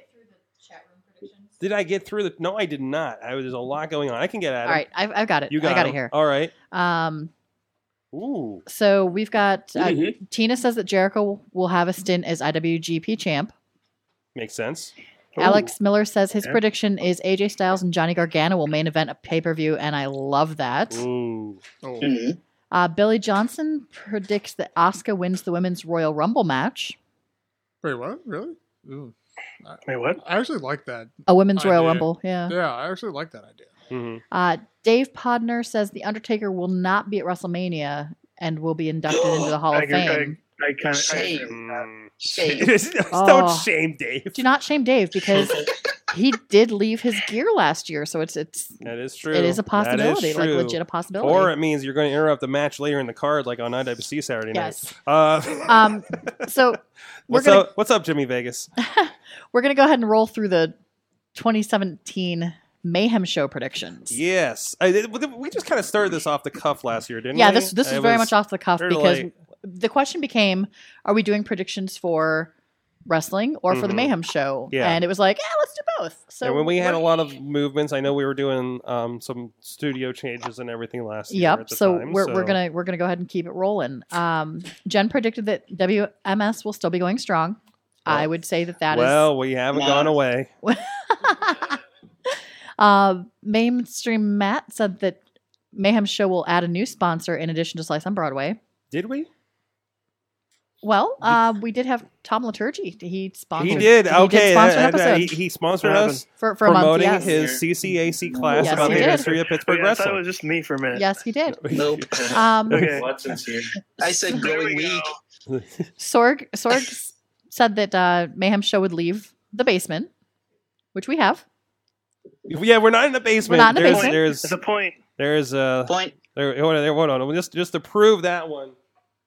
[SPEAKER 2] did I get through? The no, I did not. I was, there's a lot going on. I can get at it.
[SPEAKER 8] All right, I've, I've got it.
[SPEAKER 2] you got,
[SPEAKER 8] I got it
[SPEAKER 2] him.
[SPEAKER 8] here.
[SPEAKER 2] All right.
[SPEAKER 8] Um,
[SPEAKER 2] Ooh, Mm-hmm.
[SPEAKER 8] so we've got uh,
[SPEAKER 9] Mhm.
[SPEAKER 8] Tina says that Jericho will have a stint as IWGP champ.
[SPEAKER 2] makes sense.
[SPEAKER 8] Alex Miller says his
[SPEAKER 6] Okay.
[SPEAKER 8] prediction is AJ Styles and Johnny Gargano will main event a pay per view, and I love that.
[SPEAKER 2] Ooh,
[SPEAKER 4] Oh,
[SPEAKER 5] Mhm.
[SPEAKER 8] Uh, Billy Johnson predicts that Asuka wins the women's Royal Rumble match,
[SPEAKER 4] wait, what? Really? Ooh.
[SPEAKER 6] Wait, what?
[SPEAKER 4] I actually like that.
[SPEAKER 8] a women's
[SPEAKER 4] I
[SPEAKER 8] Royal
[SPEAKER 4] do.
[SPEAKER 8] Rumble. Yeah.
[SPEAKER 4] Yeah, I actually like that idea.
[SPEAKER 2] Mhm.
[SPEAKER 8] Uh, Dave Podner says the Undertaker will not be at WrestleMania and will be inducted into the Hall
[SPEAKER 6] I
[SPEAKER 8] of
[SPEAKER 6] agree- I-
[SPEAKER 8] Fame.
[SPEAKER 6] I kind of.
[SPEAKER 5] Shame.
[SPEAKER 2] Mm.
[SPEAKER 5] Shame.
[SPEAKER 2] Don't
[SPEAKER 8] Oh.
[SPEAKER 2] shame Dave.
[SPEAKER 8] Do not shame Dave because he did leave his gear last year, so it's it's
[SPEAKER 2] That is true.
[SPEAKER 8] it is a
[SPEAKER 2] That
[SPEAKER 8] possibility, like
[SPEAKER 2] true.
[SPEAKER 8] legit a possibility.
[SPEAKER 2] Or it means you're going to interrupt the match later in the card, like on IWC Saturday
[SPEAKER 8] yes.
[SPEAKER 2] night. Uh,
[SPEAKER 8] Um, so we're
[SPEAKER 2] what's,
[SPEAKER 8] gonna
[SPEAKER 2] up, what's up, Jimmy Vegas?
[SPEAKER 8] we're gonna go ahead and roll through the 2017 Mayhem Show predictions.
[SPEAKER 2] Yes, I, th- we just kind of started this off the cuff last year, didn't
[SPEAKER 8] Yeah,
[SPEAKER 2] we?
[SPEAKER 8] this this is
[SPEAKER 2] It
[SPEAKER 8] very
[SPEAKER 2] was-
[SPEAKER 8] much off the cuff
[SPEAKER 2] they're
[SPEAKER 8] because
[SPEAKER 2] like-
[SPEAKER 8] the question became, are we doing predictions for wrestling or for the
[SPEAKER 2] Mhm.
[SPEAKER 8] Mayhem Show?
[SPEAKER 2] Yeah.
[SPEAKER 8] And it was like, yeah, let's do both. So
[SPEAKER 2] and when we had a
[SPEAKER 8] we're-
[SPEAKER 2] lot of movements, I know we were doing um, some studio changes and everything last year.
[SPEAKER 8] Yep.
[SPEAKER 2] at the
[SPEAKER 8] so
[SPEAKER 2] time,
[SPEAKER 8] we're we're
[SPEAKER 2] so-
[SPEAKER 8] gonna we're gonna go ahead and keep it rolling. Um, Jen predicted that WMS will still be going strong. I
[SPEAKER 2] Well-
[SPEAKER 8] would say that that is.
[SPEAKER 2] well, we haven't
[SPEAKER 5] Yeah.
[SPEAKER 2] gone away.
[SPEAKER 8] uh, mainstream Matt said that Mayhem Show will add a new sponsor in addition to Slice on Broadway.
[SPEAKER 2] Did we?
[SPEAKER 8] Well, uh, we did have Tom Liturgy. He sponsored.
[SPEAKER 2] he did. Oh.
[SPEAKER 8] He
[SPEAKER 2] okay,
[SPEAKER 8] did sponsor an
[SPEAKER 2] that- that-
[SPEAKER 8] episode
[SPEAKER 2] uh, he, he sponsored
[SPEAKER 6] What
[SPEAKER 2] us
[SPEAKER 8] for, for a month.
[SPEAKER 2] promoting
[SPEAKER 8] Yes.
[SPEAKER 2] his CCAC class
[SPEAKER 8] Yes,
[SPEAKER 2] about
[SPEAKER 8] he
[SPEAKER 2] the
[SPEAKER 8] did.
[SPEAKER 2] history of Pittsburgh
[SPEAKER 6] Okay, I thought it
[SPEAKER 2] wrestling.
[SPEAKER 6] was just me for a minute.
[SPEAKER 8] yes, he did.
[SPEAKER 5] Nope.
[SPEAKER 8] Um,
[SPEAKER 6] Okay.
[SPEAKER 7] Watson's here.
[SPEAKER 5] I said
[SPEAKER 6] There
[SPEAKER 5] going
[SPEAKER 6] we go.
[SPEAKER 5] weak.
[SPEAKER 8] Sorg Sorg s- said that uh, Mayhem Show would leave the basement, which we have.
[SPEAKER 2] Yeah, we're not in the basement.
[SPEAKER 8] not in the
[SPEAKER 2] there's,
[SPEAKER 8] basement.
[SPEAKER 2] There's
[SPEAKER 6] That's the point.
[SPEAKER 2] there's uh,
[SPEAKER 5] Point.
[SPEAKER 2] There, hold on, there, hold on. Just, just to prove that one,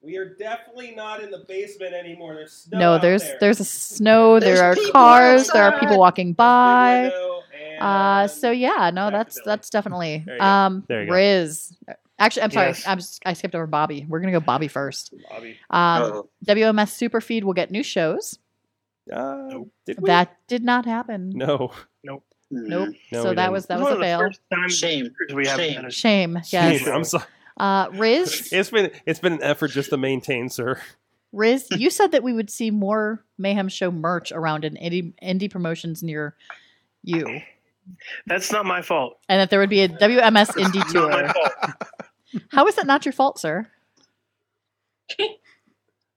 [SPEAKER 2] we are definitely not in the basement anymore. There's snow
[SPEAKER 8] No,
[SPEAKER 2] out
[SPEAKER 8] there's
[SPEAKER 2] there.
[SPEAKER 8] there's a snow.
[SPEAKER 5] There's
[SPEAKER 8] There are
[SPEAKER 5] people
[SPEAKER 8] cars. There are people
[SPEAKER 5] outside.
[SPEAKER 8] walking
[SPEAKER 2] There's a
[SPEAKER 8] by.
[SPEAKER 2] big window and- um,
[SPEAKER 8] Uh, so yeah, no,
[SPEAKER 2] Back to
[SPEAKER 8] that's
[SPEAKER 2] Billy.
[SPEAKER 8] that's definitely
[SPEAKER 2] There you go.
[SPEAKER 8] um
[SPEAKER 2] There you go.
[SPEAKER 8] Riz. Actually, I'm sorry,
[SPEAKER 6] Yes.
[SPEAKER 8] I'm, s- I skipped over Bobby. We're gonna go Bobby first.
[SPEAKER 6] Bobby.
[SPEAKER 8] Um,
[SPEAKER 5] Oh.
[SPEAKER 8] WMS Superfeed will get new shows.
[SPEAKER 2] Uh, did we?
[SPEAKER 8] That did not happen.
[SPEAKER 2] no,
[SPEAKER 5] Mm.
[SPEAKER 8] Nope.
[SPEAKER 2] No,
[SPEAKER 8] so
[SPEAKER 2] we
[SPEAKER 8] that
[SPEAKER 2] didn't.
[SPEAKER 8] was that was
[SPEAKER 6] It's one
[SPEAKER 8] a
[SPEAKER 6] of the
[SPEAKER 8] fail.
[SPEAKER 6] first time
[SPEAKER 5] Shame.
[SPEAKER 6] we haven't
[SPEAKER 5] Shame.
[SPEAKER 6] had a-
[SPEAKER 8] Shame. Yes.
[SPEAKER 2] I'm sorry.
[SPEAKER 8] Uh, Riz,
[SPEAKER 2] It's been it's been an effort just to maintain, sir.
[SPEAKER 8] Riz, you said that we would see more Mayhem Show merch around in indie, indie promotions near you, and
[SPEAKER 6] That's not my fault.
[SPEAKER 8] that there would be a WMS indie
[SPEAKER 6] Not my
[SPEAKER 8] tour.
[SPEAKER 6] fault.
[SPEAKER 8] How is that not your fault, sir?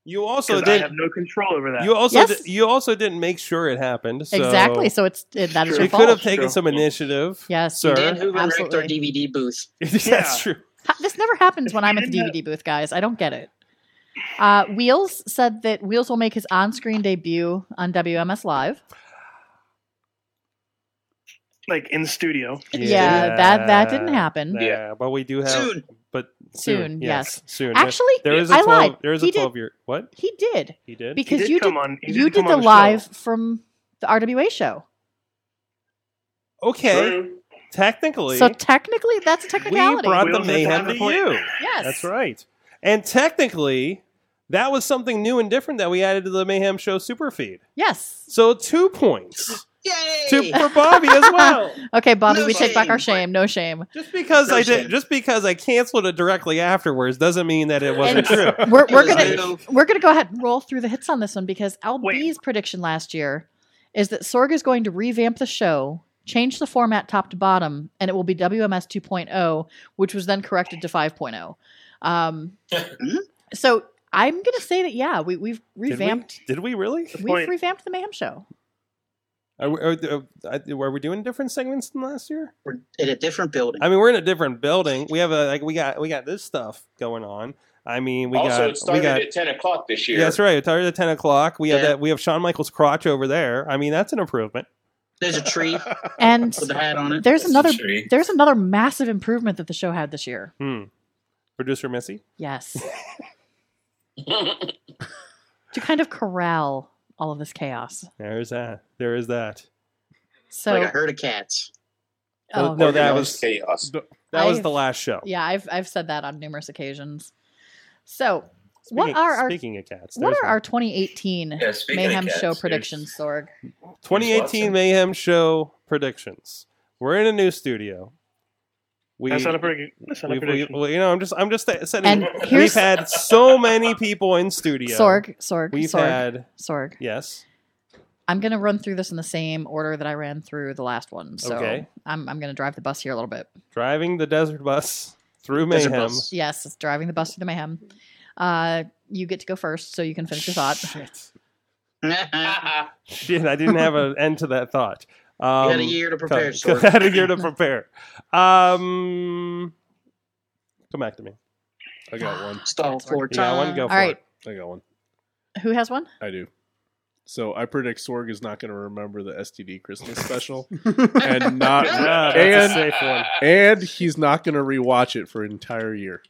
[SPEAKER 2] You also
[SPEAKER 6] 'Cause I
[SPEAKER 2] did.
[SPEAKER 6] have no control over that.
[SPEAKER 2] You also
[SPEAKER 8] Yes.
[SPEAKER 2] di- you also didn't make sure it happened. So
[SPEAKER 8] Exactly, so it's- it- that is your
[SPEAKER 2] you could have
[SPEAKER 8] fault.
[SPEAKER 2] taken
[SPEAKER 8] True.
[SPEAKER 2] some initiative.
[SPEAKER 8] Yes,
[SPEAKER 2] sir.
[SPEAKER 5] Dan Hoover wrecked our
[SPEAKER 8] absolutely.
[SPEAKER 5] DVD booth.
[SPEAKER 2] That's true.
[SPEAKER 8] Ha- This never happens when I'm at the
[SPEAKER 5] didn't have-
[SPEAKER 8] DVD booth, guys. I don't get it. Uh, Wheels said that Wheels will make his on-screen debut on WMS Live.
[SPEAKER 6] like in studio.
[SPEAKER 8] Yeah, that- that didn't happen.
[SPEAKER 2] Yeah, but we do have
[SPEAKER 8] Soon.
[SPEAKER 2] But soon,
[SPEAKER 8] Soon,
[SPEAKER 2] yes,
[SPEAKER 8] yes.
[SPEAKER 2] soon.
[SPEAKER 8] Actually,
[SPEAKER 2] there is a
[SPEAKER 8] I
[SPEAKER 2] 12,
[SPEAKER 8] lied.
[SPEAKER 2] There is
[SPEAKER 8] He
[SPEAKER 2] a
[SPEAKER 8] did-
[SPEAKER 2] twelve-year. What
[SPEAKER 8] He did
[SPEAKER 2] he did?
[SPEAKER 8] because
[SPEAKER 6] did
[SPEAKER 8] you
[SPEAKER 6] come
[SPEAKER 8] did
[SPEAKER 6] on- he
[SPEAKER 8] you
[SPEAKER 6] did
[SPEAKER 8] did
[SPEAKER 6] come
[SPEAKER 8] the
[SPEAKER 6] on the show.
[SPEAKER 8] live from the RWA show.
[SPEAKER 2] Okay, technically,
[SPEAKER 8] So technically, that's a technicality.
[SPEAKER 2] we brought the mayhem to you.
[SPEAKER 8] Yes.
[SPEAKER 2] that's right. And technically, that was something new and different that we added to the mayhem show super feed.
[SPEAKER 8] Yes.
[SPEAKER 2] So two points. To, for Bobby as well.
[SPEAKER 8] okay, Bobby,
[SPEAKER 2] No
[SPEAKER 8] we take back our
[SPEAKER 2] shame.
[SPEAKER 8] shame. No shame.
[SPEAKER 2] Just because I did, just because I canceled it directly afterwards, doesn't mean that it wasn't true.
[SPEAKER 8] We're, we're gonna we're gonna go ahead and roll through the hits on this one because Al B's prediction last year is that Sorg is going to revamp the show, change the format top to bottom, and it will be WMS 2.0, oh, which was then corrected to 5.0. Um,
[SPEAKER 5] Hmm?
[SPEAKER 8] so I'm gonna say that yeah, we, we've
[SPEAKER 2] Did we?
[SPEAKER 8] revamped
[SPEAKER 2] Did we, really?
[SPEAKER 8] we? have revamped the Mayhem show.
[SPEAKER 2] Are we, are, are, are we doing different segments than last year?
[SPEAKER 5] We're in a different building.
[SPEAKER 2] I mean, we're in a different building. We have a like we got we got this stuff going on. I mean, we
[SPEAKER 9] also,
[SPEAKER 2] got
[SPEAKER 9] it started
[SPEAKER 2] we got.
[SPEAKER 9] at 10 o'clock this year.
[SPEAKER 2] Yeah, that's right. It started at ten o'clock. We have
[SPEAKER 9] Yeah.
[SPEAKER 2] that. We have Shawn Michaels crotch over there. I mean, that's an improvement.
[SPEAKER 5] There's a tree.
[SPEAKER 8] And
[SPEAKER 5] With a hat on it.
[SPEAKER 8] there's
[SPEAKER 5] That's
[SPEAKER 8] another
[SPEAKER 5] a tree.
[SPEAKER 8] there's another massive improvement that the show had this year.
[SPEAKER 2] Hmm. Producer Missy.
[SPEAKER 8] Yes. Um, to kind of corral all of this chaos.
[SPEAKER 2] There is that. There is that.
[SPEAKER 8] So
[SPEAKER 5] like a herd of cats.
[SPEAKER 8] Oh,
[SPEAKER 2] no, that
[SPEAKER 8] Organized
[SPEAKER 2] was
[SPEAKER 9] chaos.
[SPEAKER 2] That was
[SPEAKER 8] I've-
[SPEAKER 2] the last show.
[SPEAKER 8] Yeah, I've I've said that on numerous occasions. So what
[SPEAKER 2] Speaking-
[SPEAKER 8] are our
[SPEAKER 2] speaking of cats?
[SPEAKER 8] What
[SPEAKER 2] there's
[SPEAKER 8] are
[SPEAKER 2] one.
[SPEAKER 8] our 2018
[SPEAKER 2] Yeah, speaking of
[SPEAKER 8] Mayhem
[SPEAKER 2] cats,
[SPEAKER 8] Show
[SPEAKER 2] there's-
[SPEAKER 8] predictions, Sorg?
[SPEAKER 2] 2018 Mayhem Show predictions? We're in a new studio. We,
[SPEAKER 6] That's not a predic- that's not a
[SPEAKER 2] we've- we-
[SPEAKER 6] prediction.
[SPEAKER 2] well, you know, I'm just, I'm just setting.
[SPEAKER 8] And
[SPEAKER 2] we've
[SPEAKER 8] here's-
[SPEAKER 2] had so many people in studio.
[SPEAKER 8] Sorg, Sorg,
[SPEAKER 2] We've
[SPEAKER 8] Sorg,
[SPEAKER 2] had
[SPEAKER 8] Sorg.
[SPEAKER 2] Yes.
[SPEAKER 8] I'm going to run through this in the same order that I ran through the last one. So
[SPEAKER 2] Okay.
[SPEAKER 8] I'm I'm going to drive the bus here a little bit.
[SPEAKER 2] Driving the desert bus through
[SPEAKER 8] Desert
[SPEAKER 2] mayhem.
[SPEAKER 8] bus. Yes, it's driving the bus through the mayhem. Uh, you get to go first, so you can finish your thought.
[SPEAKER 2] Shit, I didn't have an end to that thought. Um,
[SPEAKER 5] had a year to prepare,
[SPEAKER 2] Come,
[SPEAKER 5] Sorg.
[SPEAKER 2] had a year to prepare. Um, come back to me. I got one.
[SPEAKER 5] Stall
[SPEAKER 2] for You got one. Go
[SPEAKER 8] All
[SPEAKER 2] for
[SPEAKER 8] right.
[SPEAKER 2] it.
[SPEAKER 3] I got one.
[SPEAKER 8] Who has one?
[SPEAKER 3] I do. So I predict Sorg is not going to remember the STD Christmas special, and not
[SPEAKER 2] Yeah, that's a
[SPEAKER 3] and
[SPEAKER 2] safe one.
[SPEAKER 3] and he's not going to rewatch it for an entire year.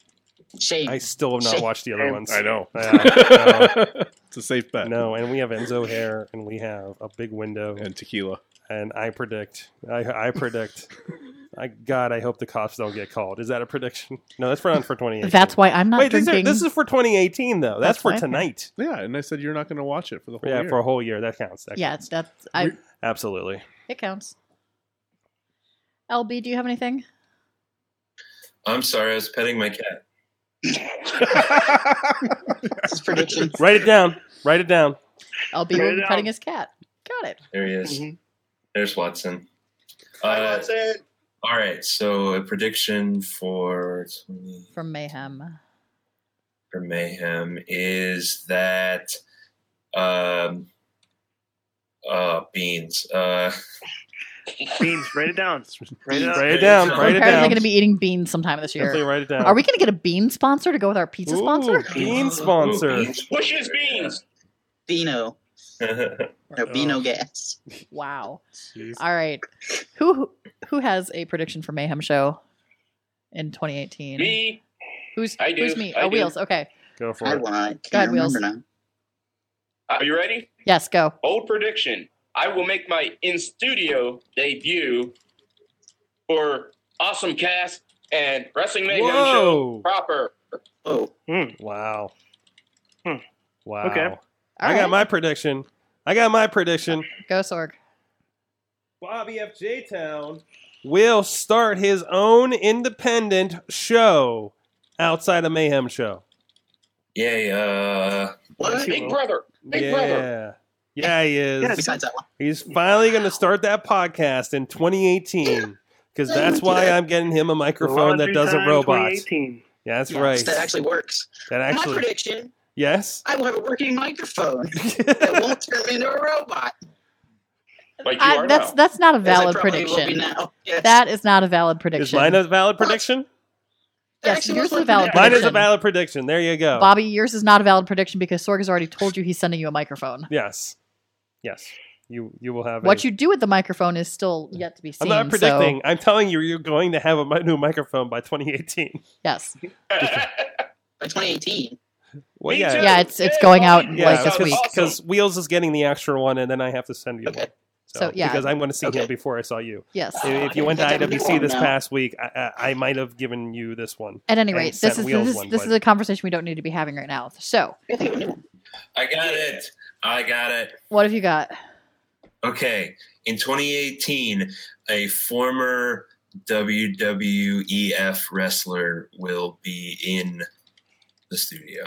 [SPEAKER 5] Shame.
[SPEAKER 2] I still have not
[SPEAKER 3] Shame.
[SPEAKER 2] watched the other
[SPEAKER 3] Shame.
[SPEAKER 2] ones.
[SPEAKER 3] I know. It's a safe bet.
[SPEAKER 2] No, and we have Enzo Hair, and we have a big window and
[SPEAKER 3] tequila.
[SPEAKER 2] And I predict. I, I predict. I God, I hope the cops don't get called. Is that a prediction? No, that's for for 2018.
[SPEAKER 8] That's why I'm not
[SPEAKER 2] Wait, these are-
[SPEAKER 8] drinking.
[SPEAKER 2] this is for 2018 though. That's,
[SPEAKER 8] That's
[SPEAKER 2] for
[SPEAKER 8] fine.
[SPEAKER 2] tonight.
[SPEAKER 3] Yeah, and I said you're not going to watch it for the whole
[SPEAKER 2] Yeah,
[SPEAKER 3] year.
[SPEAKER 2] for a whole year. That counts. That
[SPEAKER 8] yeah,
[SPEAKER 2] counts.
[SPEAKER 8] it's- that's I.
[SPEAKER 2] Absolutely.
[SPEAKER 8] It counts. LB, do you have anything?
[SPEAKER 7] I'm sorry, I was petting my cat.
[SPEAKER 2] Write it down. Write it down.
[SPEAKER 8] LB
[SPEAKER 7] Write it
[SPEAKER 8] will be
[SPEAKER 7] down.
[SPEAKER 8] petting his cat. Got it.
[SPEAKER 7] There he is.
[SPEAKER 6] Mm-hmm.
[SPEAKER 7] There's Watson. Uh, All right, so a prediction for
[SPEAKER 8] From Mayhem.
[SPEAKER 7] for mayhem is that um uh beans uh
[SPEAKER 6] Beans, write it down. Write it, up.
[SPEAKER 2] Write it down. Write it
[SPEAKER 8] Apparently
[SPEAKER 2] down.
[SPEAKER 8] going to be eating beans sometime this year.
[SPEAKER 2] Definitely write it down.
[SPEAKER 8] Are we going to get a bean sponsor to go with our pizza sponsor?
[SPEAKER 2] Bean sponsor.
[SPEAKER 9] Which is beans.
[SPEAKER 5] Beano. or Beano gas.
[SPEAKER 8] Oh. Wow. All right. Who who has a prediction for Mayhem Show in 2018?
[SPEAKER 9] Me.
[SPEAKER 8] Who's
[SPEAKER 9] I do.
[SPEAKER 8] who's me?
[SPEAKER 9] I
[SPEAKER 8] oh,
[SPEAKER 9] do.
[SPEAKER 8] Wheels. Okay.
[SPEAKER 2] Go
[SPEAKER 9] for I it.
[SPEAKER 5] want.
[SPEAKER 8] Go ahead, Wheels.
[SPEAKER 9] Are you ready?
[SPEAKER 8] Yes, go.
[SPEAKER 9] Bold prediction. I will make my in studio debut for Awesome Cast and Wrestling Mayhem
[SPEAKER 2] Whoa.
[SPEAKER 9] Show proper.
[SPEAKER 5] Oh.
[SPEAKER 2] Wow. Mm. Wow.
[SPEAKER 9] Okay. All
[SPEAKER 2] I
[SPEAKER 9] right.
[SPEAKER 2] got my prediction. I got my prediction.
[SPEAKER 8] Go, Sorg.
[SPEAKER 2] Bobby FJ Town. Will start his own independent show outside of Mayhem Show.
[SPEAKER 7] yay uh
[SPEAKER 9] Big brother. Big
[SPEAKER 2] yeah.
[SPEAKER 9] brother.
[SPEAKER 2] Yeah, he is.
[SPEAKER 9] Yeah, besides that one.
[SPEAKER 2] He's finally going to start that podcast in 2018 because that's why I'm getting him a microphone that
[SPEAKER 5] Laundry
[SPEAKER 2] does a
[SPEAKER 5] Time
[SPEAKER 2] robot.
[SPEAKER 5] 2018.
[SPEAKER 2] Yeah, that's
[SPEAKER 5] Yeah,
[SPEAKER 2] right.
[SPEAKER 5] That actually works.
[SPEAKER 2] That
[SPEAKER 5] My
[SPEAKER 2] actually.
[SPEAKER 5] prediction
[SPEAKER 2] Yes.
[SPEAKER 5] I will have a working microphone that won't turn me into a robot.
[SPEAKER 9] Like
[SPEAKER 8] I- that's that's not a valid prediction. That is not a valid prediction.
[SPEAKER 2] Is mine a valid prediction?
[SPEAKER 8] yes, yours is a valid
[SPEAKER 2] Mine
[SPEAKER 8] prediction.
[SPEAKER 2] is a valid prediction. There you go.
[SPEAKER 8] Bobby, yours is not a valid prediction because Sorg has already told you he's sending you a microphone.
[SPEAKER 2] Yes. Yes. You you will have a-
[SPEAKER 8] What you do with the microphone is still yet to be
[SPEAKER 2] I'm
[SPEAKER 8] seen.
[SPEAKER 2] not
[SPEAKER 8] so-
[SPEAKER 2] predicting. I'm telling you, you're going to have a mi- new microphone by 2018.
[SPEAKER 8] yes.
[SPEAKER 5] By 2018.
[SPEAKER 2] Well,
[SPEAKER 8] Me too. Yeah, it's- it's going out, like, this week.
[SPEAKER 2] Because Wheels is getting the extra one, and then I have to send you one. So,
[SPEAKER 8] So, yeah.
[SPEAKER 2] Because I'm going to see him before I saw you.
[SPEAKER 8] Yes.
[SPEAKER 2] If- If you
[SPEAKER 8] Oh,
[SPEAKER 2] went to
[SPEAKER 8] I didn't get
[SPEAKER 2] IWC
[SPEAKER 8] one
[SPEAKER 2] this
[SPEAKER 8] now.
[SPEAKER 2] past week, I, I, I might have given you this one.
[SPEAKER 8] At any
[SPEAKER 2] and
[SPEAKER 8] rate,
[SPEAKER 2] sent
[SPEAKER 8] this is
[SPEAKER 2] Wheels
[SPEAKER 8] this is,
[SPEAKER 2] one,
[SPEAKER 8] this
[SPEAKER 2] but-
[SPEAKER 8] is a conversation we don't need to be having right now. So,
[SPEAKER 7] I got it. I got it.
[SPEAKER 8] what have you got?
[SPEAKER 7] Okay. In 2018, a former WWEF wrestler will be in the studio.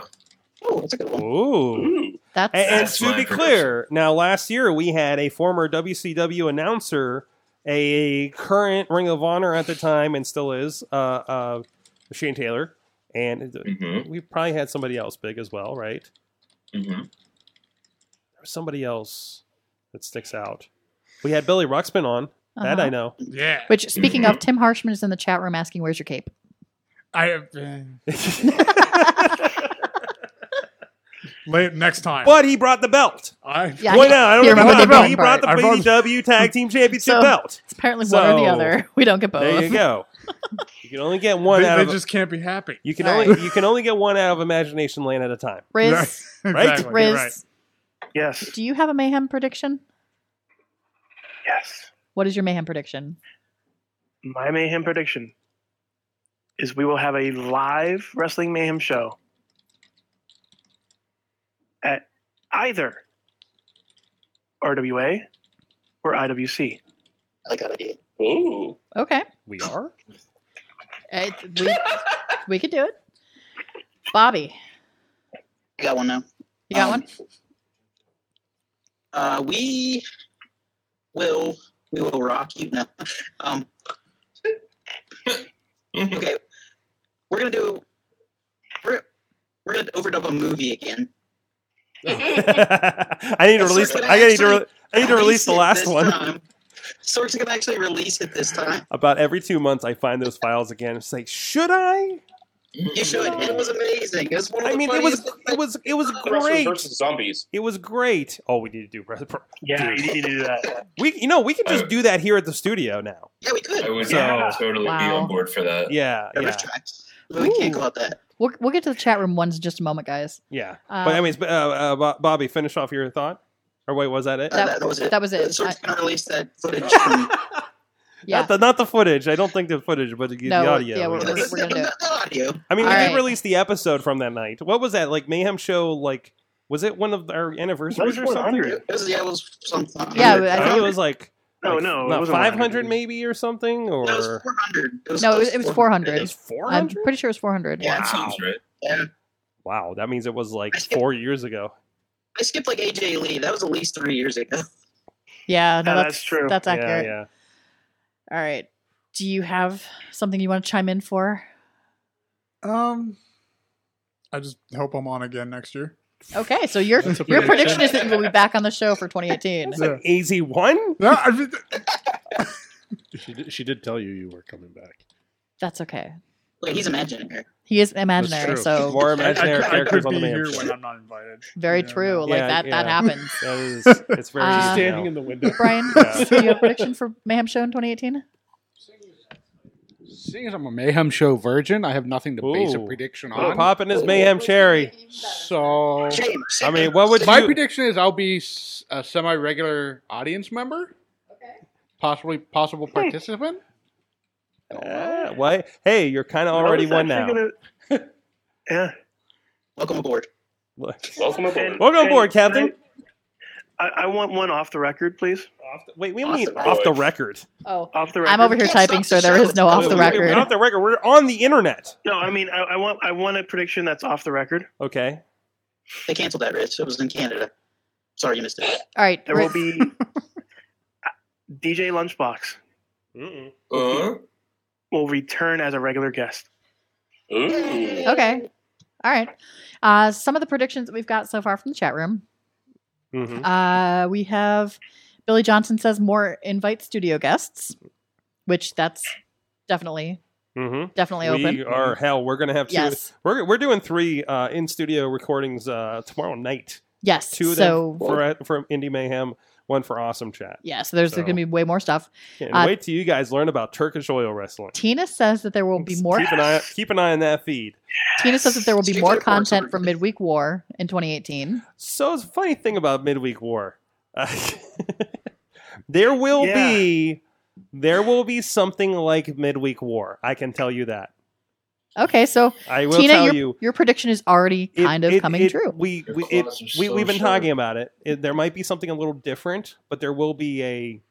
[SPEAKER 2] Ooh.
[SPEAKER 8] That's,
[SPEAKER 2] and,
[SPEAKER 7] That's
[SPEAKER 2] to
[SPEAKER 7] my
[SPEAKER 2] be clear, now last year we had a former WCW announcer, a current Ring of Honor at the time and still is, uh, uh, Shane Taylor, and
[SPEAKER 7] Mhm.
[SPEAKER 2] we probably had somebody else big as well, right?
[SPEAKER 7] Mm-hmm.
[SPEAKER 2] There's somebody else that sticks out. We had Billy Ruxpin on. That
[SPEAKER 8] Uh-huh.
[SPEAKER 2] I know.
[SPEAKER 4] Yeah.
[SPEAKER 8] Which, speaking of, Tim Harshman is in the chat room asking, "Where's your cape?"
[SPEAKER 4] I have been. Late next time.
[SPEAKER 2] But he brought the belt.
[SPEAKER 4] I
[SPEAKER 8] Yeah,
[SPEAKER 2] Point
[SPEAKER 8] he-
[SPEAKER 2] out, I don't
[SPEAKER 8] he
[SPEAKER 2] remember,
[SPEAKER 8] remembered
[SPEAKER 2] the
[SPEAKER 8] the
[SPEAKER 2] He
[SPEAKER 8] belt
[SPEAKER 2] brought the E.
[SPEAKER 8] part. I voted-
[SPEAKER 2] BDW Tag Team Championship
[SPEAKER 8] So,
[SPEAKER 2] belt.
[SPEAKER 8] It's apparently one or the
[SPEAKER 2] So,
[SPEAKER 8] other. We don't get both.
[SPEAKER 2] There you go. You can only get one
[SPEAKER 4] they,
[SPEAKER 2] out
[SPEAKER 4] they
[SPEAKER 2] of
[SPEAKER 4] just can't be happy.
[SPEAKER 2] You can
[SPEAKER 8] All
[SPEAKER 2] only
[SPEAKER 8] right.
[SPEAKER 2] you can only get one out of Imagination Lane at a time.
[SPEAKER 8] Riz,
[SPEAKER 2] Right?
[SPEAKER 4] Exactly,
[SPEAKER 8] Riz,
[SPEAKER 4] you're right.
[SPEAKER 6] Yes.
[SPEAKER 8] do you have a mayhem prediction?
[SPEAKER 6] Yes.
[SPEAKER 8] What is your mayhem prediction?
[SPEAKER 6] My mayhem prediction is we will have a live wrestling mayhem show at either RWA or IWC.
[SPEAKER 5] I like that idea.
[SPEAKER 9] Ooh.
[SPEAKER 8] Okay,
[SPEAKER 2] We are.
[SPEAKER 8] Uh, we, we could do it. Bobby,
[SPEAKER 5] I got one now.
[SPEAKER 8] you got
[SPEAKER 5] Um,
[SPEAKER 8] one?
[SPEAKER 5] Uh, we will we will rock you now. Um, okay, we're gonna do we're we're gonna overdub a movie again.
[SPEAKER 2] I need to release. I need to. Re- I need to release the last one.
[SPEAKER 5] Sork's gonna actually release it this time.
[SPEAKER 2] About every two months, I find those files again. It's like, should I?
[SPEAKER 5] You should. It was amazing. It was one of
[SPEAKER 2] I
[SPEAKER 5] the
[SPEAKER 2] mean, it was.
[SPEAKER 5] funniest-
[SPEAKER 2] It was. It was
[SPEAKER 9] Wrestlers
[SPEAKER 2] great.
[SPEAKER 9] versus zombies.
[SPEAKER 2] It was great. Oh, we need to do. Breath-
[SPEAKER 6] Yeah,
[SPEAKER 2] Dude.
[SPEAKER 6] you need to do that.
[SPEAKER 2] We, you know, we can just do that here at the studio now.
[SPEAKER 5] Yeah, we could.
[SPEAKER 7] I would
[SPEAKER 2] Yeah.
[SPEAKER 7] totally be
[SPEAKER 8] Wow.
[SPEAKER 7] on board for that.
[SPEAKER 2] Yeah,
[SPEAKER 5] I
[SPEAKER 2] yeah,
[SPEAKER 5] retract. We can't call it that.
[SPEAKER 8] We'll, we'll get to the chat room ones in just a moment, guys.
[SPEAKER 2] yeah.
[SPEAKER 8] Uh,
[SPEAKER 2] but I mean, uh, uh, Bo- Bobby, finish off your thought. Or wait, was that it?
[SPEAKER 8] That,
[SPEAKER 5] that- that was it.
[SPEAKER 8] That was it.
[SPEAKER 5] Sork's
[SPEAKER 8] I-
[SPEAKER 5] gonna release that footage. From,
[SPEAKER 8] yeah.
[SPEAKER 2] Not the, not the footage. I don't think the footage, but the, the
[SPEAKER 8] No,
[SPEAKER 2] audio.
[SPEAKER 8] yeah, we're,
[SPEAKER 2] yeah.
[SPEAKER 8] we're, we're gonna do it.
[SPEAKER 5] the audio.
[SPEAKER 2] I mean,
[SPEAKER 8] All
[SPEAKER 2] we
[SPEAKER 8] right.
[SPEAKER 2] did release the episode from that night. What was that like? Mayhem show? Like, was it one of our anniversaries or something?
[SPEAKER 5] It was, yeah, it was something.
[SPEAKER 8] Yeah, but
[SPEAKER 2] I
[SPEAKER 8] I
[SPEAKER 2] think
[SPEAKER 8] think
[SPEAKER 2] it was like
[SPEAKER 6] No,
[SPEAKER 2] like,
[SPEAKER 6] no, it
[SPEAKER 2] not
[SPEAKER 6] wasn't 100.
[SPEAKER 2] five hundred maybe or something, or
[SPEAKER 5] No, it was 400. It was
[SPEAKER 8] no, it was,
[SPEAKER 5] close
[SPEAKER 8] it was
[SPEAKER 5] to
[SPEAKER 8] 400.
[SPEAKER 2] it was four
[SPEAKER 8] I'm
[SPEAKER 2] hundred.
[SPEAKER 8] pretty sure it was 400.
[SPEAKER 5] Yeah,
[SPEAKER 7] That sounds right.
[SPEAKER 5] yeah.
[SPEAKER 2] Wow, that means it was like
[SPEAKER 5] I skipped-
[SPEAKER 2] four years ago.
[SPEAKER 5] I skipped like AJ Lee. That was at least three years ago.
[SPEAKER 8] Yeah,
[SPEAKER 6] Yeah,
[SPEAKER 8] no, that's,
[SPEAKER 6] that's true.
[SPEAKER 8] That's
[SPEAKER 2] Yeah,
[SPEAKER 8] accurate.
[SPEAKER 2] yeah.
[SPEAKER 8] All right. Do you have something you want to chime in for?
[SPEAKER 4] Um, I just hope I'm on again next year.
[SPEAKER 8] Okay, so your
[SPEAKER 4] That's a
[SPEAKER 8] your
[SPEAKER 4] prediction.
[SPEAKER 8] prediction is that you will be back on the show for 2018.
[SPEAKER 2] It's an easy one.
[SPEAKER 4] No, I mean,
[SPEAKER 3] She did, she did tell you you were coming back.
[SPEAKER 8] That's okay.
[SPEAKER 5] Like he's imagining her.
[SPEAKER 8] He is imaginary,
[SPEAKER 3] true.
[SPEAKER 8] so
[SPEAKER 2] More
[SPEAKER 4] I, I,
[SPEAKER 2] imaginary
[SPEAKER 4] could- I
[SPEAKER 2] characters
[SPEAKER 4] could
[SPEAKER 2] on
[SPEAKER 4] be
[SPEAKER 2] the
[SPEAKER 4] here
[SPEAKER 2] Mayhem show.
[SPEAKER 4] when I'm not invited.
[SPEAKER 8] very
[SPEAKER 4] Yeah,
[SPEAKER 8] true.
[SPEAKER 4] no.
[SPEAKER 8] Like
[SPEAKER 2] Yeah,
[SPEAKER 8] that that
[SPEAKER 2] yeah.
[SPEAKER 8] happens.
[SPEAKER 2] That is, it's very
[SPEAKER 8] Uh,
[SPEAKER 2] easy now.
[SPEAKER 3] Standing in the window.
[SPEAKER 8] Brian,
[SPEAKER 2] Yeah.
[SPEAKER 8] do you have a prediction for Mayhem Show in 2018?
[SPEAKER 10] Seeing as I'm a mayhem show virgin, I have nothing to base a
[SPEAKER 2] Ooh.
[SPEAKER 10] prediction
[SPEAKER 2] Little
[SPEAKER 10] on.
[SPEAKER 2] popping his mayhem cherry.
[SPEAKER 10] So
[SPEAKER 5] Shame.
[SPEAKER 2] I mean, what would
[SPEAKER 10] my
[SPEAKER 2] you?
[SPEAKER 10] prediction is I'll be s- a semi-regular audience member. Okay. Possibly possible participant.
[SPEAKER 2] Uh, what? Hey, you're kind of already one now.
[SPEAKER 6] yeah.
[SPEAKER 5] Welcome aboard.
[SPEAKER 2] Look.
[SPEAKER 9] Welcome aboard.
[SPEAKER 6] And-
[SPEAKER 2] Welcome
[SPEAKER 6] and
[SPEAKER 2] aboard, Captain.
[SPEAKER 6] I, I want one off the record, please.
[SPEAKER 2] Off the- wait, we mean
[SPEAKER 9] Awesome.
[SPEAKER 2] off the record.
[SPEAKER 8] Oh,
[SPEAKER 6] Off the record.
[SPEAKER 8] I'm over here typing, so there is no off the
[SPEAKER 2] Wait, wait, wait,
[SPEAKER 8] record.
[SPEAKER 2] Off the record. We're on the internet.
[SPEAKER 6] No, I mean I, I want I want a prediction that's off the record.
[SPEAKER 2] Okay.
[SPEAKER 5] They canceled that, Rich. It was in Canada. Sorry, you missed it.
[SPEAKER 8] All right,
[SPEAKER 6] There will
[SPEAKER 8] Riz,
[SPEAKER 6] be DJ Lunchbox
[SPEAKER 7] Uh,
[SPEAKER 5] Uh-huh.
[SPEAKER 6] will return as a regular guest.
[SPEAKER 9] Ooh.
[SPEAKER 8] okay. All right. Uh, some of the predictions that we've got so far from the chat room.
[SPEAKER 2] Mhm.
[SPEAKER 8] Uh, we have Billy Johnson says more invite studio guests, which that's definitely
[SPEAKER 2] Mm-hmm.
[SPEAKER 8] Definitely
[SPEAKER 2] we
[SPEAKER 8] open.
[SPEAKER 2] are hell. We're gonna have two.
[SPEAKER 8] Yes.
[SPEAKER 2] We're we're doing three uh, in studio recordings uh, tomorrow night.
[SPEAKER 8] Yes,
[SPEAKER 2] Two of
[SPEAKER 8] so-
[SPEAKER 2] them for uh, for Indie Mayhem, one for Awesome Chat.
[SPEAKER 8] yeah. So there's going to be way more stuff.
[SPEAKER 2] Can't
[SPEAKER 8] Uh,
[SPEAKER 2] wait till you guys learn about Turkish oil wrestling.
[SPEAKER 8] Tina says that there will be more.
[SPEAKER 2] Keep an eye keep an eye on that feed.
[SPEAKER 8] Tina says that there will be
[SPEAKER 2] Speaking
[SPEAKER 8] more
[SPEAKER 2] of porn,
[SPEAKER 8] content from Midweek War in 2018.
[SPEAKER 2] So it's a funny thing about midweek war. there will be there will be something like midweek war. I can tell you that.
[SPEAKER 8] Okay, so
[SPEAKER 2] I will
[SPEAKER 8] Tina,
[SPEAKER 2] tell
[SPEAKER 8] your,
[SPEAKER 2] you-
[SPEAKER 8] your prediction is already
[SPEAKER 2] It-
[SPEAKER 8] kind of
[SPEAKER 2] it-
[SPEAKER 8] coming
[SPEAKER 2] it-
[SPEAKER 8] true.
[SPEAKER 2] We, we, it, we we've been talking about it. It- There might be something a little different, but there will be a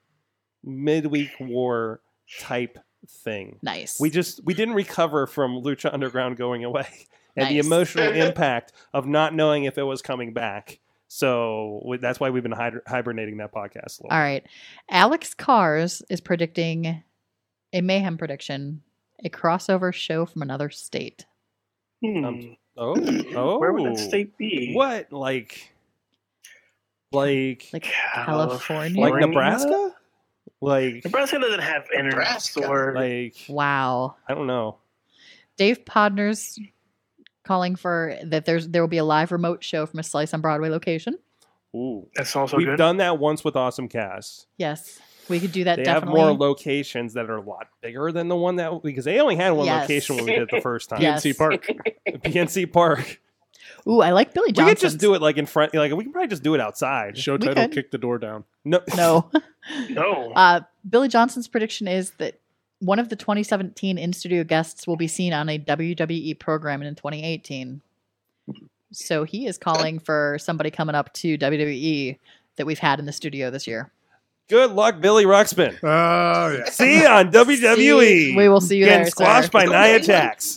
[SPEAKER 2] midweek war type thing.
[SPEAKER 8] Nice.
[SPEAKER 2] We just we didn't recover from Lucha Underground going away and the
[SPEAKER 8] Nice.
[SPEAKER 2] emotional impact of not knowing if it was coming back. So we- that's why we've been hid- hibernating that podcast. A little.
[SPEAKER 8] All right. Alex Cars is predicting a mayhem prediction, a crossover show from another state.
[SPEAKER 2] Um, oh, oh.
[SPEAKER 6] Where would that state be?
[SPEAKER 2] What like, like,
[SPEAKER 8] like
[SPEAKER 6] California?
[SPEAKER 2] like Nebraska, like
[SPEAKER 6] Nebraska doesn't have internet store.
[SPEAKER 2] like
[SPEAKER 8] wow.
[SPEAKER 2] I don't know.
[SPEAKER 8] Dave Podner's calling for that there's there will be a live remote show from a Slice on Broadway location.
[SPEAKER 2] Ooh,
[SPEAKER 6] that's also
[SPEAKER 2] we've
[SPEAKER 6] good.
[SPEAKER 2] done that once with Awesome Cast.
[SPEAKER 8] Yes. We could do that
[SPEAKER 2] they
[SPEAKER 8] definitely.
[SPEAKER 2] have more locations that are a lot bigger than the one that because they only had one
[SPEAKER 8] Yes.
[SPEAKER 2] location when we did it the first time.
[SPEAKER 8] Yes. PNC Park.
[SPEAKER 2] PNC Park.
[SPEAKER 8] Ooh, I like Billy
[SPEAKER 2] We
[SPEAKER 8] Johnson.
[SPEAKER 2] could just do it like in front. Like we can probably just do it outside.
[SPEAKER 3] Show
[SPEAKER 8] We title, could.
[SPEAKER 2] kick
[SPEAKER 3] the door down.
[SPEAKER 2] No,
[SPEAKER 8] no.
[SPEAKER 6] No.
[SPEAKER 8] Uh, Billy Johnson's prediction is that one of the 2017 in studio guests will be seen on a WWE program in 2018. So he is calling for somebody coming up to WWE that we've had in the studio this year.
[SPEAKER 2] Good luck, Billy Ruxpin.
[SPEAKER 4] Oh yeah.
[SPEAKER 2] See you on WWE.
[SPEAKER 8] See- we will see you
[SPEAKER 2] getting
[SPEAKER 8] there, sir.
[SPEAKER 2] squashed by Nia Jax.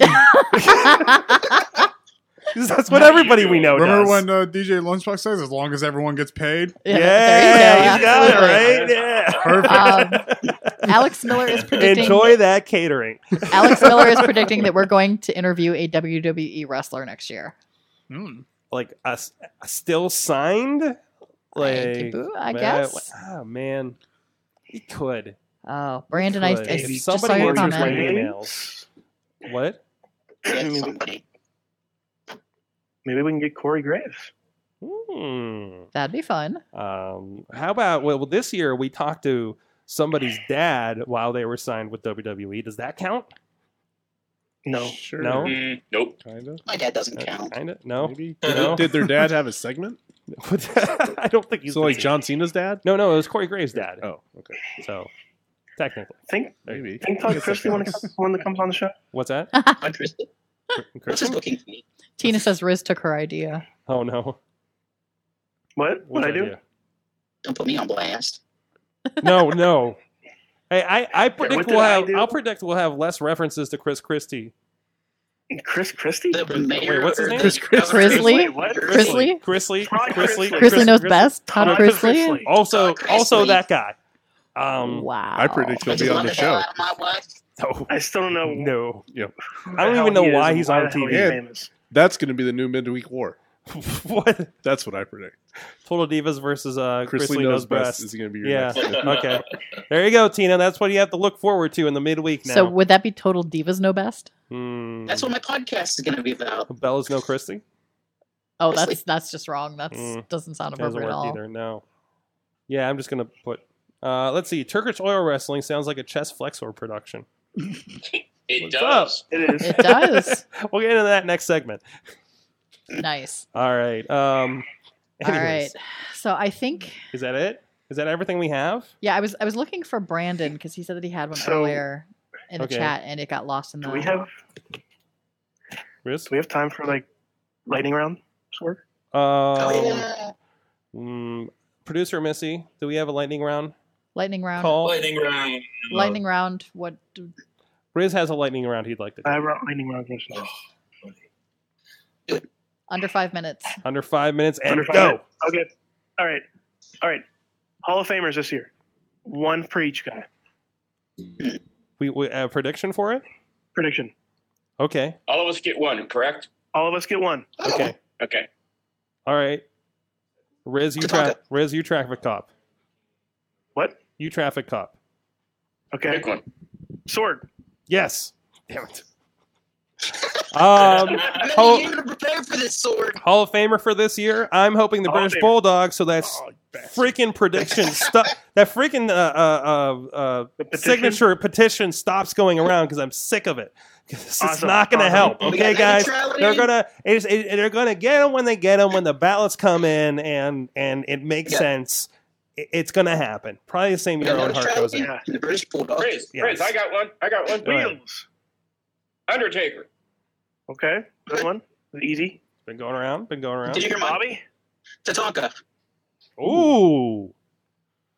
[SPEAKER 2] That's what
[SPEAKER 4] Not
[SPEAKER 2] everybody we know
[SPEAKER 4] Remember
[SPEAKER 2] does.
[SPEAKER 4] when uh, DJ Lunchbox says, "As long as everyone gets paid."
[SPEAKER 2] Yeah, Yeah, there you go. you got it,
[SPEAKER 4] Absolutely.
[SPEAKER 8] Perfect. Um, Alex Miller is predicting.
[SPEAKER 2] Enjoy that catering.
[SPEAKER 8] Alex Miller is predicting that we're going to interview a WWE wrestler next year.
[SPEAKER 2] like a, s- a still signed. Like
[SPEAKER 8] I
[SPEAKER 2] man,
[SPEAKER 8] guess.
[SPEAKER 2] Ah man, he could.
[SPEAKER 8] Oh, Brandon, I, I
[SPEAKER 2] Could. If
[SPEAKER 8] just
[SPEAKER 2] somebody
[SPEAKER 8] saw your
[SPEAKER 2] answers
[SPEAKER 8] comment.
[SPEAKER 2] my emails. What?
[SPEAKER 6] Maybe, maybe we can get Corey Graves.
[SPEAKER 2] Hmm.
[SPEAKER 8] That'd be fun.
[SPEAKER 2] Um, how about well, this year we talked to somebody's dad while they were signed with WWE. Does that count?
[SPEAKER 6] No.
[SPEAKER 3] Sure.
[SPEAKER 2] No. Uh,
[SPEAKER 9] nope.
[SPEAKER 3] Kind of.
[SPEAKER 5] My dad doesn't count.
[SPEAKER 2] Kind of. No.
[SPEAKER 3] Maybe.
[SPEAKER 2] No.
[SPEAKER 3] Did, did their dad have a segment?
[SPEAKER 2] I don't think he's
[SPEAKER 3] so. Like John Cena's dad.
[SPEAKER 2] No, no, it was Corey Graves' dad.
[SPEAKER 3] Oh, okay.
[SPEAKER 2] So technically,
[SPEAKER 6] Think
[SPEAKER 2] maybe.
[SPEAKER 6] think Todd Christie when it comes- when it comes on the show.
[SPEAKER 2] What's that? What's
[SPEAKER 6] his
[SPEAKER 5] booking
[SPEAKER 8] Tina says Riz took her idea.
[SPEAKER 2] Oh no.
[SPEAKER 6] What?
[SPEAKER 2] What
[SPEAKER 6] What I do?
[SPEAKER 5] Don't put me on blast.
[SPEAKER 2] No, no. Hey, I, I predict
[SPEAKER 6] did
[SPEAKER 2] we'll
[SPEAKER 6] I
[SPEAKER 2] have.
[SPEAKER 6] do?
[SPEAKER 2] I'll predict we'll have less references to Chris Christie.
[SPEAKER 6] Chris Christie?
[SPEAKER 2] Wait, what's his name?
[SPEAKER 6] Chris Christie.
[SPEAKER 8] Grizzly?
[SPEAKER 6] What?
[SPEAKER 8] Grizzly?
[SPEAKER 2] Chrisley.
[SPEAKER 6] Todd
[SPEAKER 2] Chrisley.
[SPEAKER 6] Chrisley.
[SPEAKER 8] Chrisley knows best. Todd
[SPEAKER 2] Todd
[SPEAKER 8] Chrisley?
[SPEAKER 2] Chrisley. Also, also that guy. Um,
[SPEAKER 8] wow.
[SPEAKER 3] I predict he'll be on the show.
[SPEAKER 2] No.
[SPEAKER 6] I still don't know.
[SPEAKER 3] Mm,
[SPEAKER 2] No.
[SPEAKER 3] Yep.
[SPEAKER 2] I don't even know why he's on TV.
[SPEAKER 3] That's going to be the new midweek war.
[SPEAKER 2] what?
[SPEAKER 3] That's what I predict.
[SPEAKER 2] Total Divas versus uh,
[SPEAKER 3] Chrisley
[SPEAKER 2] Chrisley
[SPEAKER 3] Knows
[SPEAKER 2] knows best.
[SPEAKER 3] Best is gonna be your
[SPEAKER 2] yeah.
[SPEAKER 3] next-
[SPEAKER 2] okay. There you go, Tina. That's what you have to look forward to in the midweek now.
[SPEAKER 8] So would that be Total Divas Know Best?
[SPEAKER 2] Hmm.
[SPEAKER 5] That's what my podcast is going to be about.
[SPEAKER 2] Bella's no Christie.
[SPEAKER 8] Oh, that's that's just wrong. That
[SPEAKER 2] Mm.
[SPEAKER 8] doesn't sound
[SPEAKER 2] Doesn't
[SPEAKER 8] appropriate at
[SPEAKER 2] work
[SPEAKER 8] all.
[SPEAKER 2] either. No. Yeah, I'm just gonna put. Uh, let's see. Turkish oil wrestling sounds like a chest flexor production.
[SPEAKER 9] It
[SPEAKER 2] What's
[SPEAKER 9] does.
[SPEAKER 2] up?
[SPEAKER 6] It is.
[SPEAKER 8] It does.
[SPEAKER 2] we'll get into that next segment.
[SPEAKER 8] Nice.
[SPEAKER 2] All right. Um,
[SPEAKER 8] All right.
[SPEAKER 2] anyways,
[SPEAKER 8] So I think
[SPEAKER 2] Is that it? Is that everything we have?
[SPEAKER 8] yeah, I was I was looking for Brandon because he said that he had one
[SPEAKER 2] So-
[SPEAKER 8] earlier in the
[SPEAKER 2] Okay.
[SPEAKER 8] chat and it got lost in the
[SPEAKER 6] Do we have
[SPEAKER 2] Riz?
[SPEAKER 6] Do we have time for like lightning round sort?
[SPEAKER 2] Um,
[SPEAKER 8] Oh,
[SPEAKER 2] mm, producer Missy, do we have a lightning round?
[SPEAKER 8] lightning round.
[SPEAKER 2] Call.
[SPEAKER 9] Lightning round.
[SPEAKER 8] Lightning round. What? do-
[SPEAKER 2] Riz has a lightning round he'd like to do.
[SPEAKER 6] I wrote lightning round question.
[SPEAKER 8] Under five minutes.
[SPEAKER 2] Under five minutes and
[SPEAKER 6] Under five
[SPEAKER 2] go.
[SPEAKER 6] minutes? Okay. All right. All right. Hall of Famers this year. One for each guy.
[SPEAKER 2] We, we a prediction for it?
[SPEAKER 6] Prediction.
[SPEAKER 2] Okay.
[SPEAKER 9] All of us get one, correct?
[SPEAKER 6] All of us get one.
[SPEAKER 2] Okay.
[SPEAKER 9] Okay.
[SPEAKER 2] All right. Riz, you tra- Riz, you traffic cop.
[SPEAKER 6] What?
[SPEAKER 2] You traffic cop.
[SPEAKER 6] Okay. Sword.
[SPEAKER 2] Yes. Damn it. Um,
[SPEAKER 5] I meant
[SPEAKER 2] Hall,
[SPEAKER 5] a year to prepare for this sword.
[SPEAKER 2] Hall of Famer for this year. I'm hoping the
[SPEAKER 5] Hall of
[SPEAKER 2] British
[SPEAKER 5] Famer.
[SPEAKER 2] Bulldogs. So that's freaking prediction stuff. That freaking uh, uh, uh, uh,
[SPEAKER 6] petition?
[SPEAKER 2] signature petition stops going around because I'm sick of it. 'Cause This is
[SPEAKER 6] Awesome,
[SPEAKER 2] not going to
[SPEAKER 6] awesome.
[SPEAKER 2] help.
[SPEAKER 6] We
[SPEAKER 2] Okay,
[SPEAKER 6] got
[SPEAKER 2] guys,
[SPEAKER 6] neutrality.
[SPEAKER 2] they're gonna it's, it, they're gonna get them when they get them when the ballots come in and and it makes
[SPEAKER 6] Yeah.
[SPEAKER 2] sense. It- it's gonna happen. Probably the same
[SPEAKER 6] We
[SPEAKER 2] year
[SPEAKER 6] got
[SPEAKER 2] Owen Hart goes in.
[SPEAKER 6] neutrality.
[SPEAKER 5] The British Bulldogs.
[SPEAKER 9] Riz,
[SPEAKER 2] Yes.
[SPEAKER 9] Riz, I got one. I got one.
[SPEAKER 2] Go ahead.
[SPEAKER 9] Undertaker.
[SPEAKER 6] Okay. Good one. Easy.
[SPEAKER 2] Been going around. Been going around.
[SPEAKER 5] Did you hear my-
[SPEAKER 6] Bobby?
[SPEAKER 5] Tatanka.
[SPEAKER 2] Ooh.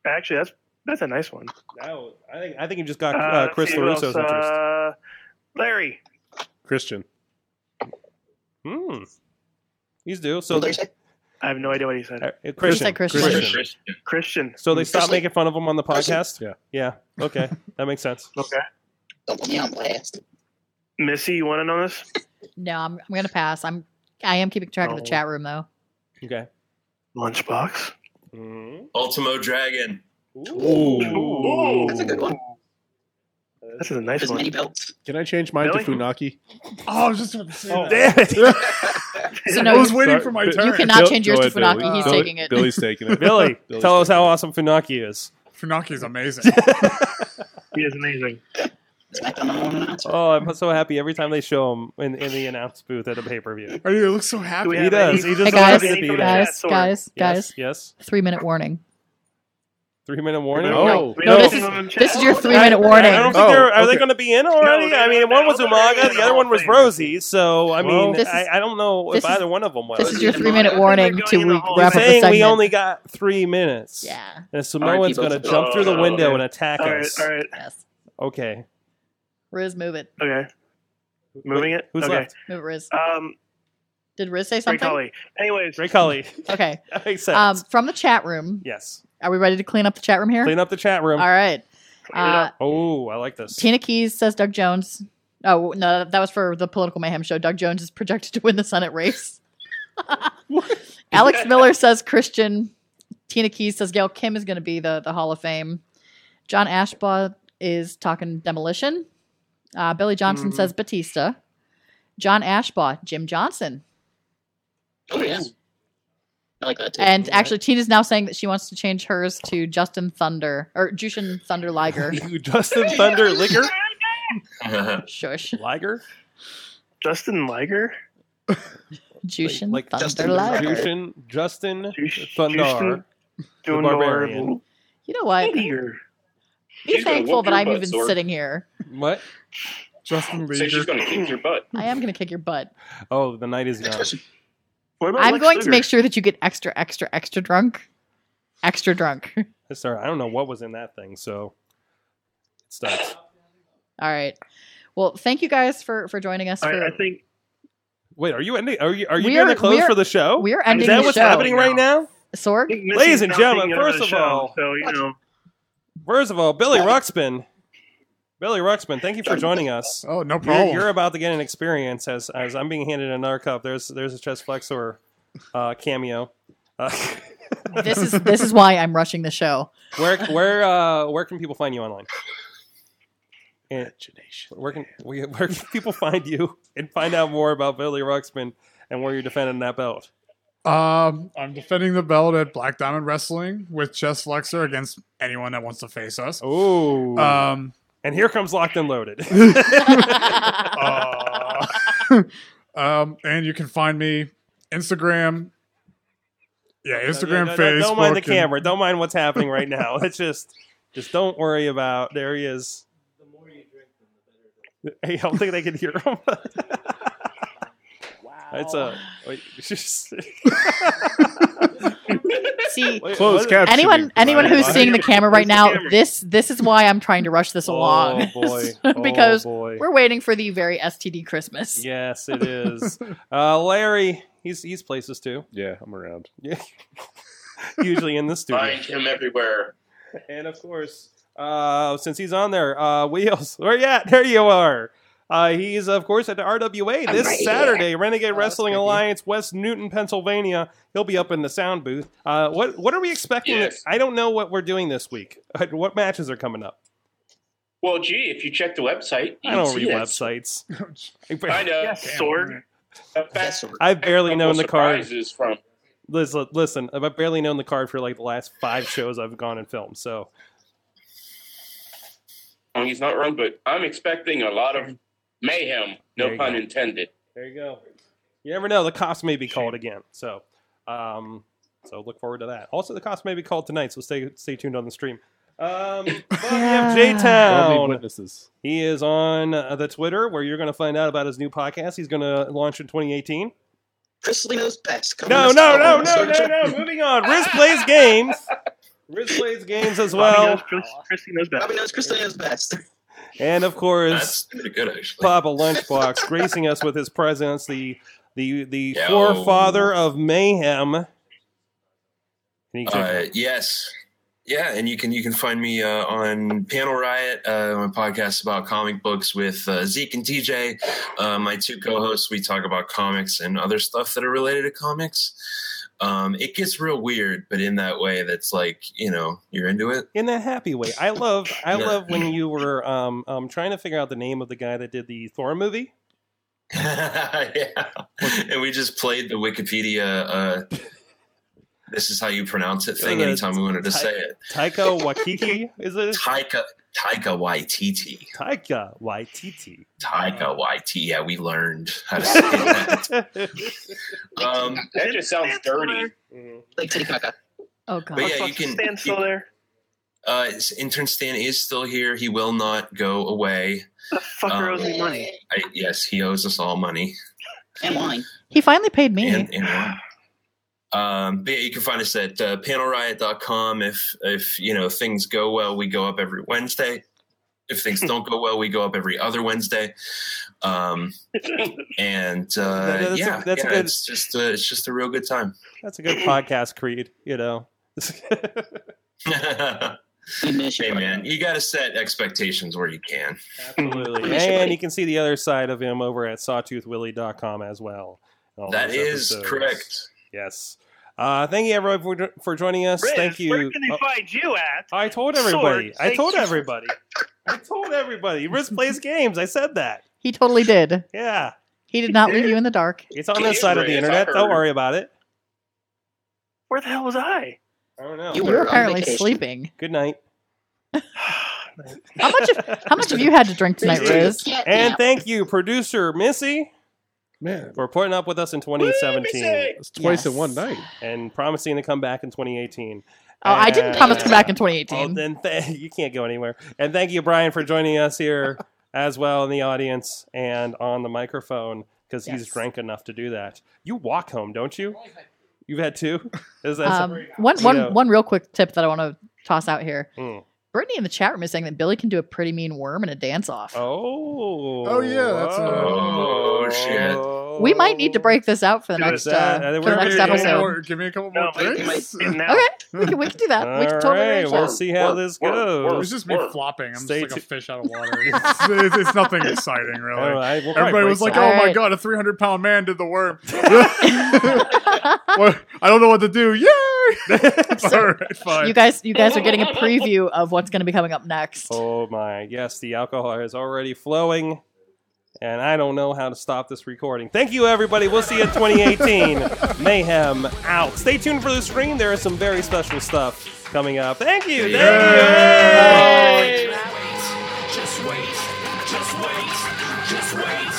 [SPEAKER 6] Actually, that's that's a nice one.
[SPEAKER 2] I think I think you just got uh,
[SPEAKER 6] Uh, let's
[SPEAKER 2] Chris
[SPEAKER 6] see who
[SPEAKER 2] LaRusso's
[SPEAKER 6] else,
[SPEAKER 2] interest.
[SPEAKER 6] Uh, Larry.
[SPEAKER 2] Christian. Hmm. He's due. So
[SPEAKER 6] I have no idea what he said.
[SPEAKER 2] Uh, Christian. He said Christian. Christian.
[SPEAKER 6] Christian. Hmm.
[SPEAKER 2] So they stopped making fun of him on the podcast. Yeah. Yeah. Okay. that makes sense.
[SPEAKER 6] Okay. Missy, you want to know this?
[SPEAKER 8] No, I'm, I'm gonna pass. I'm I am keeping track of the
[SPEAKER 2] Oh.
[SPEAKER 6] No.
[SPEAKER 8] chat room though.
[SPEAKER 2] Okay.
[SPEAKER 6] Lunchbox.
[SPEAKER 7] Mm-hmm. Ultimo Dragon.
[SPEAKER 6] That's a good one. This is a nice one.
[SPEAKER 3] Can I change mine
[SPEAKER 6] Really?
[SPEAKER 3] to Funaki?
[SPEAKER 4] Oh, I was just about to say
[SPEAKER 3] Oh,
[SPEAKER 4] that.
[SPEAKER 3] damn
[SPEAKER 8] So no,
[SPEAKER 4] I was
[SPEAKER 8] you-
[SPEAKER 4] waiting
[SPEAKER 8] Sorry,
[SPEAKER 4] for my
[SPEAKER 8] Bi-
[SPEAKER 4] turn.
[SPEAKER 8] you cannot change yours to Funaki. He's taking it.
[SPEAKER 2] Billy,
[SPEAKER 3] Billy's
[SPEAKER 2] tell us how awesome Funaki is.
[SPEAKER 4] Funaki is amazing.
[SPEAKER 6] He is amazing.
[SPEAKER 2] Oh, I'm so happy every time they show him in, in the announce booth at a pay per view.
[SPEAKER 4] Are Oh, you look so happy?
[SPEAKER 2] Oh, He does. He just
[SPEAKER 8] Hey, guys,
[SPEAKER 2] loves to be there.
[SPEAKER 8] guys, guys, guys.
[SPEAKER 2] Yes. yes.
[SPEAKER 8] Three minute warning.
[SPEAKER 2] Three minute warning. Oh,
[SPEAKER 8] No, no, no, this is this is your three minute warning.
[SPEAKER 2] I don't think they're. Are they going to be in already? I mean, one was Umaga, the other one was Rosie. So I mean,
[SPEAKER 8] This is-
[SPEAKER 2] I, I don't know
[SPEAKER 8] this
[SPEAKER 2] if
[SPEAKER 8] is-
[SPEAKER 2] either one of them was.
[SPEAKER 8] This is your three minute warning to re- wrap up the
[SPEAKER 2] Oh, saying
[SPEAKER 8] segment.
[SPEAKER 2] we only got three minutes. Yeah. And Samoan's
[SPEAKER 8] All right,
[SPEAKER 2] going to
[SPEAKER 8] people.
[SPEAKER 2] jump through the
[SPEAKER 8] Oh,
[SPEAKER 2] window
[SPEAKER 8] okay.
[SPEAKER 2] and attack
[SPEAKER 6] All right,
[SPEAKER 2] us.
[SPEAKER 6] all right.
[SPEAKER 8] Yes.
[SPEAKER 2] Okay.
[SPEAKER 8] Riz, move it.
[SPEAKER 6] Okay. Moving it.
[SPEAKER 2] Who's
[SPEAKER 6] okay.
[SPEAKER 2] left?
[SPEAKER 8] Move it, Riz.
[SPEAKER 6] Um,
[SPEAKER 8] Did Riz say
[SPEAKER 6] Ray
[SPEAKER 8] something?
[SPEAKER 6] Cully. Anyways.
[SPEAKER 2] Ray Cully.
[SPEAKER 8] Okay.
[SPEAKER 2] That makes sense.
[SPEAKER 8] Um, from the chat room.
[SPEAKER 2] yes.
[SPEAKER 8] Are we ready to clean up the chat room here?
[SPEAKER 2] Clean up the chat room.
[SPEAKER 8] All right. Uh,
[SPEAKER 2] oh, I like this.
[SPEAKER 8] Tina Keys says Doug Jones. Oh no, that was for the political mayhem show. Doug Jones is projected to win the Senate race. Alex Miller says Christian. Tina Keys says Gail Kim is going to be the the Hall of Fame. John Ashbaugh is talking demolition. Uh, Billy Johnson
[SPEAKER 2] Mm.
[SPEAKER 5] Mhm.
[SPEAKER 8] says Batista. John Ashbaugh, Jim Johnson,
[SPEAKER 5] Oh, yeah. I like that too.
[SPEAKER 8] and actually Tina's now saying that she wants to change hers to Justin Thunder or Jushin Thunder Liger.
[SPEAKER 2] Justin Thunder Liger.
[SPEAKER 8] Shush.
[SPEAKER 2] Liger.
[SPEAKER 6] Justin Liger.
[SPEAKER 8] Jushin
[SPEAKER 2] like
[SPEAKER 8] Thunder
[SPEAKER 2] Justin,
[SPEAKER 8] Liger.
[SPEAKER 2] Justin, Justin Thunder,
[SPEAKER 6] Justin
[SPEAKER 2] the
[SPEAKER 6] Thunder.
[SPEAKER 2] barbarian.
[SPEAKER 8] You know what? Be
[SPEAKER 9] She's gonna
[SPEAKER 8] thankful
[SPEAKER 9] whoop
[SPEAKER 8] that
[SPEAKER 9] your
[SPEAKER 8] I'm
[SPEAKER 9] butt,
[SPEAKER 8] even
[SPEAKER 9] Sorg.
[SPEAKER 8] sitting here.
[SPEAKER 2] What?
[SPEAKER 4] Justin
[SPEAKER 9] Say she's gonna kick your butt.
[SPEAKER 8] I am going to kick your butt.
[SPEAKER 2] Oh, the night is young.
[SPEAKER 8] I'm going to make sure that you get extra, extra, extra drunk. Extra drunk.
[SPEAKER 2] Sorry, I don't know what was in that thing, so it sucks.
[SPEAKER 8] All right. Well, thank you guys for for joining us.
[SPEAKER 2] I-
[SPEAKER 8] for,
[SPEAKER 2] I
[SPEAKER 6] think
[SPEAKER 2] Wait, are you ending? Are you are you
[SPEAKER 8] We
[SPEAKER 2] doing
[SPEAKER 8] are-
[SPEAKER 2] the close
[SPEAKER 8] we are-
[SPEAKER 2] for the show?
[SPEAKER 8] we are ending
[SPEAKER 2] Is that
[SPEAKER 8] the
[SPEAKER 2] what's
[SPEAKER 8] show.
[SPEAKER 2] happening right now?
[SPEAKER 8] Sorg,
[SPEAKER 2] Ladies and gentlemen, first of
[SPEAKER 6] show,
[SPEAKER 2] all,
[SPEAKER 6] so you know,
[SPEAKER 2] first of all, Billy Ruxpin. Billy Ruxpin, thank you for joining us.
[SPEAKER 4] Oh, no
[SPEAKER 2] You're-
[SPEAKER 4] problem.
[SPEAKER 2] You're, about to get an experience as as I'm being handed another cup. There's there's a chest flexor uh, cameo. Uh,
[SPEAKER 8] this is this is why I'm rushing the show.
[SPEAKER 2] where where uh, where can people find you online? Imagination. Where can we- where can people find you and find out more about Billy Ruxpin and where you're defending that belt?
[SPEAKER 4] Um, I'm defending the belt at Black Diamond Wrestling with Chess Flexor against anyone that wants to face us.
[SPEAKER 2] Oh,
[SPEAKER 4] Um,
[SPEAKER 2] and here comes Locked and Loaded.
[SPEAKER 4] um, and you can find me Instagram. Yeah, Instagram,
[SPEAKER 2] Yeah, don't-
[SPEAKER 4] Facebook.
[SPEAKER 2] Don't mind the
[SPEAKER 4] and-
[SPEAKER 2] camera. Don't mind what's happening right now. It's just, just don't worry about. There he is. The more you drink, the better. I don't think they can hear him. wow. It's a. Wait, it's just,
[SPEAKER 8] See,
[SPEAKER 2] Wait,
[SPEAKER 3] Closed
[SPEAKER 2] what-
[SPEAKER 3] captioning.
[SPEAKER 8] anyone anyone
[SPEAKER 3] Right.
[SPEAKER 8] who's
[SPEAKER 3] Right.
[SPEAKER 8] seeing the camera right
[SPEAKER 3] Where's the
[SPEAKER 8] now,
[SPEAKER 3] camera?
[SPEAKER 8] this this is why I'm trying to rush this along.
[SPEAKER 2] Oh, boy. Oh,
[SPEAKER 8] because
[SPEAKER 2] boy.
[SPEAKER 8] we're waiting for the very STD Christmas.
[SPEAKER 2] Yes, it is. Uh, Larry, he's he's places too.
[SPEAKER 3] Yeah, I'm around.
[SPEAKER 2] Yeah. Usually in the studio.
[SPEAKER 9] Find him everywhere.
[SPEAKER 2] And of course, uh, since he's on there, uh, Wheels, where you at? There you are. Uh, he's, of course, at the RWA
[SPEAKER 1] I'm
[SPEAKER 2] this
[SPEAKER 1] right here.
[SPEAKER 2] Saturday, Renegade
[SPEAKER 1] Oh, that's
[SPEAKER 2] Wrestling
[SPEAKER 1] creepy.
[SPEAKER 2] Alliance, West Newton, Pennsylvania. He'll be up in the sound booth. Uh, what what are we expecting? I don't know what we're doing this week. Uh, What matches are coming up?
[SPEAKER 9] Well, gee, if you check the website, you
[SPEAKER 2] I don't
[SPEAKER 9] can see
[SPEAKER 1] E
[SPEAKER 2] read
[SPEAKER 9] that.
[SPEAKER 2] websites.
[SPEAKER 9] I know. Sorg.
[SPEAKER 2] I've barely known the card.
[SPEAKER 9] Surprises from
[SPEAKER 2] Listen, listen, I've barely known the card for like the last five shows I've gone and filmed. So
[SPEAKER 9] Um, he's not wrong, but I'm expecting a lot of mayhem.
[SPEAKER 2] There
[SPEAKER 9] No
[SPEAKER 2] you
[SPEAKER 9] pun
[SPEAKER 2] go.
[SPEAKER 9] intended.
[SPEAKER 2] there you go. You never know. The cops may be called again. So, um, so look forward to that. Also, the cops may be called tonight. So stay stay tuned on the stream. Um,
[SPEAKER 7] Ah,
[SPEAKER 2] J
[SPEAKER 3] Don't need
[SPEAKER 2] Town.
[SPEAKER 3] witnesses.
[SPEAKER 2] He is on uh, the Twitter where you're going to find out about his new podcast. He's going to launch in 2018.
[SPEAKER 5] Chris Lee knows best. Come
[SPEAKER 2] No,
[SPEAKER 5] on,
[SPEAKER 2] no,
[SPEAKER 5] let's
[SPEAKER 2] no,
[SPEAKER 5] go.
[SPEAKER 2] no, no, no. Moving on. Riz plays games. Riz plays games as well.
[SPEAKER 5] Christy knows best. Bobby knows Christy knows best.
[SPEAKER 2] And of course,
[SPEAKER 7] That's pretty good, actually.
[SPEAKER 2] Papa Lunchbox gracing us with his presence, the the the
[SPEAKER 7] Yo.
[SPEAKER 2] forefather of mayhem. And you can check
[SPEAKER 7] Uh, yes. Yeah, and you can you can find me uh, on Panel Riot, uh, my podcast about comic books with uh, Zeke and TJ, uh, my two co-hosts. We talk about comics and other stuff that are related to comics. Um, it gets real weird, but in that way, that's like you know you're into it.
[SPEAKER 2] in that happy way. I love I
[SPEAKER 7] Yeah.
[SPEAKER 2] love when you were um, um trying to figure out the name of the guy that did the Thor movie.
[SPEAKER 7] yeah, and we just played the Wikipedia. Uh, this is how you pronounce it thing.
[SPEAKER 2] Uh,
[SPEAKER 7] Anytime we wanted to
[SPEAKER 2] Ty-
[SPEAKER 7] say it,
[SPEAKER 2] Taika Waititi is it?
[SPEAKER 7] Taika Taika Waititi.
[SPEAKER 2] Taika Waititi.
[SPEAKER 7] Taika Waititi. Yeah, we learned how to say that. Um,
[SPEAKER 9] That just sounds dirty. Mm-hmm.
[SPEAKER 5] Like Tikaka.
[SPEAKER 8] Oh
[SPEAKER 7] but yeah, you can.
[SPEAKER 6] Stand still
[SPEAKER 7] you-
[SPEAKER 6] there.
[SPEAKER 7] uh, s- intern Stan is still here. He will not go away. The
[SPEAKER 6] fucker owes me money.
[SPEAKER 7] I, yes, he owes us all money.
[SPEAKER 5] And wine.
[SPEAKER 8] He finally paid me.
[SPEAKER 7] And, and wine. Um, but yeah, you can find us at uh, panelriot.com. If if you know things go well, we go up every Wednesday. If things don't go well, we go up every other Wednesday. Um, and uh,
[SPEAKER 2] That- that's a-
[SPEAKER 7] yeah,
[SPEAKER 2] that's a
[SPEAKER 7] yeah,
[SPEAKER 2] good-
[SPEAKER 7] it's just a, it's just a real good time.
[SPEAKER 2] That's a good podcast creed, you know.
[SPEAKER 7] hey man, you got to set expectations where you can.
[SPEAKER 2] Absolutely. And you can see the other side of him over at sawtoothwilly.com as well. All
[SPEAKER 7] That
[SPEAKER 2] those
[SPEAKER 7] is
[SPEAKER 2] episodes.
[SPEAKER 7] correct.
[SPEAKER 2] Yes. Uh, thank you everyone for, for joining us.
[SPEAKER 6] Riz,
[SPEAKER 2] thank you.
[SPEAKER 6] Where can they
[SPEAKER 2] Oh,
[SPEAKER 6] find you at?
[SPEAKER 2] I told
[SPEAKER 6] Sword,
[SPEAKER 2] everybody. I
[SPEAKER 6] thank
[SPEAKER 2] told
[SPEAKER 6] you.
[SPEAKER 2] everybody. I told everybody. Riz plays games. I said that.
[SPEAKER 8] He totally did.
[SPEAKER 2] Yeah.
[SPEAKER 8] He did not leave you in the dark.
[SPEAKER 2] It's on
[SPEAKER 8] It
[SPEAKER 2] this
[SPEAKER 8] is
[SPEAKER 2] side of the
[SPEAKER 8] Riz, I
[SPEAKER 2] internet. Don't
[SPEAKER 8] heard.
[SPEAKER 2] worry about it.
[SPEAKER 6] Where the hell was I?
[SPEAKER 2] I don't know.
[SPEAKER 8] You were apparently sleeping.
[SPEAKER 2] Good night.
[SPEAKER 8] How much of how much have you had to drink tonight, Riz?
[SPEAKER 2] And thank you, producer Missy.
[SPEAKER 3] Man.
[SPEAKER 2] For putting up with us in 2017.
[SPEAKER 3] It's twice in one night.
[SPEAKER 2] And promising to come back in 2018.
[SPEAKER 8] Oh, I didn't
[SPEAKER 2] And-
[SPEAKER 8] promise to come back in 2018.
[SPEAKER 2] Well, then th- you can't go anywhere. And thank you, Brian, for joining us here as well in the audience and on the microphone because he's
[SPEAKER 8] Yes.
[SPEAKER 2] drank enough to do that. You walk home, don't you? You've had two. Is that
[SPEAKER 8] Um, one,
[SPEAKER 2] Tito.
[SPEAKER 8] one, one real quick tip that I want to toss out here.
[SPEAKER 2] Mm.
[SPEAKER 8] Brittany in the chat room is saying that Billy can do a pretty mean worm in a dance off.
[SPEAKER 2] Oh.
[SPEAKER 4] Oh, yeah, that's another-
[SPEAKER 7] Oh shit.
[SPEAKER 8] We might need to break this out for the
[SPEAKER 2] Do
[SPEAKER 8] next
[SPEAKER 2] it. Oh. That-
[SPEAKER 8] uh,
[SPEAKER 2] that-
[SPEAKER 8] for the
[SPEAKER 2] we're-
[SPEAKER 8] next
[SPEAKER 2] yeah, yeah,
[SPEAKER 8] episode.
[SPEAKER 2] we're-
[SPEAKER 4] Give me a couple more drinks.
[SPEAKER 8] Okay, we can, we can do that. we can totally
[SPEAKER 2] Alright,
[SPEAKER 8] arrange
[SPEAKER 2] we'll
[SPEAKER 8] that.
[SPEAKER 2] see how this goes.
[SPEAKER 4] It's just me flopping. I'm
[SPEAKER 2] Stay
[SPEAKER 4] just like
[SPEAKER 2] tu-
[SPEAKER 4] a fish out of water. It's, it's, it's nothing exciting, really.
[SPEAKER 2] All right, we'll probably
[SPEAKER 4] Everybody was
[SPEAKER 2] break
[SPEAKER 4] like,
[SPEAKER 2] some.
[SPEAKER 4] "Oh
[SPEAKER 2] All
[SPEAKER 4] my
[SPEAKER 2] right.
[SPEAKER 4] god, a 300 pound man did the worm." Well, I don't know what to do. Yay! It's all right, fine.
[SPEAKER 8] You guys, you guys are getting a preview of what's going to be coming up next.
[SPEAKER 2] Oh my. Yes, the alcohol is already flowing. And I don't know how to stop this recording. Thank you, everybody. We'll see you in 2018. Mayhem out. Stay tuned for the stream. There is some very special stuff coming up. Thank you. Thank you. Yay!
[SPEAKER 1] Just wait, just wait, just wait,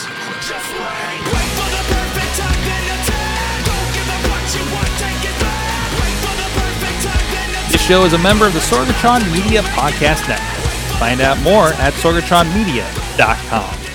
[SPEAKER 1] just wait. Wait for the perfect time, then attack. Don't give up what you want, take it back. Wait for the perfect time, then attack.
[SPEAKER 12] This show is a member of the Sorgatron Media Podcast Network. Find out more at sorgatronmedia.com.